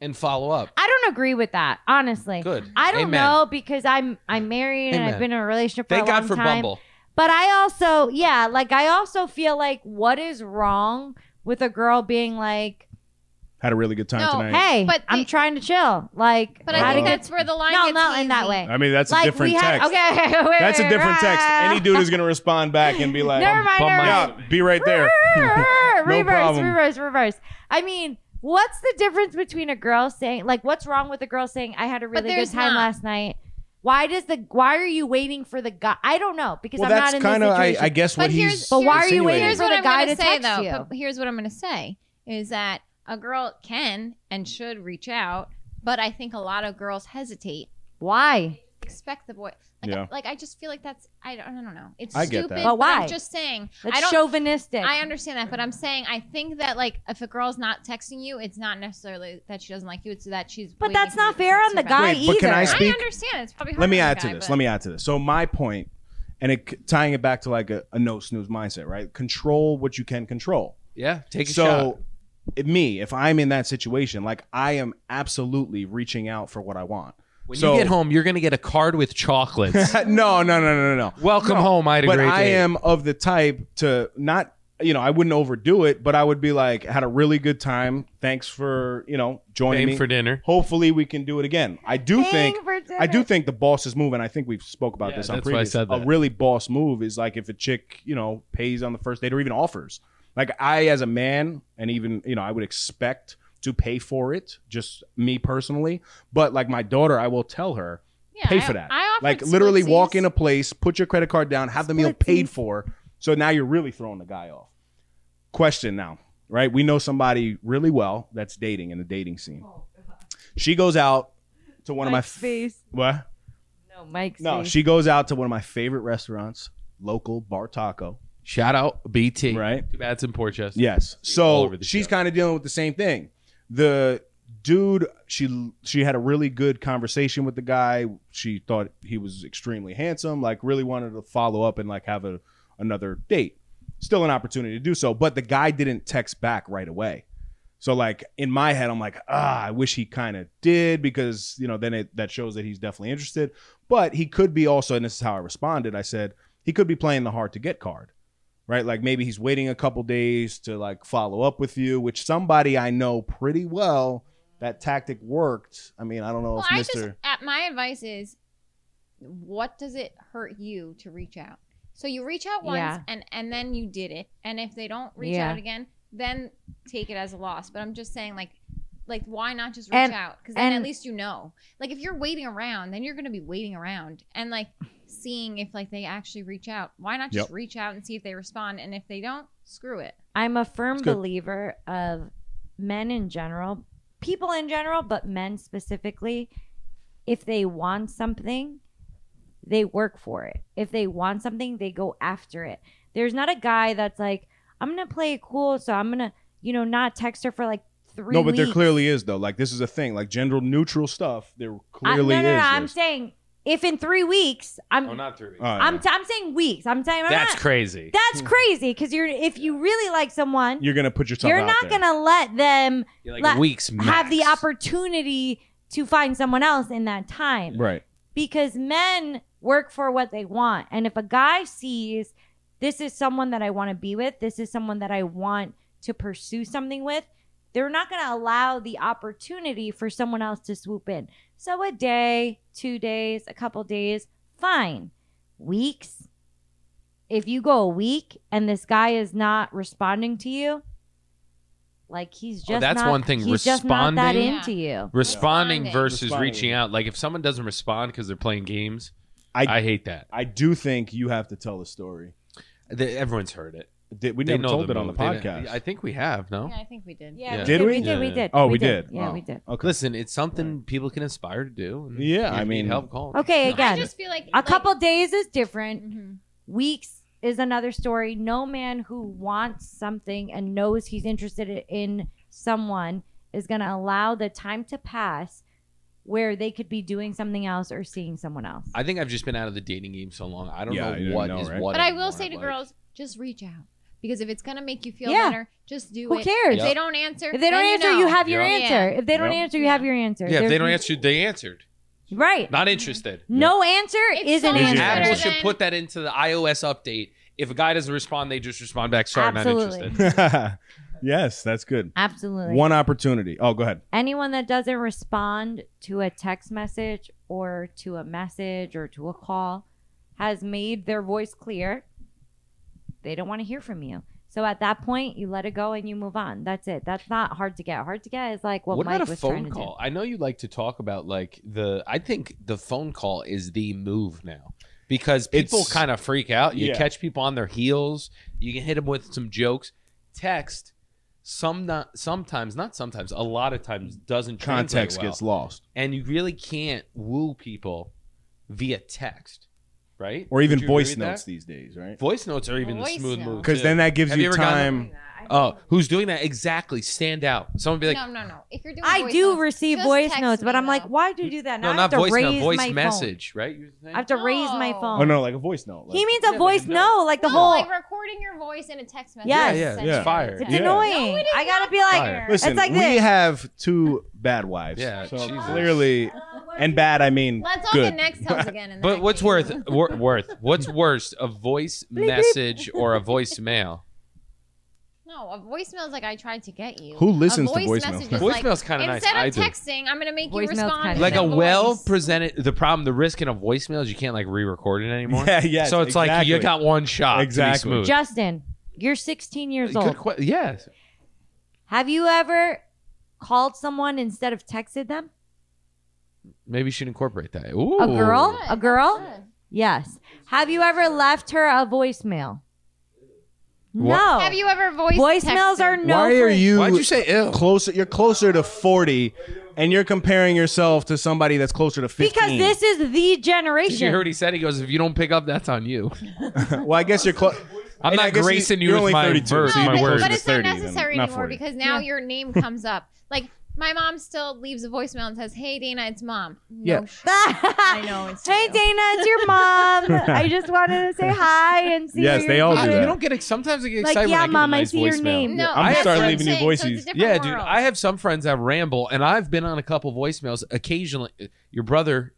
and follow up?
I don't agree with that, honestly.
Good.
I don't
Amen.
know because I'm I'm married and
Amen.
I've been in a relationship for
Thank
a long
God for
time.
Bumble.
But I also, yeah, like I also feel like what is wrong with a girl being like,
Had a really good time
No,
tonight.
"Hey,
But
I'm
the-
trying to chill." Like,
but
Wow.
Uh-huh.
I
how to
think
Wow.
get-
that's where the line
no,
gets
not in that
hazy.
way.
I mean that's
like
a different
we had-
text.
okay, wait,
That's a
wait,
different text.
right.
Any dude is gonna respond back and be like,
Never
"I'm
mind,
bummed
never
out.
mind.
yeah, be right there.
reverse,
problem.
reverse, reverse. I mean, What's the difference between a girl saying like what's wrong with a girl saying I had a really good
there's
time
not.
last night? Why does the why are you waiting for the guy? I don't know because
Well,
I'm
that's
not in
kind of
this
I,
situation.
I guess what
But here's-
he's.
But
why are you
insinuating.
waiting
here's
for
what
the
I'm
guy
gonna
to
say
text
though.
you.
But here's what I'm gonna say is that a girl can and should reach out, but I think a lot of girls hesitate.
why?
Expect the boy. Like,
Yeah.
like I just feel like that's I don't, I don't know. It's
I get
stupid.
that.
But why?
I'm just saying.
That's
I don't.
chauvinistic.
I understand that, but I'm saying I think that like if a girl's not texting you, it's not necessarily that she doesn't like you; it's that she's.
But
waiting
that's
for you
not
to
fair
text
on
her
the
back.
guy
Wait, but can
either.
I
I
speak?
understand. It's probably hard
Let me
on the
add to
guy,
this.
but-
Let me add to this. So my point, and it tying it back to like a, a no snooze mindset, right? Control what you can control.
Yeah, take a shot.
so it- me, if I'm in that situation, like I am absolutely reaching out for what I want.
When
so-
you get home, you're gonna get a card with chocolates.
no, no, no, no, no, no.
Welcome
No,
home. I had a
but
great
I
day.
am of the type to not, you know, I wouldn't overdo it, but I would be like, had a really good time. Thanks for, you know, joining
Paying
me
for dinner.
Hopefully, we can do it again. I do
Paying
think
for
I
dinner.
do think the boss is moving. I think we've spoke about
Yeah,
this on
that's why I
previous.
said
A
that.
really boss move is like if a chick, you know, pays on the first date or even offers. Like I, as a man, and even you know, I would expect to pay for it. Just me personally, but like my daughter, I will tell her
Yeah,
pay
I-
for that.
I offered
like literally walk
splitsies.
in a place, put your credit card down, have the meal paid for. So now you're really throwing the guy off. Question now, right? We know somebody really well that's dating in the dating scene. She goes out to one of my
Mike's face.
what?
No, Mike's
No,
face.
she goes out to one of my favorite restaurants, local Bar Taco.
Shout out BT.
Right.
Too bad it's in Portchester.
Yes.
all
So
over the
she's
show.
kind of dealing with the same thing. The dude, she she had a really good conversation with the guy. She thought he was extremely handsome, like really wanted to follow up and like have a another date. Still an opportunity to do so, but the guy didn't text back right away. So like in my head, I'm like, ah, I wish he kind of did because you know then it that shows that he's definitely interested. But he could be also, and this is how I responded. I said he could be playing the hard to get card, right? Like maybe he's waiting a couple days to like follow up with you, which somebody I know pretty well. That tactic worked. I mean, I don't know
Well,
if
I
Mister.
just at my advice is, what does it hurt you to reach out? So you reach out once,
Yeah.
and and then you did it. And if they don't reach
Yeah.
out again, then take it as a loss. But I'm just saying, like, like why not just reach
And-
out? Because then
and-
at least you know. Like if you're waiting around, then you're gonna be waiting around and like seeing if like they actually reach out. Why not just
Yep.
reach out and see if they respond? And if they don't, screw it.
I'm a firm
good.
believer of men in general, people in general, but men specifically, if they want something, they work for it. If they want something, they go after it. There's not a guy that's like, I'm gonna play it cool, so I'm gonna, you know, not text her for like three.
No, but there
weeks."
clearly is though. Like this is a thing. Like gender neutral stuff. There
I-
clearly
no, no, no,
is.
I'm
this.
saying if in three weeks, I'm,
Oh, not through.
Oh, yeah.
I'm, t- I'm saying weeks. I'm saying I'm
That's
not-
crazy.
that's crazy because you're if you really like someone,
you're gonna put yourself.
you're
out
not
there.
gonna let them
You're
let-
like weeks max.
have the opportunity to find someone else in that time
Right.
because men work for what they want and if a guy sees this is someone that i want to be with this is someone that i want to pursue something with they're not going to allow the opportunity for someone else to swoop in so a day two days a couple days fine weeks if you go a week and this guy is not responding to you like he's just
Oh, that's
not-
one thing,
he's just not that
responding.
into you
Responding
Responding.
versus
Responding.
reaching out. Like if someone doesn't respond because they're playing games,
I-
I, hate that.
I do think you have to tell the story.
They- everyone's heard it.
Did, we
They
never
know
told
the
it on the
move. They know-
podcast.
I think we have no.
Yeah, I think we did.
Yeah,
Yeah.
we
Did
did.
we?
We did. We
Yeah.
did.
Oh, we did.
Yeah,
Wow.
we did.
Okay.
Listen, it's something people can aspire to do. and
Yeah,
if
I
you
mean-
need help call.
Okay,
No.
again,
I just feel like
A
like-
couple days is different.
Mhm.
Weeks is another story. No man who wants something and knows he's interested i- in someone is going to allow the time to pass where they could be doing something else or seeing someone else.
I think I've just been out of the dating game so long. I don't
Yeah, you
know
don't
what is
know, right?
what.
But I
anymore.
will say to
Like,
girls, just reach out because if it's gonna make you feel
Yeah.
better, just do
Who
it.
cares?
If they don't answer,
If they don't
then
answer,
you,
you,
know.
have your
Yeah.
answer. If they don't
Yeah.
answer, you have your answer.
yeah, if they
There's-
don't answer, they answered.
right.
Not interested.
No answer
It's
is
so
an
much
Is your
answer.
better
Apple
than-
should put that into the iOS update. If a guy doesn't respond, they just respond back. Sorry,
Absolutely.
not interested.
yes, that's good.
Absolutely.
One opportunity. Oh, go ahead.
anyone that doesn't respond to a text message or to a message or to a call has made their voice clear. They don't want to hear from you. So at that point, you let it go and you move on. That's it. That's not hard to get. Hard to get is like what,
what
Mike
about a
was
phone
trying
call? I know you like to talk about like the. I think the phone call is the move now because people
It's-
kind of freak out. You
Yeah.
catch people on their heels. You can hit them with some jokes. Text some not sometimes not sometimes a lot of times doesn't translate
Context
well.
gets lost,
and you really can't woo people via text, right?
or even
Would you agree
voice
with that?
notes these days, right?
Voice notes are even
Voice
the smooth
note.
move
Because
too.
then that gives
Have
you,
you ever
time.
gotten
to.
oh, who's doing that exactly? Stand out. Someone be like,
no, no, no. If you're doing,
I
voice
do
notes,
receive
just
voice
text
notes,
me,
but I'm like,
though.
why do you do that? Now
no,
I have
not
to
voice
raise
note, voice
my
message, right? You
Phone. I have to raise my
No.
phone.
Oh no, like a voice note. Like,
He means
Yeah,
a
like a
voice
note.
no, like the
no,
whole.
like recording your voice in a text message.
Yeah,
is
yeah,
essentially-
yeah. Fire.
it's
Yeah.
annoying.
No, it is
I gotta
not
be like,
fire.
fire.
listen,
like
we
this.
have two bad wives.
Yeah,
so
Jesus.
clearly,
Uh,
and bad. I mean,
Let's all
good.
connect tongues again. in the
But what's
next meeting.
worth wor- worth? What's worse, a voice message or a voicemail?
No, a voicemail is like I tried to get you.
Who listens
a
to
voice
voicemail?
Message is
Voicemail's
like,
kinda nice.
Instead
I
of
do.
texting, I'm gonna make you
Voicemail's
respond.
kinda
in
Like a
voice.
well presented. The problem, the risk in a voicemail is you can't like re-record it anymore.
Yeah, yes,
So it's like you
exactly.
got one shot.
Exactly.
To be smooth.
Justin, you're 16 years
Good
old.
que- yes.
Have you ever called someone instead of texted them?
Maybe you should incorporate that. Ooh.
A girl?
Good,
A girl?
that's good.
Yes. Have you ever left her a voicemail?
What-
No.
Have you ever voice
Voicemails
texted?
are no.
Why are
free.
you?
Why'd you say ill?
closer? You're closer to forty, and you're comparing yourself to somebody that's closer to fifteen.
Because this is the
Did you
generation.
hear what he said? He goes, "If you don't pick up, that's on you."
Well, I guess you're close.
I'm not gracing you, with my verse,
No,
my
but,
words.
but it's not
30 then,
necessary
not
anymore
40.
because now
Yeah.
your name comes up. Like my mom still leaves a voicemail and says, "Hey Dana, it's mom." No
Yeah.
sh-
I
know, it's
Hey
true.
Dana, it's your mom. I just wanted to say hi and see.
Yes,
you
they all do
you
that.
don't get ex- sometimes I get
Like,
excited
yeah,
when I get
Mom,
a
I
nice
see your
voicemail.
name.
No,
Yeah, I'm
that's
starting
what
leaving you
saying, so it's a
voices.
different
Yeah, dude.
world.
I have some friends that ramble, and I've been on a couple voicemails occasionally. Your brother,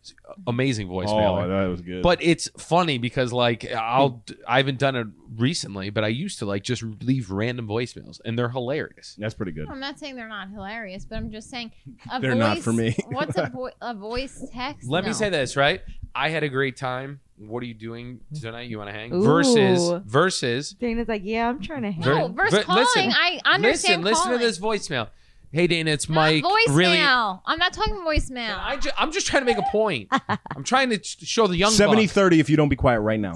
amazing voicemail.
Oh, that Hmm. was good.
but it's funny because like I'll I haven't done it recently, but I used to like just leave random voicemails, and they're hilarious.
that's pretty good.
I'm not saying they're not hilarious, but I'm just saying a
They're
voice,
not for me.
what's a, vo- a voice text?
Let me
No.
say this right. I had a great time. What are you doing tonight? You want to hang?
Ooh.
Versus versus.
Dana's like, yeah, I'm trying to. hang.
No,
Ver-
verse
ver-
calling.
listen.
I understand.
listen, listen
calling.
to this voicemail. Hey Dana, it's
Not
Mike.
voicemail.
Really,
I'm not talking voicemail.
I ju- I'm just trying to make a point. I'm trying to ch- show the young
70
bucks.
30 if you don't be quiet right now.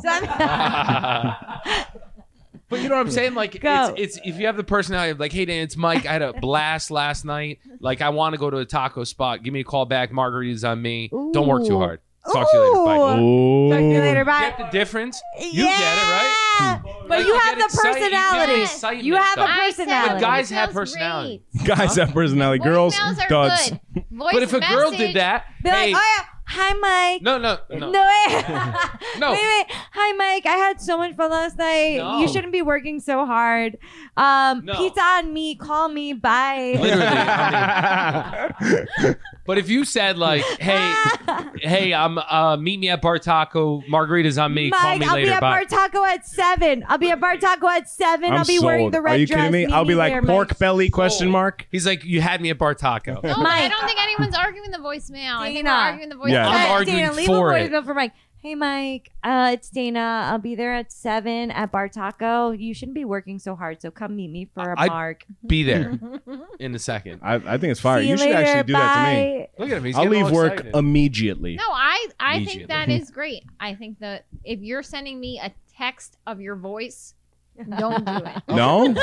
but you know what I'm saying? Like, it's,
Go.
it's if you have the personality of like, hey, Dan, it's Mike. I had a blast last night. Like, I want to go to a taco spot. Give me a call back. Margarita's on me. Don't work too
Ooh.
hard. Talk to you later. Bye.
Ooh. Talk to you later. Bye.
Get the difference? You
yeah.
get it, right?
But
Like,
you
you
have
get
the
excited- you get
personality.
excitement,
You have a
though.
I said
personality.
But guys have
voicemail's
personality.
great.
Guys have personality. Girls,
Voicemails are
duds.
good. Voice
But if a girl
message-
did that,
Be like,
hey,
oh yeah, hi Mike.
no, no, no,
No,
no,
wait.
No.
Wait, wait. Hi, Mike. I had so much fun last night.
No.
You shouldn't be working so hard. Um,
No.
Pizza on me. Call me. Bye.
literally. I mean- but if you said like, hey, hey, I'm uh, meet me at Bar Taco. Margarita's on me.
Mike,
call me
I'll
later.
be at
Bye.
Bar Taco at seven. I'll be at Bar Taco at 7
I'm
will be
sold.
wearing the red
Are you
dress.
kidding me?
Meet
I'll be like
there,
pork
Mike.
belly question
Sold.
mark.
He's like, you had me at Bar Taco.
No,
Mike.
Oh, I don't think anyone's arguing the voicemail. I think we're
Dana.
arguing the voicemail.
Yeah.
I'm
Hey,
arguing
Dana, leave
for
a
it.
voicemail for Mike. Hey, Mike. Uh, it's Dana. I'll be there at seven at Bar Taco. You shouldn't be working so hard. So come meet me for a
I-
mark.
Be there in a second.
I, I think it's fire.
See
You,
you,
should
later.
actually do
Bye.
that to me.
Look at him. He's
I'll
getting
leave
all
work
excited.
immediately.
No, I I
Immediately.
think that is great. I think that if you're sending me a text of your voice, don't do it.
No?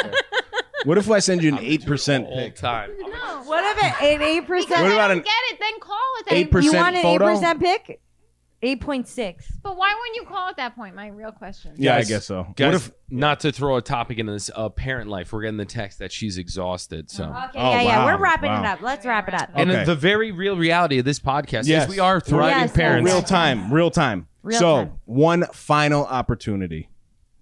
What if I send you an 8%
all
pic?
time.
No.
What if it? An eight
Because
percent.
What
I
about
don't
an
get it, then call at that
eight percent-
You want an
photo?
eight percent pick? Eight point six.
But why wouldn't you call at that point? My real question.
Yeah,
Guys-
I guess so.
Guys,
what if
not to throw a topic into this uh, parent life? We're getting the text that she's exhausted. So,
Okay,
Oh,
yeah, yeah.
wow.
We're wrapping it
Wow.
up. Let's wrap it up.
and
Okay.
the very real reality of this podcast
Yes.
is we are thriving
Yes,
parents.
real time? Real time.
Real
so,
time.
one final opportunity.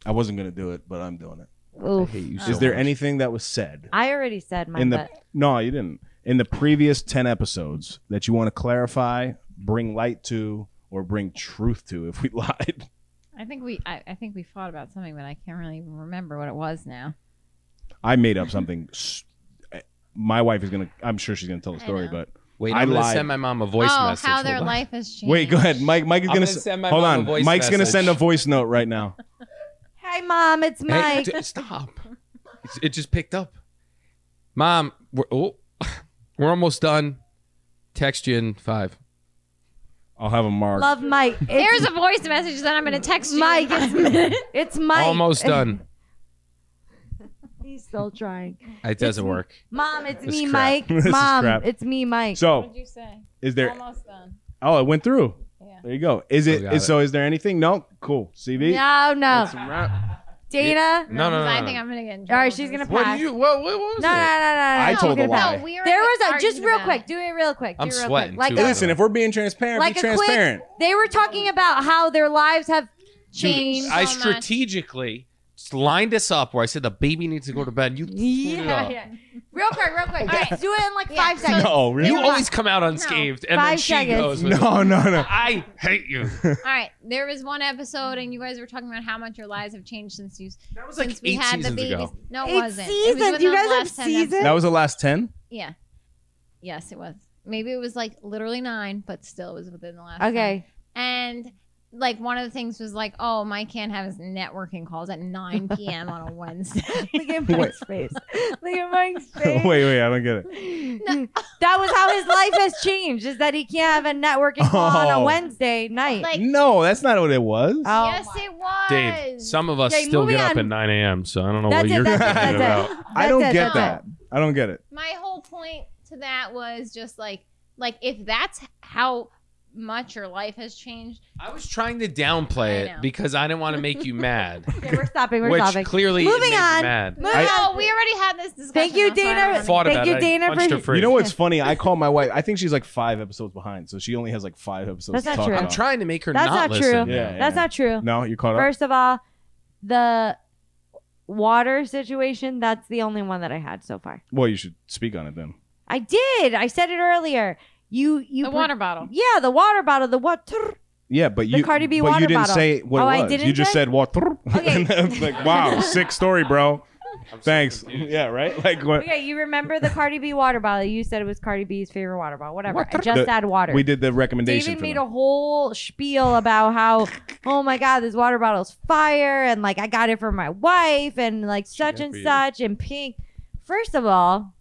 I wasn't going to do it, but I'm doing it.
Oof.
Hey, you
Is
so
there
much.
anything that was said
I already said my
in the
butt.
no you didn't in the previous 10 episodes that you want to clarify bring light to or bring truth to if we lied
I think we I, I think we fought about something, but I can't really even remember what it was now.
i made up something s- eh, my wife is gonna i'm sure she's gonna tell the
I
story
know.
but
Wait,
I
I'm gonna
lied.
send my mom a voice
oh,
message.
how
Hold
their
on.
life has changed.
wait go ahead mike mike is
I'm
gonna,
gonna
s-
send my
hold
mom
on
a voice
mike's gonna send a
message.
voice note right now
Hey, mom, it's
Hey,
Mike.
d- stop. It's- It just picked up. Mom, we're, oh, we're almost done. Text you in five.
I'll have a mark.
Love Mike. It's
There's a voice message that I'm going to text you.
Mike. It's, it's Mike.
Almost done.
He's still trying.
It doesn't work.
Mom, it's
This
me,
is crap.
Mike.
This is
Mom,
crap.
it's me, Mike.
So,
you say?
is there?
Almost done.
Oh, it went through.
Yeah.
There you go. Is it?
Oh,
Is
got it.
So, is there anything? No. Cool. CV.
no, no. Dana.
No, no, no.
I
no,
think
no.
I'm going to get in
All
trouble.
right, she's gonna
What
pass.
do you? What, what was
No, no, no, no,
it?
no.
I
no,
told
she's
a
gonna
lie.
pass.
No, we were
There was a
arguing
just real
about
quick.
it.
Do it real quick. Do
I'm
it real
sweating,
quick. Like
too.
a,
Listen, if we're being transparent,
like
be
a quick.
transparent.
They were talking about how their lives have
Change
changed.
I
so much.
strategically lined us up where I said the baby needs to go to bed. And you, threw it
Yeah,
up.
yeah. Real quick, real quick. All right, do it in like
Yeah,
five
so-
seconds.
No, Oh, really.
you always come out unscathed, and then
Five
she
seconds.
goes. with,
no, no, no.
I hate you.
All right, there was one episode, and you guys were talking about how much your lives have changed since you
That was
since we had the babies. No, it wasn't.
Eight
It was
seasons.
within
You
the
guys
last
have
10 episodes.
seasons?
That was the last ten.
Yeah. Yes, it was. Maybe it was like literally nine, but still it was within the last. ten.
Okay.
And like one of the things was like, oh, Mike can't have his networking calls at 9 p.m. on a Wednesday.
Look at Mike's face. Look at Mike's
wait,
face.
wait. I don't get it.
That was how his life has changed. Is that he can't have a networking call on a
Oh.
Wednesday night?
Like-
No, that's not what it was.
Oh
yes,
my-
it was.
Dave, some of us
Okay,
still
moving
get up
on.
at 9 a.m., so I
Oh,
don't know
that's
what
it.
you're
That's it.
complaining
That's it.
about.
I
That's
don't
it,
get
that's
that. I don't get it.
my whole point to that was just like, like if that's how much your life has changed,
I was trying to downplay
I know.
it because I didn't want to make you mad,
it. Okay, we're stopping. We're
which
stopping.
clearly it
Moving
made you
on.
mad.
no, we already had this discussion.
Thank you,
That's why I don't
Dana.
wanna-
Fought
Thank
about
you,
it. I
Dana,
punched
for-
her free.
You know what's funny? I call my wife. I think she's like five episodes behind, so she only has like five episodes.
That's not
to talk
true.
I'm
About.
trying to make her
That's
not,
not true.
listen.
Yeah, yeah,
That's
yeah.
not true.
No, you caught up.
First of all, the water situation, that's the only one that I had so far.
well, you should speak on it then.
I did. I said it earlier. You you
The
pre-
water bottle.
Yeah, the water bottle, the water.
Yeah, but
The
you
Cardi B
but
water
you didn't
bottle.
say what
Oh, I
it was.
didn't
you just
say?
said what
Okay.
and it's like, wow, sick story, bro. Thanks. yeah, right? Like what
Okay, you remember the Cardi B water bottle? You said it was Cardi B's favorite water bottle. Whatever. I just
The-
add water.
we did the recommendation
David
for
made
them.
a whole spiel about how, oh my God, this water bottle's fire, and like I got it for my wife, and like such
got
and
for you.
such, and pink. First of all,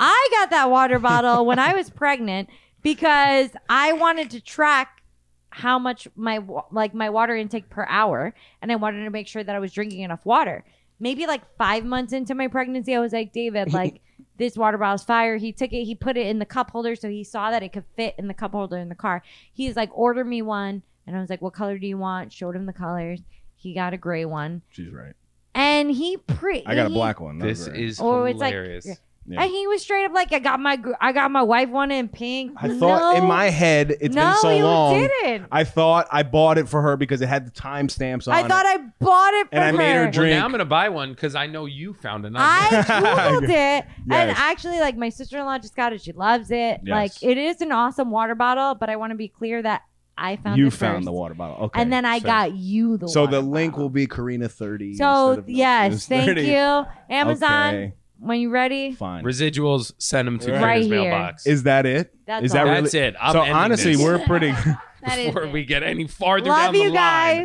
I got that water bottle when I was pregnant because I wanted to track how much my wa- like my water intake per hour, and I wanted to make sure that I was drinking enough water. Maybe like five months into my pregnancy, I was like, David, like this water bottle's fire. He took it, he put it in the cup holder so he saw that it could fit in the cup holder in the car. He's like, order me one. And I was like, what color do you want? Showed him the colors. He got a gray one.
She's right.
And he pre
I got a
he-
black one.
This
That was right.
is
Or it's like-
hilarious.
Yeah.
And he was straight up like, I got my gr- I got my wife one in pink.
I thought
No.
in my head it's
no,
been so
you
long.
didn't.
I thought I bought it for her because it had the timestamps on
I thought I bought it for
And I made her
Well,
Drink.
now I'm gonna buy one because I know you found another.
I googled it, and
Yes.
actually, like my sister in law just got it. She loves it.
Yes.
Like it is an awesome water bottle, but I want to be clear that I found
you
it
found
first.
the water bottle. Okay.
and then I
fair.
got you the.
So
water
the link
bottle.
will be Karina 30. instead
So
of
yes,
Milky's
thank
30.
you, Amazon.
Okay,
When you ready,
fine.
Residuals, send them to
Right
Peter's
here.
mailbox.
Is that it?
That's
Is that
all.
really?
That's it. I'm
so
ending
honestly,
this
we're pretty.
That is
before
it.
we get any farther down
love
the
you
line.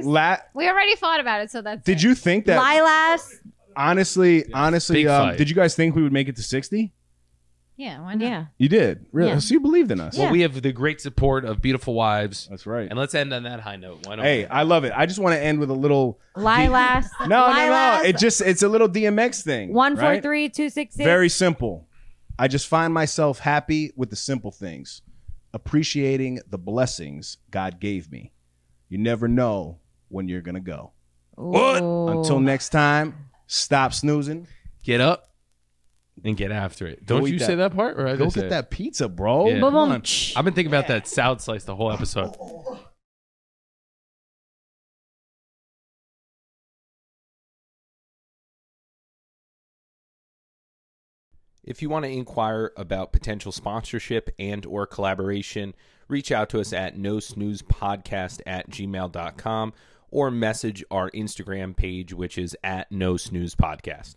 guys.
La-
We already thought about it, so that's
did
it.
you think that?
Lilas.
honestly, honestly,
Big
um,
fight.
did you guys think we would make it to 60?
Yeah, why not?
Yeah.
You did. Really?
Yeah.
So you believed in us.
Well, we have the great support of beautiful wives,
That's right.
and let's end on that high note. Why don't
Hey,
we?
I love it. I just want to end with a little.
Lilas.
No, no, no. It just it's a little DMX thing.
Uh, one four
right?
three two six six.
Very simple. I just find myself happy with the simple things, appreciating the blessings God gave me. You never know when you're gonna go.
Oh.
Until next time, stop snoozing.
get up and get after it.
Go
Don't
eat
you
that-
say that part? Or I
Go
just say
get
it?
that pizza, bro.
Yeah.
Come
Boom.
on.
I've been thinking about that salad slice the whole episode. If you want to inquire about potential sponsorship and or collaboration, reach out to us at no snooze podcast at gmail.com or message our Instagram page, which is at no snooze podcast.